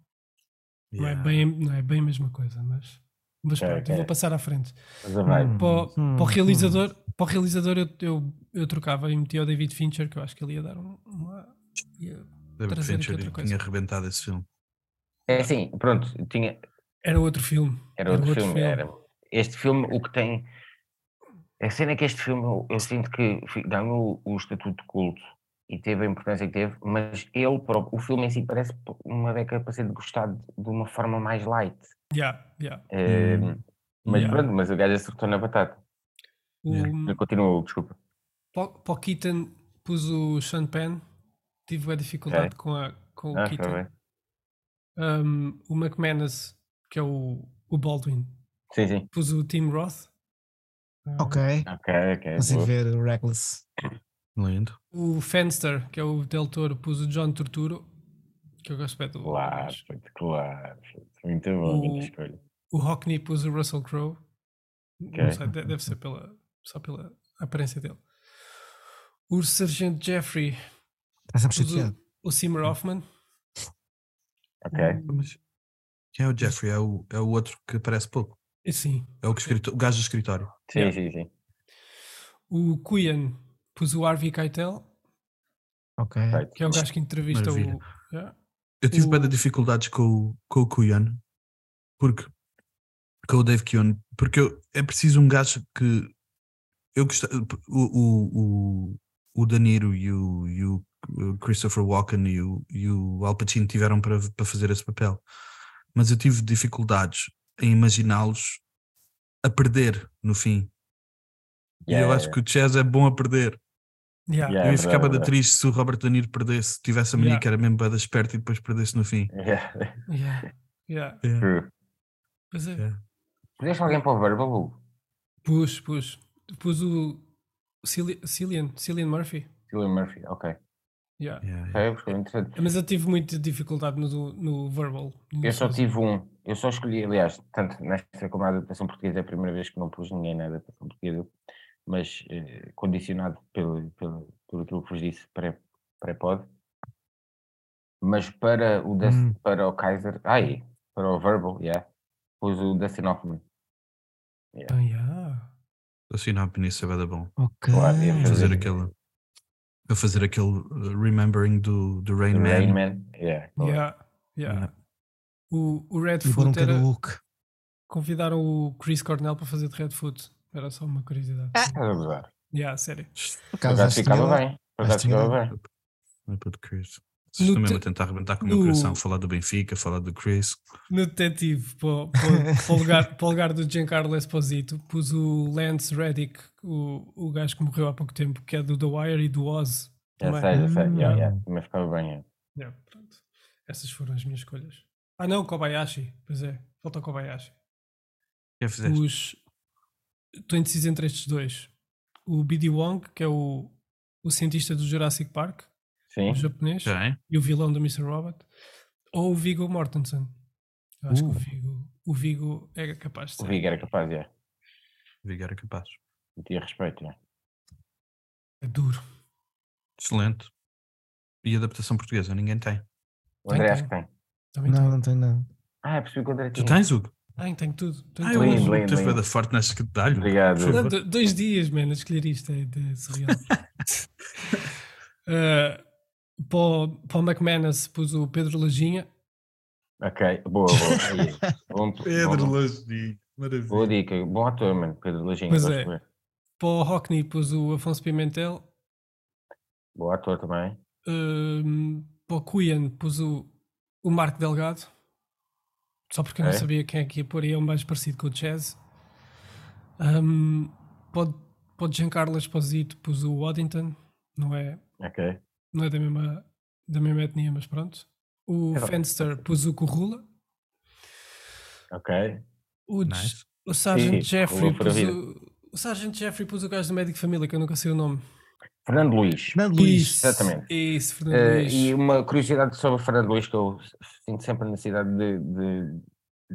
[SPEAKER 9] Não,
[SPEAKER 1] Yeah.
[SPEAKER 9] é bem, não é bem a mesma coisa, mas. Mas
[SPEAKER 7] Ok,
[SPEAKER 9] pronto, eu
[SPEAKER 7] ok.
[SPEAKER 9] vou passar à frente.
[SPEAKER 7] Mas é a vibe.
[SPEAKER 9] Para, o-
[SPEAKER 8] É, Hum,
[SPEAKER 9] para
[SPEAKER 8] hum.
[SPEAKER 9] o realizador, para o realizador eu, eu, eu trocava e metia o David Fincher, que eu acho que ele ia dar um- uma. ia-
[SPEAKER 1] David
[SPEAKER 9] trazer aqui
[SPEAKER 1] Fincher
[SPEAKER 9] outra
[SPEAKER 1] tinha
[SPEAKER 9] coisa.
[SPEAKER 1] arrebentado esse filme.
[SPEAKER 7] É assim, pronto, tinha,
[SPEAKER 9] Era outro filme.
[SPEAKER 7] Era outro, filme. Era. Este filme, o que tem. A cena é que este filme, eu, eu sinto que fi- ganhou o estatuto de culto e teve a importância que teve, mas ele próprio, o filme em si parece p- uma beca para ser degustado de uma forma mais light.
[SPEAKER 9] Yeah, yeah.
[SPEAKER 7] Eh, mas
[SPEAKER 9] Yeah. Hum.
[SPEAKER 7] pronto, mas o gajo acertou na batata.
[SPEAKER 9] O,
[SPEAKER 1] Yeah.
[SPEAKER 7] Eu continuo, desculpa.
[SPEAKER 9] Para para o Keaton pus o Sean Penn. Tive a dificuldade com, a, com o
[SPEAKER 7] Ah, está
[SPEAKER 9] Keaton.
[SPEAKER 7] bem.
[SPEAKER 9] Um, o McManus, que é o, o Baldwin,
[SPEAKER 7] Sim, sim.
[SPEAKER 9] pus o Tim Roth. Uh,
[SPEAKER 8] Ok,
[SPEAKER 7] Ok, ok.
[SPEAKER 8] consigo
[SPEAKER 7] boa.
[SPEAKER 8] ver o Reckless.
[SPEAKER 1] Lindo.
[SPEAKER 9] O Fenster, que é o Del Toro, pus o John Torturo, que eu gosto bem do do
[SPEAKER 7] Claro,
[SPEAKER 9] gajo.
[SPEAKER 7] puto, claro. puto. Muito bom, grande
[SPEAKER 9] O-
[SPEAKER 7] escolha.
[SPEAKER 9] O Hockney pôs o Russell Crowe. Não
[SPEAKER 7] Ok.
[SPEAKER 9] sei, de- deve ser pela, só pela aparência dele. O Sargento Jeffrey
[SPEAKER 8] Está Tá sempre
[SPEAKER 9] pôs
[SPEAKER 8] chateado.
[SPEAKER 9] o, o Seymour Hoffman.
[SPEAKER 7] Ok.
[SPEAKER 1] Mas quem é o Jeffrey? É o, é o outro que aparece pouco.
[SPEAKER 9] E sim.
[SPEAKER 1] É o, que escrito, o gajo do escritório.
[SPEAKER 7] Sim,
[SPEAKER 9] Yeah.
[SPEAKER 7] sim, sim.
[SPEAKER 9] O Kuyan pôs o Harvey Keitel,
[SPEAKER 8] Ok.
[SPEAKER 7] Perfeito.
[SPEAKER 9] que é o gajo que entrevista
[SPEAKER 1] Maravilha.
[SPEAKER 9] o. Yeah.
[SPEAKER 1] Eu tive
[SPEAKER 9] O-
[SPEAKER 1] bem de dificuldades com, o- com o Kuyan, porque com o Dave Kuyan, porque eu- é preciso um gajo que eu gosto o, o, o, o Daniro e o, e o Christopher Walken e o, e o Al Pacino tiveram para, para fazer esse papel, mas eu tive dificuldades em imaginá-los a perder no fim. e eu
[SPEAKER 7] Yeah,
[SPEAKER 1] acho que o Chaz é bom a perder.
[SPEAKER 9] Yeah.
[SPEAKER 1] eu
[SPEAKER 7] Yeah, é
[SPEAKER 1] ia ficar
[SPEAKER 7] verdade, é
[SPEAKER 1] bada
[SPEAKER 7] verdade.
[SPEAKER 1] triste se o Robert De Niro perdesse, tivesse a mania
[SPEAKER 9] Yeah.
[SPEAKER 1] que era mesmo bada esperto e depois perdesse no fim.
[SPEAKER 7] [LAUGHS]
[SPEAKER 9] Hum.
[SPEAKER 7] Yeah.
[SPEAKER 9] Yeah. Yeah.
[SPEAKER 1] É.
[SPEAKER 7] É, True.
[SPEAKER 9] Pois é.
[SPEAKER 1] Yeah.
[SPEAKER 7] Puseste alguém para o Verbal? Hugo?
[SPEAKER 9] Pus, pus. Pus o Cili- Cillian, Cillian Murphy.
[SPEAKER 7] Cillian Murphy, ok.
[SPEAKER 9] Yeah.
[SPEAKER 1] Yeah, yeah.
[SPEAKER 7] Ok, foi interessante.
[SPEAKER 9] Mas eu tive muita dificuldade no, no verbal.
[SPEAKER 7] Eu só tive um, eu só escolhi, aliás, tanto nesta como na adaptação portuguesa, é a primeira vez que não pus ninguém na adaptação portuguesa, mas eh, condicionado pelo, pelo, pelo aquilo que vos disse pré- pré-pod. mas para o, Dust-
[SPEAKER 8] Hum.
[SPEAKER 7] para o Kaiser, ai, para o Verbal, yeah, pus o Dustin Hoffman.
[SPEAKER 9] Então, yeah.
[SPEAKER 1] Assim na opinião isso é bué da bom.
[SPEAKER 8] Ok.
[SPEAKER 7] Claro, ia
[SPEAKER 1] A fazer
[SPEAKER 7] Sim.
[SPEAKER 1] aquele. A fazer aquele uh, remembering do, do Rain
[SPEAKER 7] Do
[SPEAKER 1] Man.
[SPEAKER 7] Rain Man, yeah, claro.
[SPEAKER 9] Yeah, yeah. O, o
[SPEAKER 8] E pôr um
[SPEAKER 9] Redfoot era...
[SPEAKER 8] bocado o look.
[SPEAKER 9] Convidaram o Chris Cornell para fazer de Redfoot. Era só uma curiosidade.
[SPEAKER 7] Estás a gozar.
[SPEAKER 9] Yeah, sério.
[SPEAKER 8] Por
[SPEAKER 7] Por
[SPEAKER 8] acaso
[SPEAKER 7] acaso
[SPEAKER 8] acho que
[SPEAKER 7] ficava
[SPEAKER 8] ela-
[SPEAKER 7] bem, por
[SPEAKER 8] acho
[SPEAKER 7] acaso
[SPEAKER 8] que tinha
[SPEAKER 7] ficava
[SPEAKER 8] dado.
[SPEAKER 7] bem.
[SPEAKER 1] Não é para do Chris. Vocês
[SPEAKER 9] No
[SPEAKER 1] também
[SPEAKER 9] te-
[SPEAKER 1] vão tentar arrebentar com o meu
[SPEAKER 9] no-
[SPEAKER 1] coração, falar do Benfica, falar do Chris.
[SPEAKER 9] No detetive, para, o- para, o- para
[SPEAKER 7] [LAUGHS]
[SPEAKER 9] o lugar, para o lugar do Giancarlo Esposito, pus o Lance Reddick, o, o gajo que morreu há pouco tempo, que é do The Wire e do Oz.
[SPEAKER 7] Já
[SPEAKER 9] também.
[SPEAKER 7] sei, já sei, yeah,
[SPEAKER 8] Hum.
[SPEAKER 7] yeah, também ficava bem. yeah.
[SPEAKER 9] Yeah, pronto. Essas foram as minhas escolhas. Ah não, Kobayashi. Pois é, falta o Kobayashi.
[SPEAKER 1] Já
[SPEAKER 7] é.
[SPEAKER 1] fizeste?
[SPEAKER 9] Os. Estou indeciso entre estes dois. O B.D. Wong, que é o, o cientista do Jurassic Park,
[SPEAKER 7] Sim,
[SPEAKER 9] o japonês,
[SPEAKER 1] Já, hein?
[SPEAKER 9] e o vilão do Mr. Robot, ou o Viggo Mortensen. Eu acho que o Viggo, o Viggo é capaz de
[SPEAKER 7] Uh. o
[SPEAKER 9] ser.
[SPEAKER 7] Vigo era capaz, yeah.
[SPEAKER 1] Vigar é capaz.
[SPEAKER 7] E tinha respeito, yeah.
[SPEAKER 9] É duro.
[SPEAKER 1] Excelente. E adaptação portuguesa, ninguém tem.
[SPEAKER 7] O André
[SPEAKER 9] Tem,
[SPEAKER 1] Ah,
[SPEAKER 7] acho que tem.
[SPEAKER 9] Também
[SPEAKER 8] Não,
[SPEAKER 9] tem.
[SPEAKER 8] não tem nada.
[SPEAKER 7] Ah, percebi quando era
[SPEAKER 1] então. Tu tens, Hugo?
[SPEAKER 9] Ai, tá tenho tudo. Tenho
[SPEAKER 1] Ah, eu
[SPEAKER 9] tudo.
[SPEAKER 7] Lindo,
[SPEAKER 1] uso.
[SPEAKER 7] lindo,
[SPEAKER 1] Tens
[SPEAKER 7] lindo.
[SPEAKER 1] da forte na secretária.
[SPEAKER 7] Obrigado.
[SPEAKER 1] Por favor.
[SPEAKER 9] Não, do- dois dias, man, a escolher isto é, de surreal. [LAUGHS] Ah, para, o, para o McManus pus o Pedro Lajinha.
[SPEAKER 7] Ok,
[SPEAKER 1] [LAUGHS]
[SPEAKER 7] boa, boa. Aí, bom,
[SPEAKER 1] Pedro
[SPEAKER 7] bom,
[SPEAKER 1] Lajinho,
[SPEAKER 7] Boa
[SPEAKER 1] maravilha.
[SPEAKER 7] dica. Bom ator, mano. Pedro Lajinho.
[SPEAKER 9] Pois
[SPEAKER 7] gosto
[SPEAKER 9] é.
[SPEAKER 7] de ver.
[SPEAKER 9] Para o Hockney pus o Afonso Pimentel.
[SPEAKER 7] Bom ator também.
[SPEAKER 9] Ahm, ah, para o Cuian pus o, o Marco Delgado. Só porque eu não
[SPEAKER 7] Ok.
[SPEAKER 9] sabia quem é que ia pôr e é o mais parecido com o Chaz. Ahm, para, o- para o Giancarlo Esposito pus o Waddington. Não é,
[SPEAKER 7] Ok.
[SPEAKER 9] não é da, mesma, da mesma etnia, mas pronto. O
[SPEAKER 7] É verdade.
[SPEAKER 9] Fenster pus o Corrula.
[SPEAKER 7] Ok.
[SPEAKER 9] O,
[SPEAKER 1] Nice.
[SPEAKER 9] o
[SPEAKER 7] Sim,
[SPEAKER 9] Sargent Jeffrey
[SPEAKER 7] Corrula para a
[SPEAKER 9] pôs
[SPEAKER 7] vida.
[SPEAKER 9] o, o Sargent Jeffrey pôs o gajo do médico de família, que eu nunca sei o nome.
[SPEAKER 7] Fernando Luís.
[SPEAKER 8] Fernando Luís.
[SPEAKER 9] Isso,
[SPEAKER 7] exatamente.
[SPEAKER 9] É Isso, Fernando
[SPEAKER 7] Eh,
[SPEAKER 9] Luís.
[SPEAKER 7] e uma curiosidade sobre o Fernando Luís que eu sinto sempre a necessidade de, de-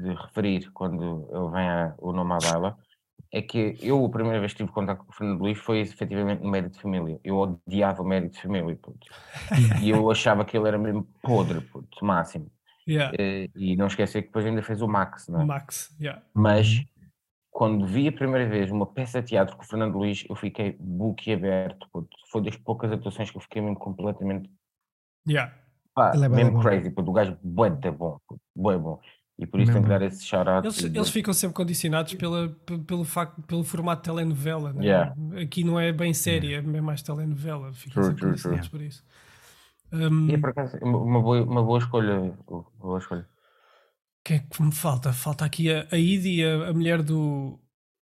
[SPEAKER 7] de referir quando ele vem a- o nome à baila é que eu, a primeira vez que tive contato com o Fernando Luís foi efetivamente no Mérito de Família. Eu odiava o Mérito de Família, puto. E eu achava que ele era mesmo podre, puto, máximo.
[SPEAKER 9] Yeah,
[SPEAKER 7] Eh, E não esquecer que depois ainda fez o Max, não é?
[SPEAKER 9] Max, yeah.
[SPEAKER 7] Mas quando vi a primeira vez uma peça de teatro com o Fernando Luís, eu fiquei boquiaberto, puto. Foi das poucas atuações que eu fiquei mesmo completamente
[SPEAKER 9] Yeah.
[SPEAKER 7] Pá,
[SPEAKER 8] Ele é bué da
[SPEAKER 7] mesmo
[SPEAKER 8] bom.
[SPEAKER 7] crazy, puto, o gajo bué da bom, puto, bué bom. E por isso tem
[SPEAKER 8] Mesmo
[SPEAKER 7] que dar esse shout-out.
[SPEAKER 9] Eles,
[SPEAKER 7] e-
[SPEAKER 9] eles ficam sempre condicionados pela, pe- pelo, facto, pelo formato de telenovela. né?
[SPEAKER 7] Yeah.
[SPEAKER 9] Aqui não é bem série, é mais telenovela. Ficam
[SPEAKER 7] True,
[SPEAKER 9] sempre
[SPEAKER 7] true,
[SPEAKER 9] condicionados por isso. Um,
[SPEAKER 7] E é por acaso, uma uma boa, uma boa escolha. Hugo, uma boa escolha. [LAUGHS]
[SPEAKER 9] que é que me falta? Falta aqui a, a Idi, a, a mulher do,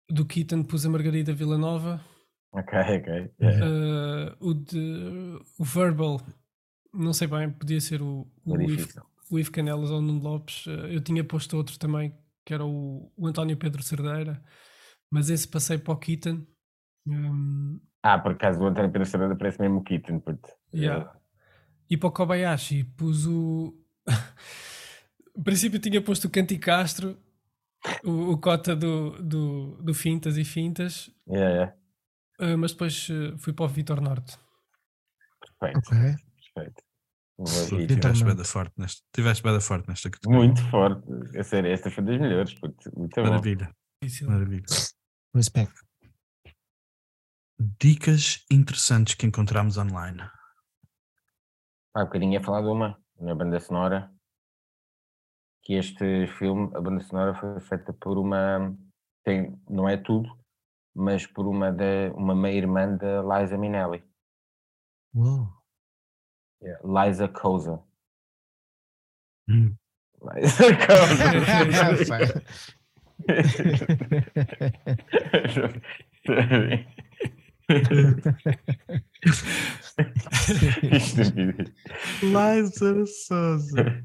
[SPEAKER 9] do Keaton, pus a Margarida Villanova.
[SPEAKER 7] Ok, ok. yeah.
[SPEAKER 9] Uh, o, de, o Verbal, não sei bem, podia ser o, o,
[SPEAKER 7] É
[SPEAKER 9] Ivo,
[SPEAKER 7] difícil.
[SPEAKER 9] o Ivo Canelas ou o Nuno Lopes. Uh, eu tinha posto outro também, que era o, o António Pedro Cerdeira, mas esse passei para o Keaton. Um,
[SPEAKER 7] Ah, por acaso o António Pedro Sarada parece mesmo o Keaton, puto.
[SPEAKER 9] yeah. E para o Kobayashi pus o. [LAUGHS] no princípio tinha posto o Canti Castro, o, o cota do, do, do Fintas e Fintas,
[SPEAKER 7] Yeah, yeah.
[SPEAKER 9] uh, mas depois uh, fui para o Vitor Norte.
[SPEAKER 7] Perfeito,
[SPEAKER 8] Ok.
[SPEAKER 7] perfeito. Uma boa dica.
[SPEAKER 1] Tiveste bem da forte nesta. Tiveste bem da forte nesta categoria.
[SPEAKER 7] Muito forte. A sério, esta foi das melhores, puto. Muito bom.
[SPEAKER 1] Maravilha,
[SPEAKER 9] Difícil.
[SPEAKER 1] maravilha.
[SPEAKER 8] Respect.
[SPEAKER 1] Dicas interessantes que encontramos online.
[SPEAKER 7] Há bocadinho ia falar de uma, na banda sonora, que este filme, a banda sonora foi feita por uma, tem, não é tudo, mas por uma, da uma meia-irmã da Liza Minnelli,
[SPEAKER 1] [LAUGHS]
[SPEAKER 8] Uou.
[SPEAKER 7] yeah, Liza Cousa.
[SPEAKER 1] Hum.
[SPEAKER 7] Liza [LAUGHS] Cousa.
[SPEAKER 8] Rapaz.
[SPEAKER 7] Isto é vida.
[SPEAKER 1] Liza Souza.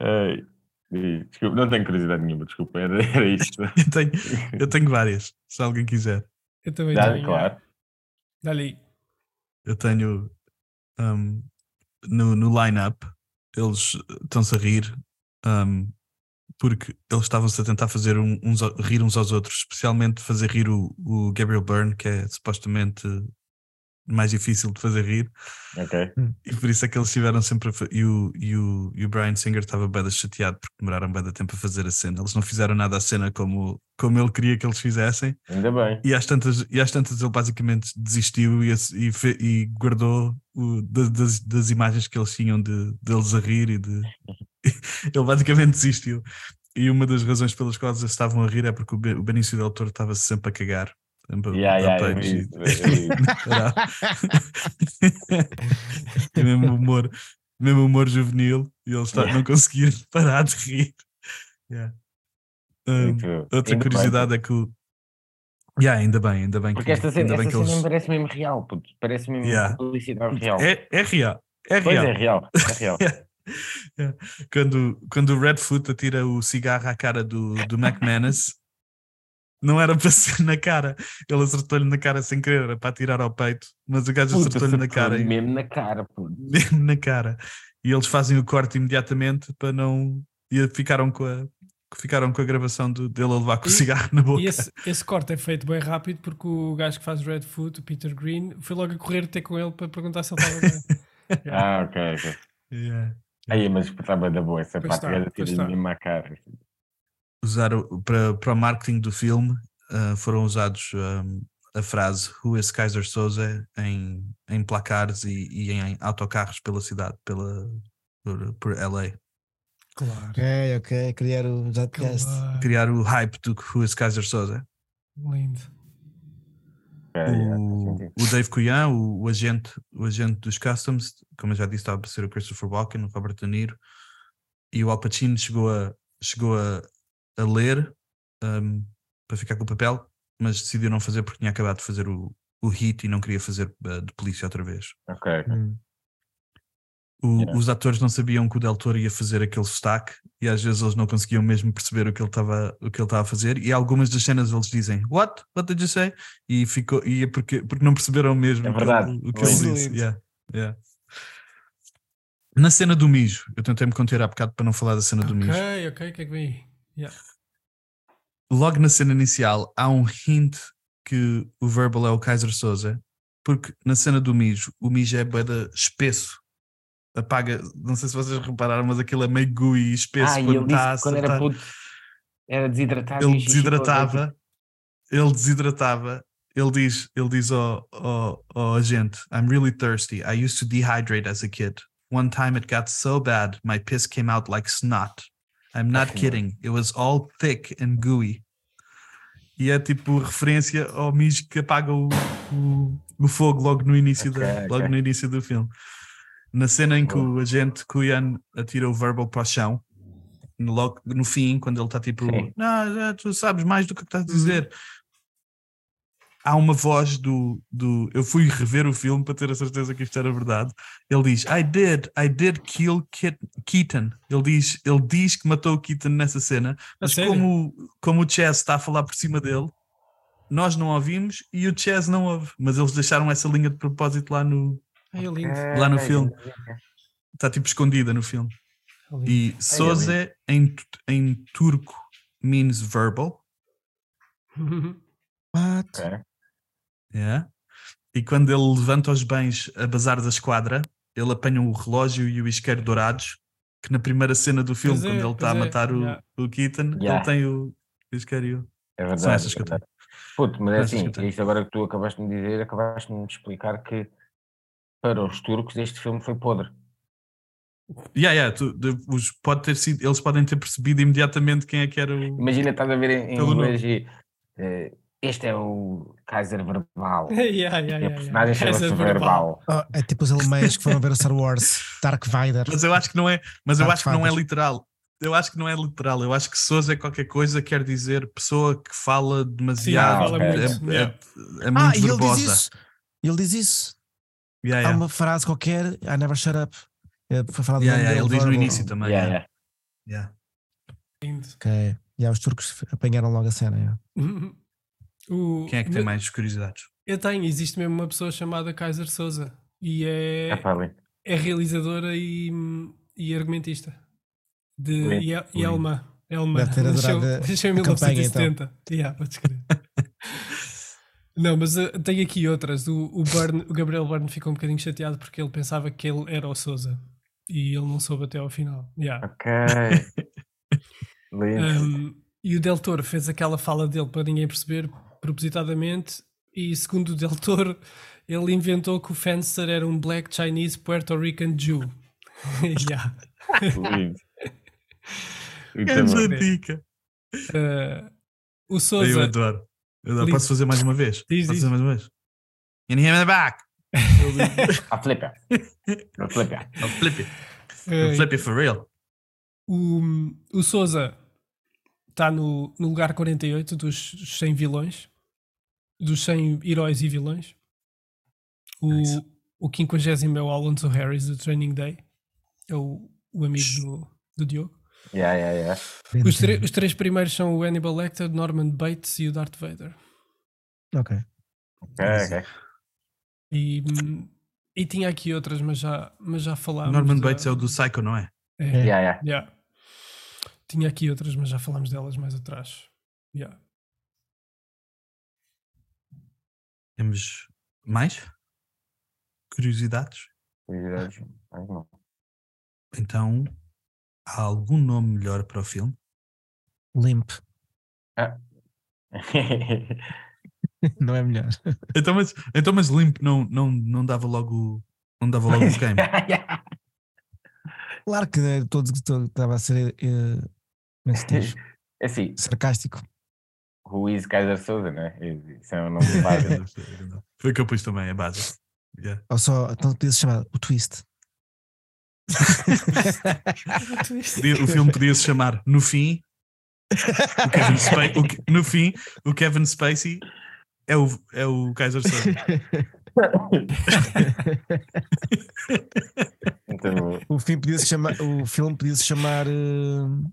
[SPEAKER 7] Ai, Desculpa, não tenho curiosidade nenhuma, desculpa, era, era
[SPEAKER 1] [LAUGHS]
[SPEAKER 7] isto.
[SPEAKER 1] Eu tenho, eu tenho várias, se alguém quiser.
[SPEAKER 9] Eu também
[SPEAKER 7] Dá,
[SPEAKER 9] tenho,
[SPEAKER 7] claro.
[SPEAKER 9] Dá-lhe aí.
[SPEAKER 1] Eu tenho um, no, no line-up, eles estão-se a rir um, porque eles estavam-se a tentar fazer um- uns, ao- rir uns aos outros, especialmente fazer rir o, o Gabriel Byrne, que é supostamente mais difícil de fazer rir,
[SPEAKER 7] Ok.
[SPEAKER 1] e por isso é que eles estiveram sempre a fa- e, o, e, o, e o Brian Singer estava bem chateado porque demoraram bem tempo a fazer a cena. Eles não fizeram nada à cena como, como ele queria que eles fizessem.
[SPEAKER 7] Ainda bem.
[SPEAKER 1] E às tantas, e às tantas ele basicamente desistiu e, ass- e, fe- e guardou o- da- das, das imagens que eles tinham de, deles a rir e de. [LAUGHS] ele basicamente desistiu. E uma das razões pelas quais eles estavam a rir é porque o, Be- o Benício Del Toro estava sempre a cagar. sempre a
[SPEAKER 7] Yeah,
[SPEAKER 1] dar
[SPEAKER 7] yeah, eu
[SPEAKER 1] punch
[SPEAKER 7] vi
[SPEAKER 1] e-
[SPEAKER 7] isso, eu
[SPEAKER 1] [LAUGHS]
[SPEAKER 7] vi
[SPEAKER 1] Era- [LAUGHS] e mesmo humor, mesmo humor juvenil, e eles tá- não conseguiram [LAUGHS] parar de rir. Yeah. Um,
[SPEAKER 7] tipo, Muito- ainda
[SPEAKER 1] Outra
[SPEAKER 7] bem,
[SPEAKER 1] curiosidade é que o. Yeah, ainda bem, ainda bem
[SPEAKER 7] Porque
[SPEAKER 1] que,
[SPEAKER 7] esta cena,
[SPEAKER 1] ainda
[SPEAKER 7] esta
[SPEAKER 1] bem que
[SPEAKER 7] cena
[SPEAKER 1] eles.
[SPEAKER 7] parece mesmo real, puto. Parece mesmo
[SPEAKER 1] Yeah.
[SPEAKER 7] publicidade real.
[SPEAKER 1] É, é real. É
[SPEAKER 7] pois é,
[SPEAKER 1] real.
[SPEAKER 7] real. É
[SPEAKER 1] [LAUGHS]
[SPEAKER 7] real.
[SPEAKER 1] Yeah. Quando, quando o Redfoot atira o cigarro à cara do, do McManus, não era para [LAUGHS] ser na cara. Ele acertou-lhe na cara sem querer, era para atirar ao peito, mas o gajo
[SPEAKER 7] Puta, é
[SPEAKER 1] acertou-lhe na
[SPEAKER 7] acertou-lhe
[SPEAKER 1] cara. e-
[SPEAKER 7] Mesmo na cara, puto.
[SPEAKER 1] Mesmo na cara. E eles fazem o corte imediatamente para não. E ficaram com a, ficaram com a gravação do, dele a levar com o
[SPEAKER 9] E-
[SPEAKER 1] cigarro na boca.
[SPEAKER 9] E esse, esse corte é feito bem rápido porque o gajo que faz Red Food, o Peter
[SPEAKER 1] [LAUGHS]
[SPEAKER 9] Green, foi logo a correr ter com ele para perguntar se ele estava bem.
[SPEAKER 7] Ah, ok, ok.
[SPEAKER 1] [LAUGHS] Yeah.
[SPEAKER 7] Aí, mas estava da boa essa
[SPEAKER 9] Pois
[SPEAKER 7] parte,
[SPEAKER 9] está,
[SPEAKER 7] era
[SPEAKER 9] pois
[SPEAKER 7] tirar
[SPEAKER 9] está.
[SPEAKER 7] mesmo à cara.
[SPEAKER 1] Usaram para, para o marketing do filme ah, foram usados ahm, a frase Who is Kaiser Soze em, em placares e, e em autocarros pela cidade, pela, por, por LA.
[SPEAKER 9] Claro.
[SPEAKER 8] Ok, ok, criar o podcast.
[SPEAKER 9] claro.
[SPEAKER 1] Criar o hype do Who is Kaiser Soze.
[SPEAKER 9] Lindo.
[SPEAKER 7] É,
[SPEAKER 1] O,
[SPEAKER 7] é,
[SPEAKER 1] o Dave Coulian, o, o agente, o agente dos Customs, como eu já disse, estava a ser o Christopher Walken, o Robert De Niro, e o Al Pacino chegou a, chegou a, a ler ahm, para ficar com o papel, mas decidiu não fazer porque tinha acabado de fazer o, o hit e não queria fazer ah, de polícia outra vez.
[SPEAKER 7] ok.
[SPEAKER 8] Hum.
[SPEAKER 1] O-
[SPEAKER 7] Yeah.
[SPEAKER 1] Os atores não sabiam que o Del Toro ia fazer aquele sotaque e às vezes eles não conseguiam mesmo perceber o que ele estava o que ele estava a fazer e algumas das cenas eles dizem What? What did you say? E ficou e é porque porque não perceberam mesmo
[SPEAKER 7] É
[SPEAKER 1] o que ele-
[SPEAKER 7] verdade.
[SPEAKER 1] o que ele disse.
[SPEAKER 8] Excelente.
[SPEAKER 1] Yeah, yeah. Na cena do mijo, eu tentei me conter há bocado para não falar da cena do mijo.
[SPEAKER 9] Ok, ok, o que é que vem aí? Yeah.
[SPEAKER 1] Logo na cena inicial há um hint que o verbal é o Kaiser Souza porque na cena do mijo o mijo é bada espesso apaga, não sei se vocês repararam mas aquilo é meio gui e espesso
[SPEAKER 7] Ah, e
[SPEAKER 1] quando tá está
[SPEAKER 7] ele
[SPEAKER 1] a
[SPEAKER 7] disse que quando era
[SPEAKER 1] acertar.
[SPEAKER 7] puto era desidratado.
[SPEAKER 1] ele
[SPEAKER 7] e xixi todo
[SPEAKER 1] desidratava ele desidratava ele diz, ele diz ao, ao, ao agente I'm really thirsty, I used to dehydrate as a kid one time it got so bad my piss came out like snot I'm not
[SPEAKER 7] Afinal.
[SPEAKER 1] kidding, it was all thick and gooey e é tipo referência ao mijo que apaga o, o, o fogo logo no início da,
[SPEAKER 7] Ok,
[SPEAKER 1] logo
[SPEAKER 7] ok.
[SPEAKER 1] no início do filme na cena em que o agente Kuyan atira o verbal para o chão no, logo, no fim, quando ele está tipo,
[SPEAKER 7] Sim.
[SPEAKER 1] não, já tu sabes mais do que estás a dizer. Há uma voz do, do. Eu fui rever o filme para ter a certeza que isto era verdade. Ele diz: I did, I did kill Ke- Keaton. Ele diz, ele diz que matou o Keaton nessa cena, mas
[SPEAKER 9] sério?
[SPEAKER 1] como, como o Chess está a falar por cima dele, nós não ouvimos e o Chess não ouve. Mas eles deixaram essa linha de propósito lá no.
[SPEAKER 9] Ai, é
[SPEAKER 7] contente.
[SPEAKER 9] lindo.
[SPEAKER 7] É,
[SPEAKER 1] Lá no
[SPEAKER 7] é,
[SPEAKER 1] filme. Está tipo escondida no filme.
[SPEAKER 9] é
[SPEAKER 1] E Soze em, tu- em turco means verbal.
[SPEAKER 8] What?
[SPEAKER 7] ok.
[SPEAKER 1] Yeah. E quando ele levanta os bens a bazar da esquadra, ele apanha o relógio e o isqueiro dourados, que na primeira cena do filme,
[SPEAKER 9] Pois é,
[SPEAKER 1] quando ele está a
[SPEAKER 9] pois é,
[SPEAKER 1] matar o,
[SPEAKER 9] yeah.
[SPEAKER 1] o Keaton,
[SPEAKER 7] Yeah.
[SPEAKER 1] ele tem o isqueiro e o...
[SPEAKER 7] É verdade.
[SPEAKER 1] São essas
[SPEAKER 7] é
[SPEAKER 1] que eu
[SPEAKER 7] verdade. Puto, mas é
[SPEAKER 1] São essas que eu
[SPEAKER 7] assim,
[SPEAKER 1] tenho.
[SPEAKER 7] isto agora que tu acabaste de me dizer, acabaste de me explicar que para os turcos este filme foi podre.
[SPEAKER 1] Yeah, yeah, tu- de- os- pode ter sido, eles podem ter percebido imediatamente quem é que era É o...
[SPEAKER 7] Imagina, estás a ver em, em
[SPEAKER 1] Pelo nome.
[SPEAKER 7] inglês e eh, este é o Kaiser
[SPEAKER 1] [LAUGHS]
[SPEAKER 9] [LAUGHS]
[SPEAKER 7] Verbal.
[SPEAKER 9] yeah, yeah, yeah,
[SPEAKER 7] E a
[SPEAKER 9] yeah.
[SPEAKER 7] personagem chama-se
[SPEAKER 9] Essa é
[SPEAKER 7] Verbal.
[SPEAKER 8] Oh, é tipo os alemães que foram ver o Star Wars, Dark Vader.
[SPEAKER 1] Mas eu acho que não é, mas eu
[SPEAKER 8] Sabe,
[SPEAKER 1] acho que não é
[SPEAKER 8] facas.
[SPEAKER 1] literal. Eu acho que não é literal. Eu acho que Souza é qualquer coisa, quer dizer pessoa que fala demasiado.
[SPEAKER 7] fala
[SPEAKER 1] é,
[SPEAKER 9] muito,
[SPEAKER 1] é-
[SPEAKER 9] yeah.
[SPEAKER 1] é muito
[SPEAKER 8] Ah, e ele
[SPEAKER 1] verbosa.
[SPEAKER 8] diz isso. Ele diz isso.
[SPEAKER 1] Yeah,
[SPEAKER 8] Há
[SPEAKER 1] yeah.
[SPEAKER 8] uma frase qualquer, I never shut up. É, Foi falar do
[SPEAKER 1] Yeah, yeah,
[SPEAKER 8] nome dele,
[SPEAKER 1] ele diz no
[SPEAKER 8] Vargo.
[SPEAKER 1] início também.
[SPEAKER 7] Yeah,
[SPEAKER 1] yeah,
[SPEAKER 7] yeah.
[SPEAKER 1] yeah. [LAUGHS]
[SPEAKER 9] Lindo.
[SPEAKER 8] Ok. Já os turcos apanharam logo a cena. yeah.
[SPEAKER 9] O-
[SPEAKER 1] Quem é que tem mais
[SPEAKER 9] [LAUGHS]
[SPEAKER 1] curiosidades?
[SPEAKER 9] Eu tenho, existe mesmo uma pessoa chamada Kaiser Souza e é,
[SPEAKER 7] Ah, pá, ali.
[SPEAKER 9] é realizadora e, e argumentista. De, e é, e é
[SPEAKER 1] Lindo.
[SPEAKER 9] alemã. É alemã.
[SPEAKER 8] Deve ter
[SPEAKER 9] Nasceu,
[SPEAKER 8] adorado a-
[SPEAKER 9] [LAUGHS] nasceu em
[SPEAKER 8] a campanha, então.
[SPEAKER 9] 1970. Yeah,
[SPEAKER 8] [LAUGHS]
[SPEAKER 9] podes crer. Não, mas eh, tem aqui outras. O, o, Byrne- o Gabriel Byrne ficou um bocadinho chateado porque ele pensava que ele era o Souza e ele não soube até ao final.
[SPEAKER 1] [LAUGHS]
[SPEAKER 9] Yeah.
[SPEAKER 7] Ok. Lindo.
[SPEAKER 9] Um, e o Del Toro fez aquela fala dele para ninguém perceber propositadamente. E segundo o Del Toro, ele inventou que o Fencer era um black Chinese Puerto Rican Jew. [LAUGHS] yeah.
[SPEAKER 1] [LAUGHS]
[SPEAKER 7] Lindo. Muito bom.
[SPEAKER 1] Grande dica.
[SPEAKER 9] Uh, o
[SPEAKER 1] Eu
[SPEAKER 9] Souza.
[SPEAKER 1] adoro. Eu adoro.
[SPEAKER 9] Lindo.
[SPEAKER 1] Posso fazer mais uma vez?
[SPEAKER 9] Diz,
[SPEAKER 1] Posso
[SPEAKER 9] diz.
[SPEAKER 1] fazer mais uma vez? And him in the
[SPEAKER 9] [LAUGHS]
[SPEAKER 1] back.
[SPEAKER 7] A flipa. A flipa.
[SPEAKER 1] I'm flippy. I'm
[SPEAKER 9] uh,
[SPEAKER 1] flippy for real.
[SPEAKER 9] o, o Souza está no, no lugar 48 dos 100 vilões, dos 100 heróis e vilões. O,
[SPEAKER 1] Nice.
[SPEAKER 9] o 50 é o Alonso Harris do Training Day, é o, o amigo do, do Diogo.
[SPEAKER 7] Yeah, yeah, yeah.
[SPEAKER 9] Os, tre- os três primeiros são o Hannibal Lecter, Norman Bates e o Darth Vader.
[SPEAKER 8] Ok.
[SPEAKER 7] Ok, ok.
[SPEAKER 9] E, hum, e tinha aqui outras, mas já, mas já falámos.
[SPEAKER 1] Norman
[SPEAKER 9] da-
[SPEAKER 1] Bates é o do Psycho, não é?
[SPEAKER 9] É.
[SPEAKER 7] Yeah, yeah.
[SPEAKER 9] Yeah. Tinha aqui outras, mas já falámos delas mais atrás. Yeah.
[SPEAKER 1] Temos mais? Curiosidades?
[SPEAKER 7] Curiosidades? Ai, não.
[SPEAKER 1] Então, há algum nome melhor para o filme?
[SPEAKER 8] Limp, [LAUGHS]
[SPEAKER 7] Sim,
[SPEAKER 8] não é melhor.
[SPEAKER 1] Então, mas, então, mas Limp não, não, não dava logo, não dava logo o
[SPEAKER 7] [LAUGHS]
[SPEAKER 1] game.
[SPEAKER 8] Claro que né, todos todo- estava a ser eh, como é [LAUGHS] que se diz?
[SPEAKER 7] assim,
[SPEAKER 8] sarcástico.
[SPEAKER 7] who is Kaiser Souza, né? Isso é um nome de base.
[SPEAKER 1] [LAUGHS] Foi o que eu pus também, é a base. Yeah.
[SPEAKER 8] Ou só, então podia se chamar o twist.
[SPEAKER 1] Podia- O filme podia se chamar No Fim. O
[SPEAKER 8] [LAUGHS]
[SPEAKER 1] Kevin Spa- o Ke- no fim, o Kevin Spacey é o, é o Kaiser Soze.
[SPEAKER 7] Então,
[SPEAKER 8] o, filme podia -se chamar, o filme podia se chamar eh,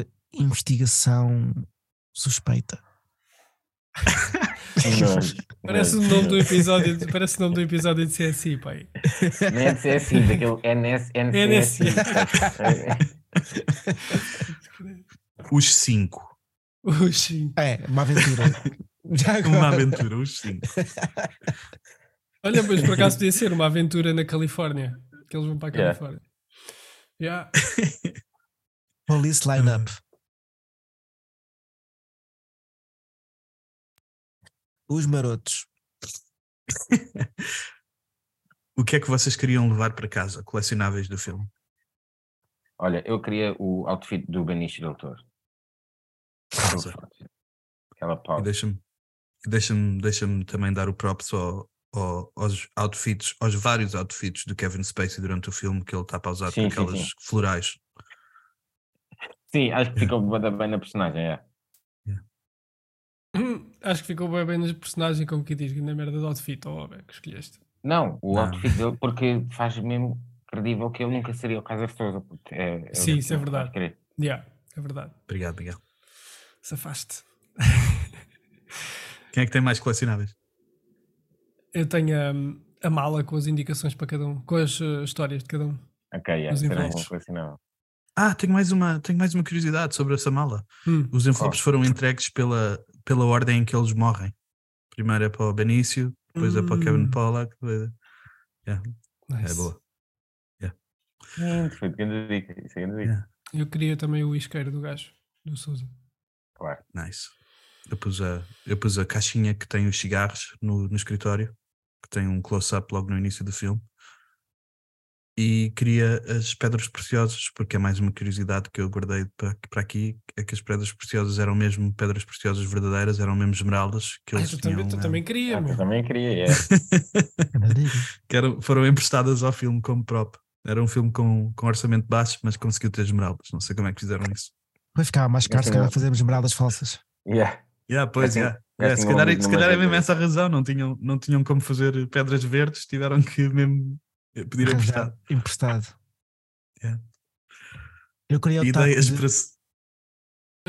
[SPEAKER 8] eh, Investigação Suspeita.
[SPEAKER 7] não,
[SPEAKER 9] Parece o
[SPEAKER 7] não,
[SPEAKER 9] nome do
[SPEAKER 7] não.
[SPEAKER 9] episódio, de- parece o nome do episódio de CSI, pai. [LAUGHS]
[SPEAKER 7] Não é de ser assim, daquele NS, NS.
[SPEAKER 1] Os cinco.
[SPEAKER 9] Oxi.
[SPEAKER 8] É, uma aventura. [LAUGHS] Já agora.
[SPEAKER 1] Uma aventura, os cinco.
[SPEAKER 9] Olha, mas por acaso podia ser uma aventura na Califórnia. Que eles vão para a
[SPEAKER 7] Yeah.
[SPEAKER 9] Califórnia. Yeah. [CLEARS THROAT]
[SPEAKER 8] Police Lineup. Os marotos.
[SPEAKER 1] O que é que vocês queriam levar para casa? Colecionáveis do filme?
[SPEAKER 7] [LAUGHS] Olha, eu queria o outfit do Benício Doutor.
[SPEAKER 1] Pausa.
[SPEAKER 7] Aquela
[SPEAKER 1] E
[SPEAKER 7] pausa.
[SPEAKER 1] deixa-me deixa deixa também dar o props ao- ao- aos outfits, aos vários outfits do Kevin Spacey durante o filme que ele está pausado
[SPEAKER 7] Sim,
[SPEAKER 1] com
[SPEAKER 7] sim,
[SPEAKER 1] aquelas
[SPEAKER 7] sim.
[SPEAKER 1] florais.
[SPEAKER 7] Sim, acho que ficou bué da bem na personagem, é.
[SPEAKER 9] Hum, Acho que ficou bem, bem nos personagens, como que diz, na merda do outfit, ó, velho, que escolheste.
[SPEAKER 7] Não, o
[SPEAKER 1] Não.
[SPEAKER 7] outfit dele, porque faz mesmo credível que ele nunca seria o Kaiser Souza. porque É, é o
[SPEAKER 9] Sim, isso
[SPEAKER 7] que
[SPEAKER 9] é
[SPEAKER 7] eu
[SPEAKER 9] verdade.
[SPEAKER 7] queria.
[SPEAKER 9] Yeah, é verdade.
[SPEAKER 1] Obrigado, Miguel.
[SPEAKER 9] Safaste. [LAUGHS]
[SPEAKER 1] Quem é que tem mais colecionáveis?
[SPEAKER 9] Eu tenho hum, a, mala com as indicações para cada um, com as eh, histórias de cada um.
[SPEAKER 7] Ok, é,
[SPEAKER 9] Os
[SPEAKER 7] isso era um
[SPEAKER 9] envelopes.
[SPEAKER 7] bom colecionável.
[SPEAKER 1] Ah, tenho mais uma, tenho mais uma curiosidade sobre essa mala.
[SPEAKER 9] Hum,
[SPEAKER 1] Os envelopes foram entregues pela, pela ordem em que eles morrem. Primeiro é para o Benício, depois é para o Kevin
[SPEAKER 9] Hum.
[SPEAKER 1] Pollack. depois- É
[SPEAKER 7] É
[SPEAKER 9] nice.
[SPEAKER 1] boa.
[SPEAKER 7] Muito foi grande dica, isso é grande dica.
[SPEAKER 9] Eu queria também o isqueiro do gajo, do Souza.
[SPEAKER 7] Claro.
[SPEAKER 1] Nice. Eu pus a, eu pus a caixinha que tem os cigarros no, no escritório, que tem um close-up logo no início do filme. E queria as pedras preciosas, porque é mais uma curiosidade que eu guardei para, para aqui, é que as pedras preciosas eram mesmo pedras preciosas verdadeiras, eram mesmo esmeraldas que
[SPEAKER 9] Ah,
[SPEAKER 1] eles
[SPEAKER 9] tu
[SPEAKER 1] tinham,
[SPEAKER 9] também, tu
[SPEAKER 1] eh,
[SPEAKER 9] também queria,
[SPEAKER 7] Ah,
[SPEAKER 9] meu.
[SPEAKER 7] eu também
[SPEAKER 9] [LAUGHS]
[SPEAKER 7] queria, é.
[SPEAKER 1] [LAUGHS] que eram- foram emprestadas ao filme como prop. Era um filme com, com orçamento baixo, mas conseguiu ter esmeraldas. Não sei como é que fizeram isso.
[SPEAKER 8] Vai ficar mais caro se calhar fazermos esmeraldas falsas.
[SPEAKER 7] Yeah.
[SPEAKER 1] Yeah, pois,
[SPEAKER 7] Assim,
[SPEAKER 1] yeah.
[SPEAKER 7] já
[SPEAKER 1] Yeah, se
[SPEAKER 7] tinha
[SPEAKER 1] calhar,
[SPEAKER 7] ouvido
[SPEAKER 1] se
[SPEAKER 7] numa
[SPEAKER 1] calhar é
[SPEAKER 7] vez
[SPEAKER 1] mesmo
[SPEAKER 7] isso.
[SPEAKER 1] essa razão, não tinham, não tinham como fazer pedras verdes, tiveram que mesmo eh, pedir emprestado.
[SPEAKER 8] Arranjar Emprestado.
[SPEAKER 1] Yeah.
[SPEAKER 8] Eu queria o taco.
[SPEAKER 1] Ideias
[SPEAKER 8] de-
[SPEAKER 1] para se.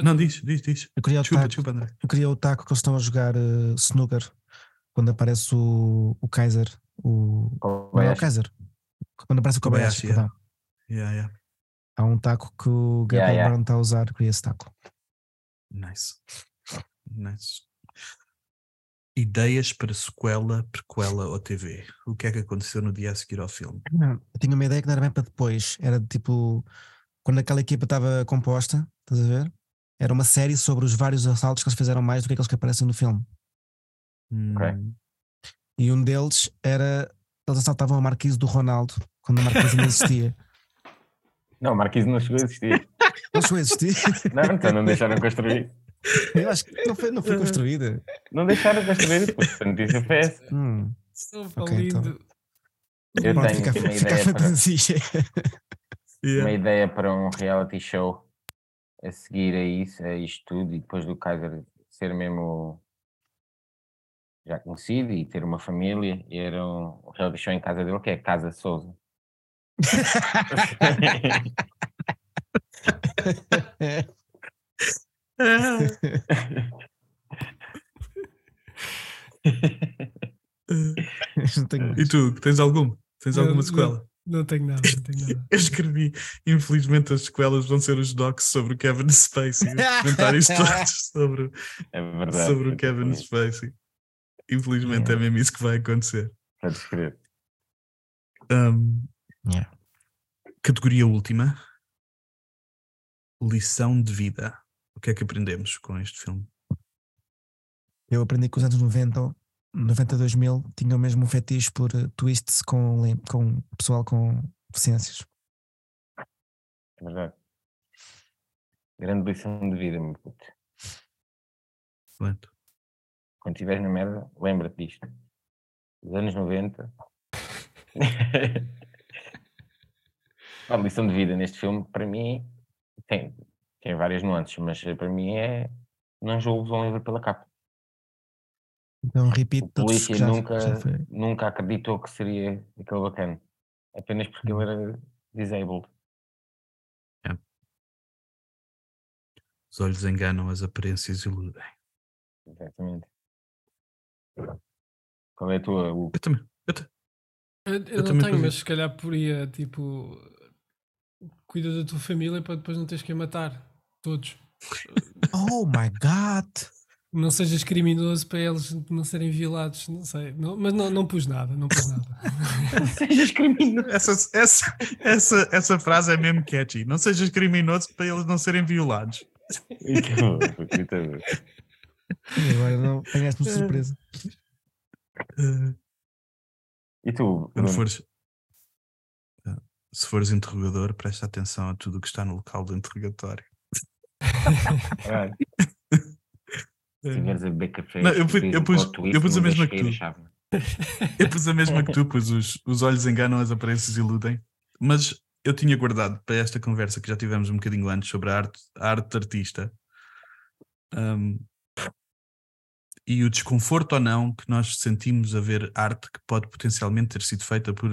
[SPEAKER 1] Não, diz, diz, diz.
[SPEAKER 8] Eu queria o
[SPEAKER 1] Desculpa,
[SPEAKER 8] taco-
[SPEAKER 1] desculpa, André.
[SPEAKER 8] Eu queria o taco que eles estão a jogar eh, snooker quando aparece o, o Kaiser. O, não é o
[SPEAKER 7] Kobayashi.
[SPEAKER 8] Kaiser. Quando aparece o
[SPEAKER 1] Kobayashi,
[SPEAKER 8] Kobayashi.
[SPEAKER 1] yeah.
[SPEAKER 8] perdão.
[SPEAKER 1] Yeah, yeah.
[SPEAKER 8] Há um taco que o Gabriel
[SPEAKER 7] Yeah, yeah.
[SPEAKER 8] Brown está a usar. Eu queria esse taco.
[SPEAKER 1] Nice. Nice. Ideias para sequela, prequela ou TV. O que é que aconteceu no dia a seguir ao filme?
[SPEAKER 8] Eu tinha uma ideia que não era bem para depois. Era de tipo. Quando aquela equipa estava composta, estás a ver? Era uma série sobre os vários assaltos que eles fizeram mais do que aqueles que aparecem no filme.
[SPEAKER 1] Hum,
[SPEAKER 8] E um deles era. Eles assaltavam a marquise do Ronaldo, quando a marquise
[SPEAKER 7] [LAUGHS]
[SPEAKER 8] não existia.
[SPEAKER 7] Não, o Marquise não chegou a
[SPEAKER 1] [LAUGHS]
[SPEAKER 7] existir.
[SPEAKER 8] Não chegou a existir.
[SPEAKER 7] Não, então não deixaram construir.
[SPEAKER 8] [LAUGHS] Eu acho que não foi, não
[SPEAKER 7] Uhum.
[SPEAKER 8] foi construída.
[SPEAKER 7] Não deixaram construir, pois a
[SPEAKER 1] [LAUGHS]
[SPEAKER 7] notícia foi essa.
[SPEAKER 8] Hum.
[SPEAKER 9] Sou
[SPEAKER 8] Ok, então.
[SPEAKER 9] falido.
[SPEAKER 7] Eu
[SPEAKER 8] Pronto,
[SPEAKER 7] tenho
[SPEAKER 8] fica, assim.
[SPEAKER 7] uma
[SPEAKER 8] fica a
[SPEAKER 7] ideia para-
[SPEAKER 8] [LAUGHS] fantasia.
[SPEAKER 1] yeah.
[SPEAKER 7] Uma ideia para um reality show a seguir a isso, a isto tudo, e depois do Kaiser ser mesmo já conhecido e ter uma família, e era um um reality show em casa dele, que é
[SPEAKER 1] [LAUGHS]
[SPEAKER 7] Casa Souza.
[SPEAKER 8] Não tenho
[SPEAKER 1] [LAUGHS] E
[SPEAKER 8] mais.
[SPEAKER 1] tu, tens alguma? Tens
[SPEAKER 9] Não,
[SPEAKER 1] alguma
[SPEAKER 9] não.
[SPEAKER 1] sequela?
[SPEAKER 9] Não tenho nada, não tenho nada.
[SPEAKER 1] Eu escrevi, infelizmente as sequelas vão ser os docs sobre o Kevin Spacey, os comentários todos sobre, o-
[SPEAKER 7] É verdade.
[SPEAKER 1] sobre o
[SPEAKER 7] eu
[SPEAKER 1] Kevin
[SPEAKER 7] tinha
[SPEAKER 1] Spacey. Infelizmente é mesmo isso que vai acontecer.
[SPEAKER 7] Para descrever.
[SPEAKER 1] Um,
[SPEAKER 8] Yeah.
[SPEAKER 1] Categoria última: Lição de vida. O que é que aprendemos com este filme?
[SPEAKER 8] Eu aprendi que os anos 90, 90 2000 tinham mesmo um fetiche por eh, twists com, lem- com pessoal com deficiências.
[SPEAKER 7] É verdade. Grande lição de vida, meu puto.
[SPEAKER 1] Pronto.
[SPEAKER 7] Quando estiveres na merda, lembra-te disto. Os anos [LAUGHS] 90. a lição de vida neste filme, para mim, tem, tem várias nuances, mas eh, para mim é. Não julgues um livro pela capa.
[SPEAKER 8] Então,
[SPEAKER 7] O
[SPEAKER 8] repito, todos os que
[SPEAKER 7] polícia
[SPEAKER 8] já,
[SPEAKER 7] nunca,
[SPEAKER 8] já foi.
[SPEAKER 7] nunca acreditou que seria aquele bacana. Apenas porque ele era disabled.
[SPEAKER 1] Os olhos enganam, as aparências iludem.
[SPEAKER 7] Exatamente. Qual é a tua, [LAUGHS] Hugo?
[SPEAKER 1] Eu também. [LAUGHS] Eu, ta-
[SPEAKER 9] Eu, eu não
[SPEAKER 1] também
[SPEAKER 9] tenho,
[SPEAKER 1] fazia.
[SPEAKER 9] mas se calhar poria, tipo, cuida da tua família para depois não teres que a matar todos.
[SPEAKER 8] Oh my God!
[SPEAKER 9] Não sejas criminoso para eles não serem violados, não sei. Não- mas não, não pus nada, não pus
[SPEAKER 1] [LAUGHS]
[SPEAKER 9] nada.
[SPEAKER 7] Sejas criminoso.
[SPEAKER 1] Essa, essa, essa, essa frase é mesmo catchy. Não sejas criminoso para eles não serem violados.
[SPEAKER 8] E agora não apanhaste-me de surpresa.
[SPEAKER 1] Eh,
[SPEAKER 7] E tu, Bruno?
[SPEAKER 1] quando fores- eh, se fores interrogador, presta atenção a tudo o que está no local do interrogatório.
[SPEAKER 7] Ah, se
[SPEAKER 1] Eh,
[SPEAKER 7] tiveres a beber café,
[SPEAKER 1] Não, eu pus-
[SPEAKER 7] escrever
[SPEAKER 1] eu
[SPEAKER 7] um
[SPEAKER 1] pus-
[SPEAKER 7] plot twist,
[SPEAKER 1] eu pus a
[SPEAKER 7] não
[SPEAKER 1] mesma
[SPEAKER 7] deixes
[SPEAKER 1] que
[SPEAKER 7] cair
[SPEAKER 1] tu.
[SPEAKER 7] chave.
[SPEAKER 1] [LAUGHS] Eu pus a mesma que tu, pois os, os olhos enganam, as aparências iludem. Mas eu tinha guardado para esta conversa que já tivemos um bocadinho antes sobre a arte, a arte artista hum, e o desconforto ou não que nós sentimos a ver arte que pode potencialmente ter sido feita por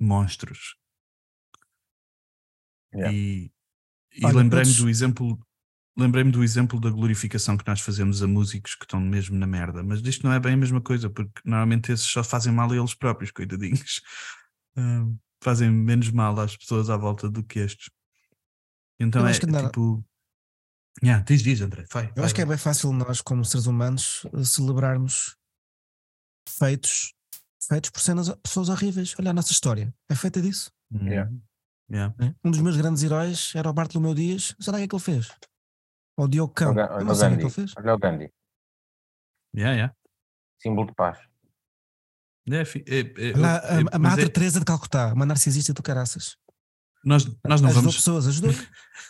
[SPEAKER 1] monstros.
[SPEAKER 7] Yeah.
[SPEAKER 1] E, e
[SPEAKER 8] Olha,
[SPEAKER 1] lembrei-me
[SPEAKER 8] todos-
[SPEAKER 1] do exemplo. Lembrei-me do exemplo da glorificação que nós fazemos a músicos que estão mesmo na merda, mas disto não é bem a mesma coisa, porque normalmente esses só fazem mal a eles próprios, coitadinhos. Hum, fazem menos mal às pessoas à volta do que estes. Então
[SPEAKER 8] Eu
[SPEAKER 1] é,
[SPEAKER 8] acho que não-
[SPEAKER 1] tipo. Yeah, diz, diz, André. Vai,
[SPEAKER 8] Eu
[SPEAKER 1] vai,
[SPEAKER 8] acho que é
[SPEAKER 1] vai.
[SPEAKER 8] bem fácil nós, como seres humanos, eh, celebrarmos feitos feitos por cenas, pessoas horríveis. Olha a nossa história. É feita disso.
[SPEAKER 1] Uhum.
[SPEAKER 7] Yeah.
[SPEAKER 1] Yeah.
[SPEAKER 8] né? Um dos meus grandes heróis era o Bartolomeu Dias. Será que é que ele fez? Ou o Diogo Cão.
[SPEAKER 7] Olha,
[SPEAKER 8] Eu
[SPEAKER 7] olha
[SPEAKER 8] não
[SPEAKER 7] o
[SPEAKER 8] sei o que é
[SPEAKER 7] Gandhi.
[SPEAKER 8] que ele fez.
[SPEAKER 7] Olha o Gandhi.
[SPEAKER 1] Yeah, yeah.
[SPEAKER 7] Símbolo de paz.
[SPEAKER 1] É, fi- é, é,
[SPEAKER 8] Olha
[SPEAKER 1] eu- é,
[SPEAKER 8] a, a, a
[SPEAKER 1] mas
[SPEAKER 8] Madre
[SPEAKER 1] é-
[SPEAKER 8] Teresa de Calcutá, uma narcisista do caraças.
[SPEAKER 1] nós, nós não
[SPEAKER 8] ajudou
[SPEAKER 1] vamos.
[SPEAKER 8] pessoas, ajudou.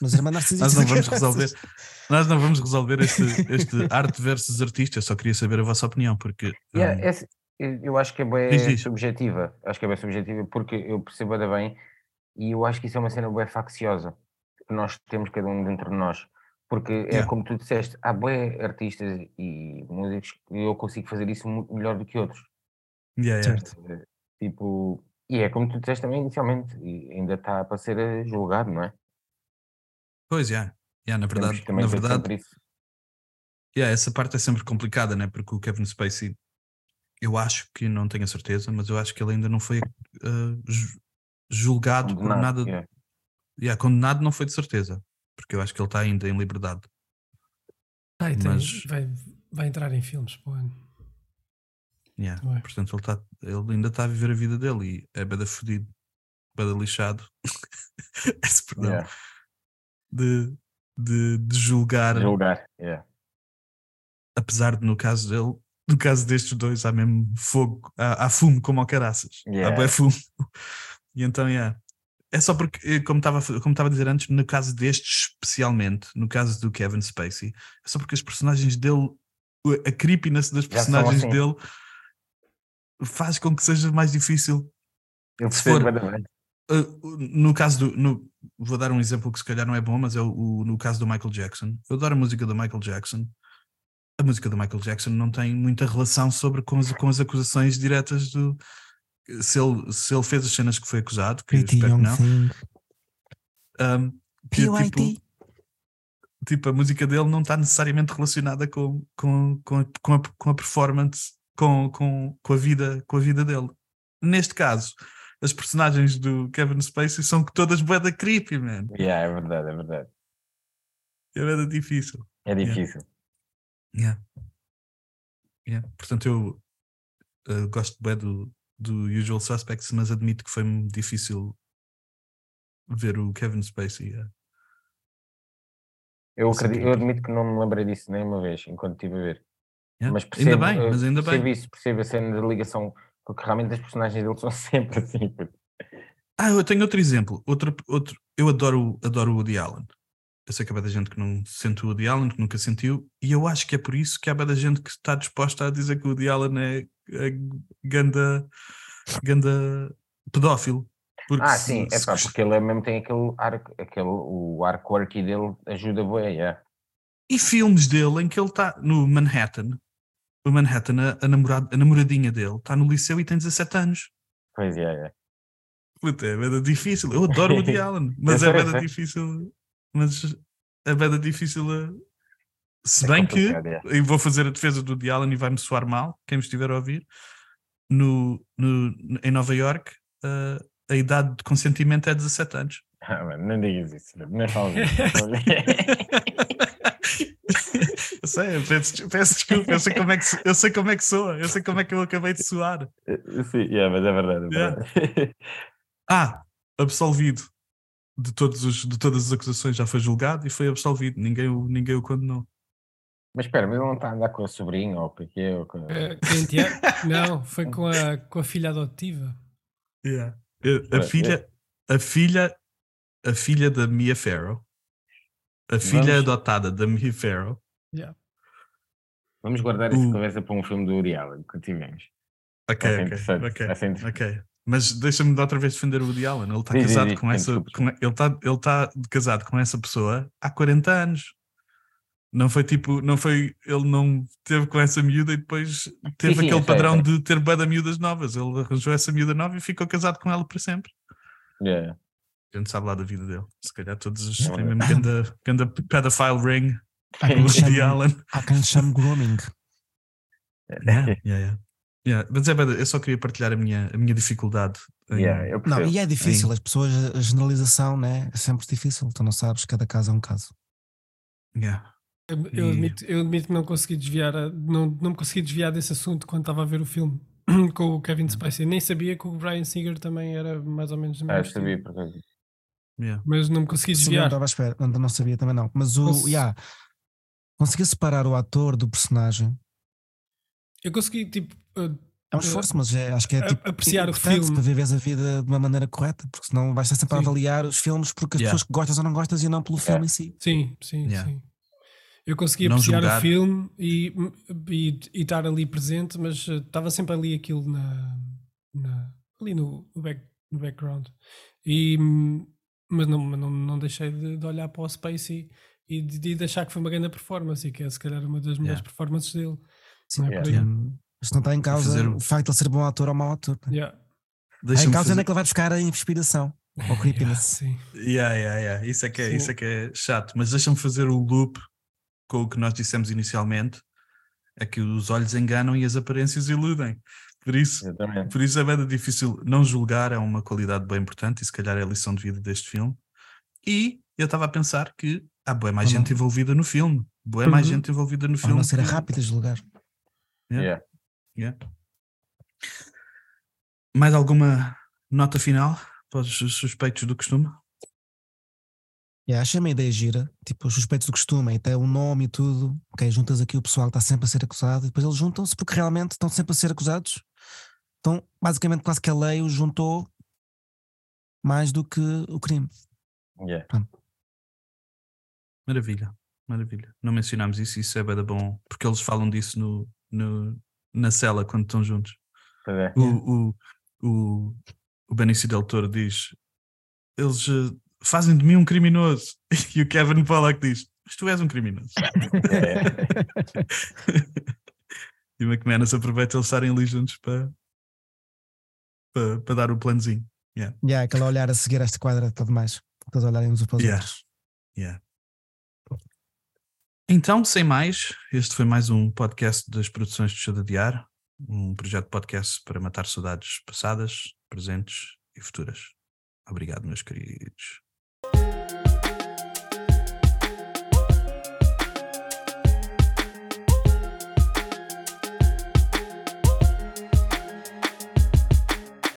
[SPEAKER 8] Mas era uma narcisista [LAUGHS]
[SPEAKER 1] Nós não
[SPEAKER 8] do
[SPEAKER 1] vamos
[SPEAKER 8] caraças.
[SPEAKER 1] resolver. Nós não vamos resolver este, este arte versus artista. Eu só queria saber a vossa opinião, porque
[SPEAKER 7] E é-
[SPEAKER 1] hum,
[SPEAKER 7] esse- eu eu acho que é bem
[SPEAKER 1] Diz, diz.
[SPEAKER 7] subjetiva. Acho que é bem subjetiva porque eu percebo ainda bem e eu acho que isso é uma cena bem facciosa que nós temos cada um dentro de nós. Porque é
[SPEAKER 1] Yeah.
[SPEAKER 7] como tu disseste, há bem artistas e músicos que eu consigo fazer isso muito melhor do que outros.
[SPEAKER 1] yeah, yeah.
[SPEAKER 8] Certo.
[SPEAKER 7] Tipo, e é como tu disseste também inicialmente, e ainda está para ser eh, julgado, não é?
[SPEAKER 1] pois yeah. Yeah, na
[SPEAKER 7] Temos
[SPEAKER 1] verdade,
[SPEAKER 7] também
[SPEAKER 1] na
[SPEAKER 7] ter
[SPEAKER 1] verdade,
[SPEAKER 7] sempre isso.
[SPEAKER 1] Yeah, essa parte é sempre complicada, né? Porque o Kevin Spacey, eu acho que não tenho a certeza, mas eu acho que ele ainda não foi ah, ju- julgado por
[SPEAKER 7] Condenado,
[SPEAKER 1] nada.
[SPEAKER 7] yeah.
[SPEAKER 1] Yeah, condenado não foi de certeza, porque eu acho que ele está ainda em liberdade.
[SPEAKER 9] Ai, tem-
[SPEAKER 1] Mas-
[SPEAKER 9] vai, vai entrar em filmes para o ano.
[SPEAKER 1] Yeah.
[SPEAKER 9] Ué.
[SPEAKER 1] Portanto, ele, tá, ele ainda está a viver a vida dele e é bada fodido, bada lixado. [LAUGHS] Esse perdão.
[SPEAKER 7] Yeah,
[SPEAKER 1] De, de, de julgar,
[SPEAKER 7] Julgar, yeah.
[SPEAKER 1] apesar de no caso dele. No caso destes dois, há mesmo fogo, há, há fumo como ao caraças. Há
[SPEAKER 7] Yeah.
[SPEAKER 1] bué fumo. E então, yeah. é só porque, eh, como estava como estava a dizer antes, no caso destes especialmente, no caso do Kevin Spacey, é só porque as personagens dele, o- a creepiness das
[SPEAKER 7] Já são
[SPEAKER 1] personagens
[SPEAKER 7] assim.
[SPEAKER 1] dele faz com que seja mais difícil.
[SPEAKER 7] Eu
[SPEAKER 1] Se
[SPEAKER 7] percebo
[SPEAKER 1] for-
[SPEAKER 7] ainda bem.
[SPEAKER 1] Eh, No caso do. no- vou dar um exemplo que se calhar não é bom, mas é o, o- no caso do Michael Jackson. Eu adoro a música do Michael Jackson. A música do Michael Jackson não tem muita relação sobre com as, com as acusações diretas do. Se ele, se ele fez as cenas que foi acusado, que
[SPEAKER 8] Pretty
[SPEAKER 1] espero que
[SPEAKER 8] Young
[SPEAKER 1] não.
[SPEAKER 8] Thing.
[SPEAKER 1] Um, que,
[SPEAKER 8] PYT.
[SPEAKER 1] tipo, tipo, a música dele não está necessariamente relacionada com, com, com, a, com a- com a performance, com, com, com, a vida, com a vida dele. Neste caso, as personagens do Kevin Spacey são que todas bué da creepy, man.
[SPEAKER 7] Yeah, é verdade, é verdade.
[SPEAKER 1] É bué da difícil.
[SPEAKER 7] É difícil.
[SPEAKER 1] Yeah. Yeah. Portanto, eu eh, gosto bem do, do Usual Suspects, mas admito que foi-me difícil ver o Kevin Spacey. é.
[SPEAKER 7] Eu,
[SPEAKER 1] Sim,
[SPEAKER 7] acredito-
[SPEAKER 1] sim.
[SPEAKER 7] eu admito que não me lembrei disso nenhuma vez enquanto estive a ver.
[SPEAKER 1] Yeah.
[SPEAKER 7] Mas
[SPEAKER 1] ainda
[SPEAKER 7] percebo,
[SPEAKER 1] bem,
[SPEAKER 7] eh,
[SPEAKER 1] mas ainda
[SPEAKER 7] percebo
[SPEAKER 1] bem.
[SPEAKER 7] isso, percebo a cena da ligação, porque realmente as personagens dele são [LAUGHS] sempre assim. puto.
[SPEAKER 1] Ah, eu tenho outro exemplo. Outro, outro, eu adoro, adoro o Woody Allen. Eu sei que há bada gente que não sente o Woody Allen, que nunca sentiu, e eu acho que é por isso que há bada gente que está disposta a dizer que o Woody Allen é, é ganda, ganda pedófilo. Porque
[SPEAKER 7] Ah,
[SPEAKER 1] se-
[SPEAKER 7] sim, é
[SPEAKER 1] se
[SPEAKER 7] pá,
[SPEAKER 1] gost-
[SPEAKER 7] porque ele é mesmo tem aquele arco, aquele, o ar quirky dele ajuda bué, yeah.
[SPEAKER 1] E filmes dele em que ele está no Manhattan. O Manhattan, a, a namorada- a namoradinha dele, está no liceu e tem 17 anos.
[SPEAKER 7] Pois é, yeah.
[SPEAKER 1] Puta, é bada difícil. Eu adoro o Woody Allen, mas é
[SPEAKER 7] Eu sei, eu
[SPEAKER 1] bada
[SPEAKER 7] sei.
[SPEAKER 1] difícil. Mas é bada difícil. A... Se bem que,
[SPEAKER 7] É complicado, yeah. [LAUGHS]
[SPEAKER 1] e vou fazer a defesa do Woody Allen e vai-me soar mal, quem me estiver a ouvir, no, no- em Nova York, eh, a idade de consentimento é 17 anos. [LAUGHS]
[SPEAKER 7] Ah, mano, não digas isso, não é fales
[SPEAKER 1] eu sei, eu peço, des- peço desculpa, eu sei, como é que, so- eu sei como é que soa, eu sei como é que eu acabei de soar.
[SPEAKER 7] isso. sim, yeah, mas é verdade, é
[SPEAKER 1] Yeah.
[SPEAKER 7] verdade. [LAUGHS]
[SPEAKER 1] Ah, absolvido de, todos os, de todas as acusações, já foi julgado e foi absolvido, ninguém, o- ninguém o condenou.
[SPEAKER 7] Mas espera, mas ele não está a andar com a sobrinha ou com o quê? é, Ou com...
[SPEAKER 9] Eh, quem te
[SPEAKER 1] [LAUGHS]
[SPEAKER 9] é? Não, foi com a, com a filha adotiva.
[SPEAKER 1] Yeah. A- A,
[SPEAKER 7] Bem,
[SPEAKER 1] filha, a filha, a filha da Mia Farrow, a filha
[SPEAKER 7] Vamos-
[SPEAKER 1] adotada da Mia Farrow,
[SPEAKER 7] Vamos guardar essa
[SPEAKER 1] o-
[SPEAKER 7] conversa para um filme do Uri Allen que tivemos.
[SPEAKER 1] ok, ok,
[SPEAKER 7] Vai ser é interessante,
[SPEAKER 1] ok,
[SPEAKER 7] vai ser interessante.
[SPEAKER 1] ok. Mas deixa-me de outra vez defender o Woody Allen. Ele está
[SPEAKER 7] Diz, diz,
[SPEAKER 1] casado
[SPEAKER 7] diz,
[SPEAKER 1] com
[SPEAKER 7] sim,
[SPEAKER 1] essa.
[SPEAKER 7] desculpa,
[SPEAKER 1] com- ele está ele tá casado com essa pessoa há 40 anos. Não foi tipo. Não foi, ele não teve com essa miúda e depois teve
[SPEAKER 7] sim, é, eu
[SPEAKER 1] aquele
[SPEAKER 7] sei,
[SPEAKER 1] padrão
[SPEAKER 7] eu
[SPEAKER 1] de ter bué de miúdas novas. Ele arranjou essa miúda nova e ficou casado com ela para sempre.
[SPEAKER 7] Yeah.
[SPEAKER 1] A gente sabe lá da vida dele. Se calhar todos os
[SPEAKER 7] É
[SPEAKER 1] têm
[SPEAKER 7] verdade.
[SPEAKER 1] mesmo ganda, ganda pedophile ring
[SPEAKER 7] [LAUGHS]
[SPEAKER 8] Há quem
[SPEAKER 1] o
[SPEAKER 8] lhe
[SPEAKER 1] Woody
[SPEAKER 8] chame,
[SPEAKER 1] Allen.
[SPEAKER 8] [LAUGHS] há quem lhe chame grooming.
[SPEAKER 7] É.
[SPEAKER 1] Yeah, yeah, yeah. Yeah, Mas é verdade, eu só queria partilhar a minha, a minha dificuldade. em-
[SPEAKER 7] [LAUGHS] Yeah, eu
[SPEAKER 8] Não,
[SPEAKER 7] percebo.
[SPEAKER 8] e é difícil, as pessoas, a generalização, né? É sempre difícil, tu não sabes, cada caso é um caso.
[SPEAKER 1] Yeah.
[SPEAKER 9] Eu, eu
[SPEAKER 1] E-
[SPEAKER 9] admito, eu admito que não consegui desviar, a- não, não me consegui desviar desse assunto quando estava a ver o filme [CLEARS THROAT] com o Kevin Spacey. Nem sabia que o Brian Singer também era mais ou menos do
[SPEAKER 1] é
[SPEAKER 7] Ah,
[SPEAKER 9] mesmo
[SPEAKER 7] eu
[SPEAKER 9] estilo.
[SPEAKER 7] sabia, por acaso.
[SPEAKER 1] yeah.
[SPEAKER 9] Mas não me consegui
[SPEAKER 8] Sim, então. não
[SPEAKER 9] desviar.
[SPEAKER 8] estava à espera, não, não sabia também não. Mas o,
[SPEAKER 9] Cons-
[SPEAKER 8] yeah, conseguir separar o ator do personagem
[SPEAKER 9] Eu consegui, tipo, eh,
[SPEAKER 8] é um esforço, mas é- acho que é
[SPEAKER 9] A-
[SPEAKER 8] tipo,
[SPEAKER 9] apreciar o
[SPEAKER 8] importante
[SPEAKER 9] filme.
[SPEAKER 8] para viveres a vida de uma maneira correta, porque senão vais estar sempre a
[SPEAKER 9] Sim.
[SPEAKER 8] avaliar os filmes porque as
[SPEAKER 1] Yeah. É.
[SPEAKER 8] pessoas gostas ou não gostas e não pelo filme em si.
[SPEAKER 9] sim, sim,
[SPEAKER 1] Yeah.
[SPEAKER 9] sim. Eu consegui
[SPEAKER 1] Não
[SPEAKER 9] apreciar
[SPEAKER 1] julgar.
[SPEAKER 9] o filme e, e, e estar ali presente, mas eh, estava sempre ali aquilo na, na- ali no, no back- no background. E, hum, mas não, mas não, não deixei de, de olhar para o Spacey e de, de achar que foi uma grande performance e que é se calhar uma das
[SPEAKER 1] Yeah.
[SPEAKER 9] melhores performances dele. é
[SPEAKER 8] Sim,
[SPEAKER 9] Yeah.
[SPEAKER 8] porque,
[SPEAKER 1] Yeah.
[SPEAKER 8] hum, Isto não está em
[SPEAKER 1] fazer
[SPEAKER 8] causa
[SPEAKER 1] o-
[SPEAKER 8] o facto de ele ser bom ator ou mau ator. pá.
[SPEAKER 9] Yeah.
[SPEAKER 8] Está em
[SPEAKER 1] Deixa-me
[SPEAKER 8] causa
[SPEAKER 1] fazer-
[SPEAKER 8] onde é que ele vai buscar a inspiração ou
[SPEAKER 9] [LAUGHS] Yeah,
[SPEAKER 8] creepiness.
[SPEAKER 9] sim.
[SPEAKER 1] Yeah, yeah, yeah. Isso, é que é,
[SPEAKER 9] Sim.
[SPEAKER 1] isso é que é chato. Mas deixa-me fazer o loop com o que nós dissemos inicialmente: é que os olhos enganam e as aparências iludem. Por isso,
[SPEAKER 7] Exatamente.
[SPEAKER 1] por isso é bem difícil não julgar, é uma qualidade bem importante e se calhar é a lição de vida deste filme. E eu estava a pensar que há boa mais
[SPEAKER 8] Ou não.
[SPEAKER 1] gente envolvida no filme. Boa mais
[SPEAKER 9] Uhum.
[SPEAKER 1] gente envolvida no
[SPEAKER 8] Ou
[SPEAKER 1] filme.
[SPEAKER 8] não ser
[SPEAKER 1] que-
[SPEAKER 8] rápido a julgar.
[SPEAKER 1] Yeah. Mais alguma nota final para os suspeitos do costume?
[SPEAKER 8] Yeah, achei é uma ideia gira, tipo, os suspeitos do costume, até o nome e tudo. Ok, juntas aqui o pessoal que está sempre a ser acusado e depois eles juntam-se porque realmente estão sempre a ser acusados. Então, basicamente, quase que a lei os juntou mais do que o crime.
[SPEAKER 7] Yeah.
[SPEAKER 1] Maravilha, maravilha. Não mencionámos isso, isso é bada bom, porque eles falam disso no, no- na cela quando estão juntos.
[SPEAKER 7] Pois
[SPEAKER 1] [LAUGHS]
[SPEAKER 7] é.
[SPEAKER 1] O, o, o, o Benício Del Toro diz: Eles eh, fazem de mim um criminoso. [LAUGHS] E o Kevin Pollack diz: Mas tu és um criminoso. [LAUGHS]
[SPEAKER 7] Yeah.
[SPEAKER 1] E o McManus aproveita eles estarem ali juntos para, para, para dar o planozinho.
[SPEAKER 8] E yeah, aquele olhar a seguir a este quadro é tudo mais. Todos olharem uns para os
[SPEAKER 1] Yeah.
[SPEAKER 8] outros.
[SPEAKER 1] Yeah. Então, sem mais, este foi mais um podcast das produções de Show de Ar, um projeto de podcast para matar saudades passadas, presentes e futuras. Obrigado, meus queridos.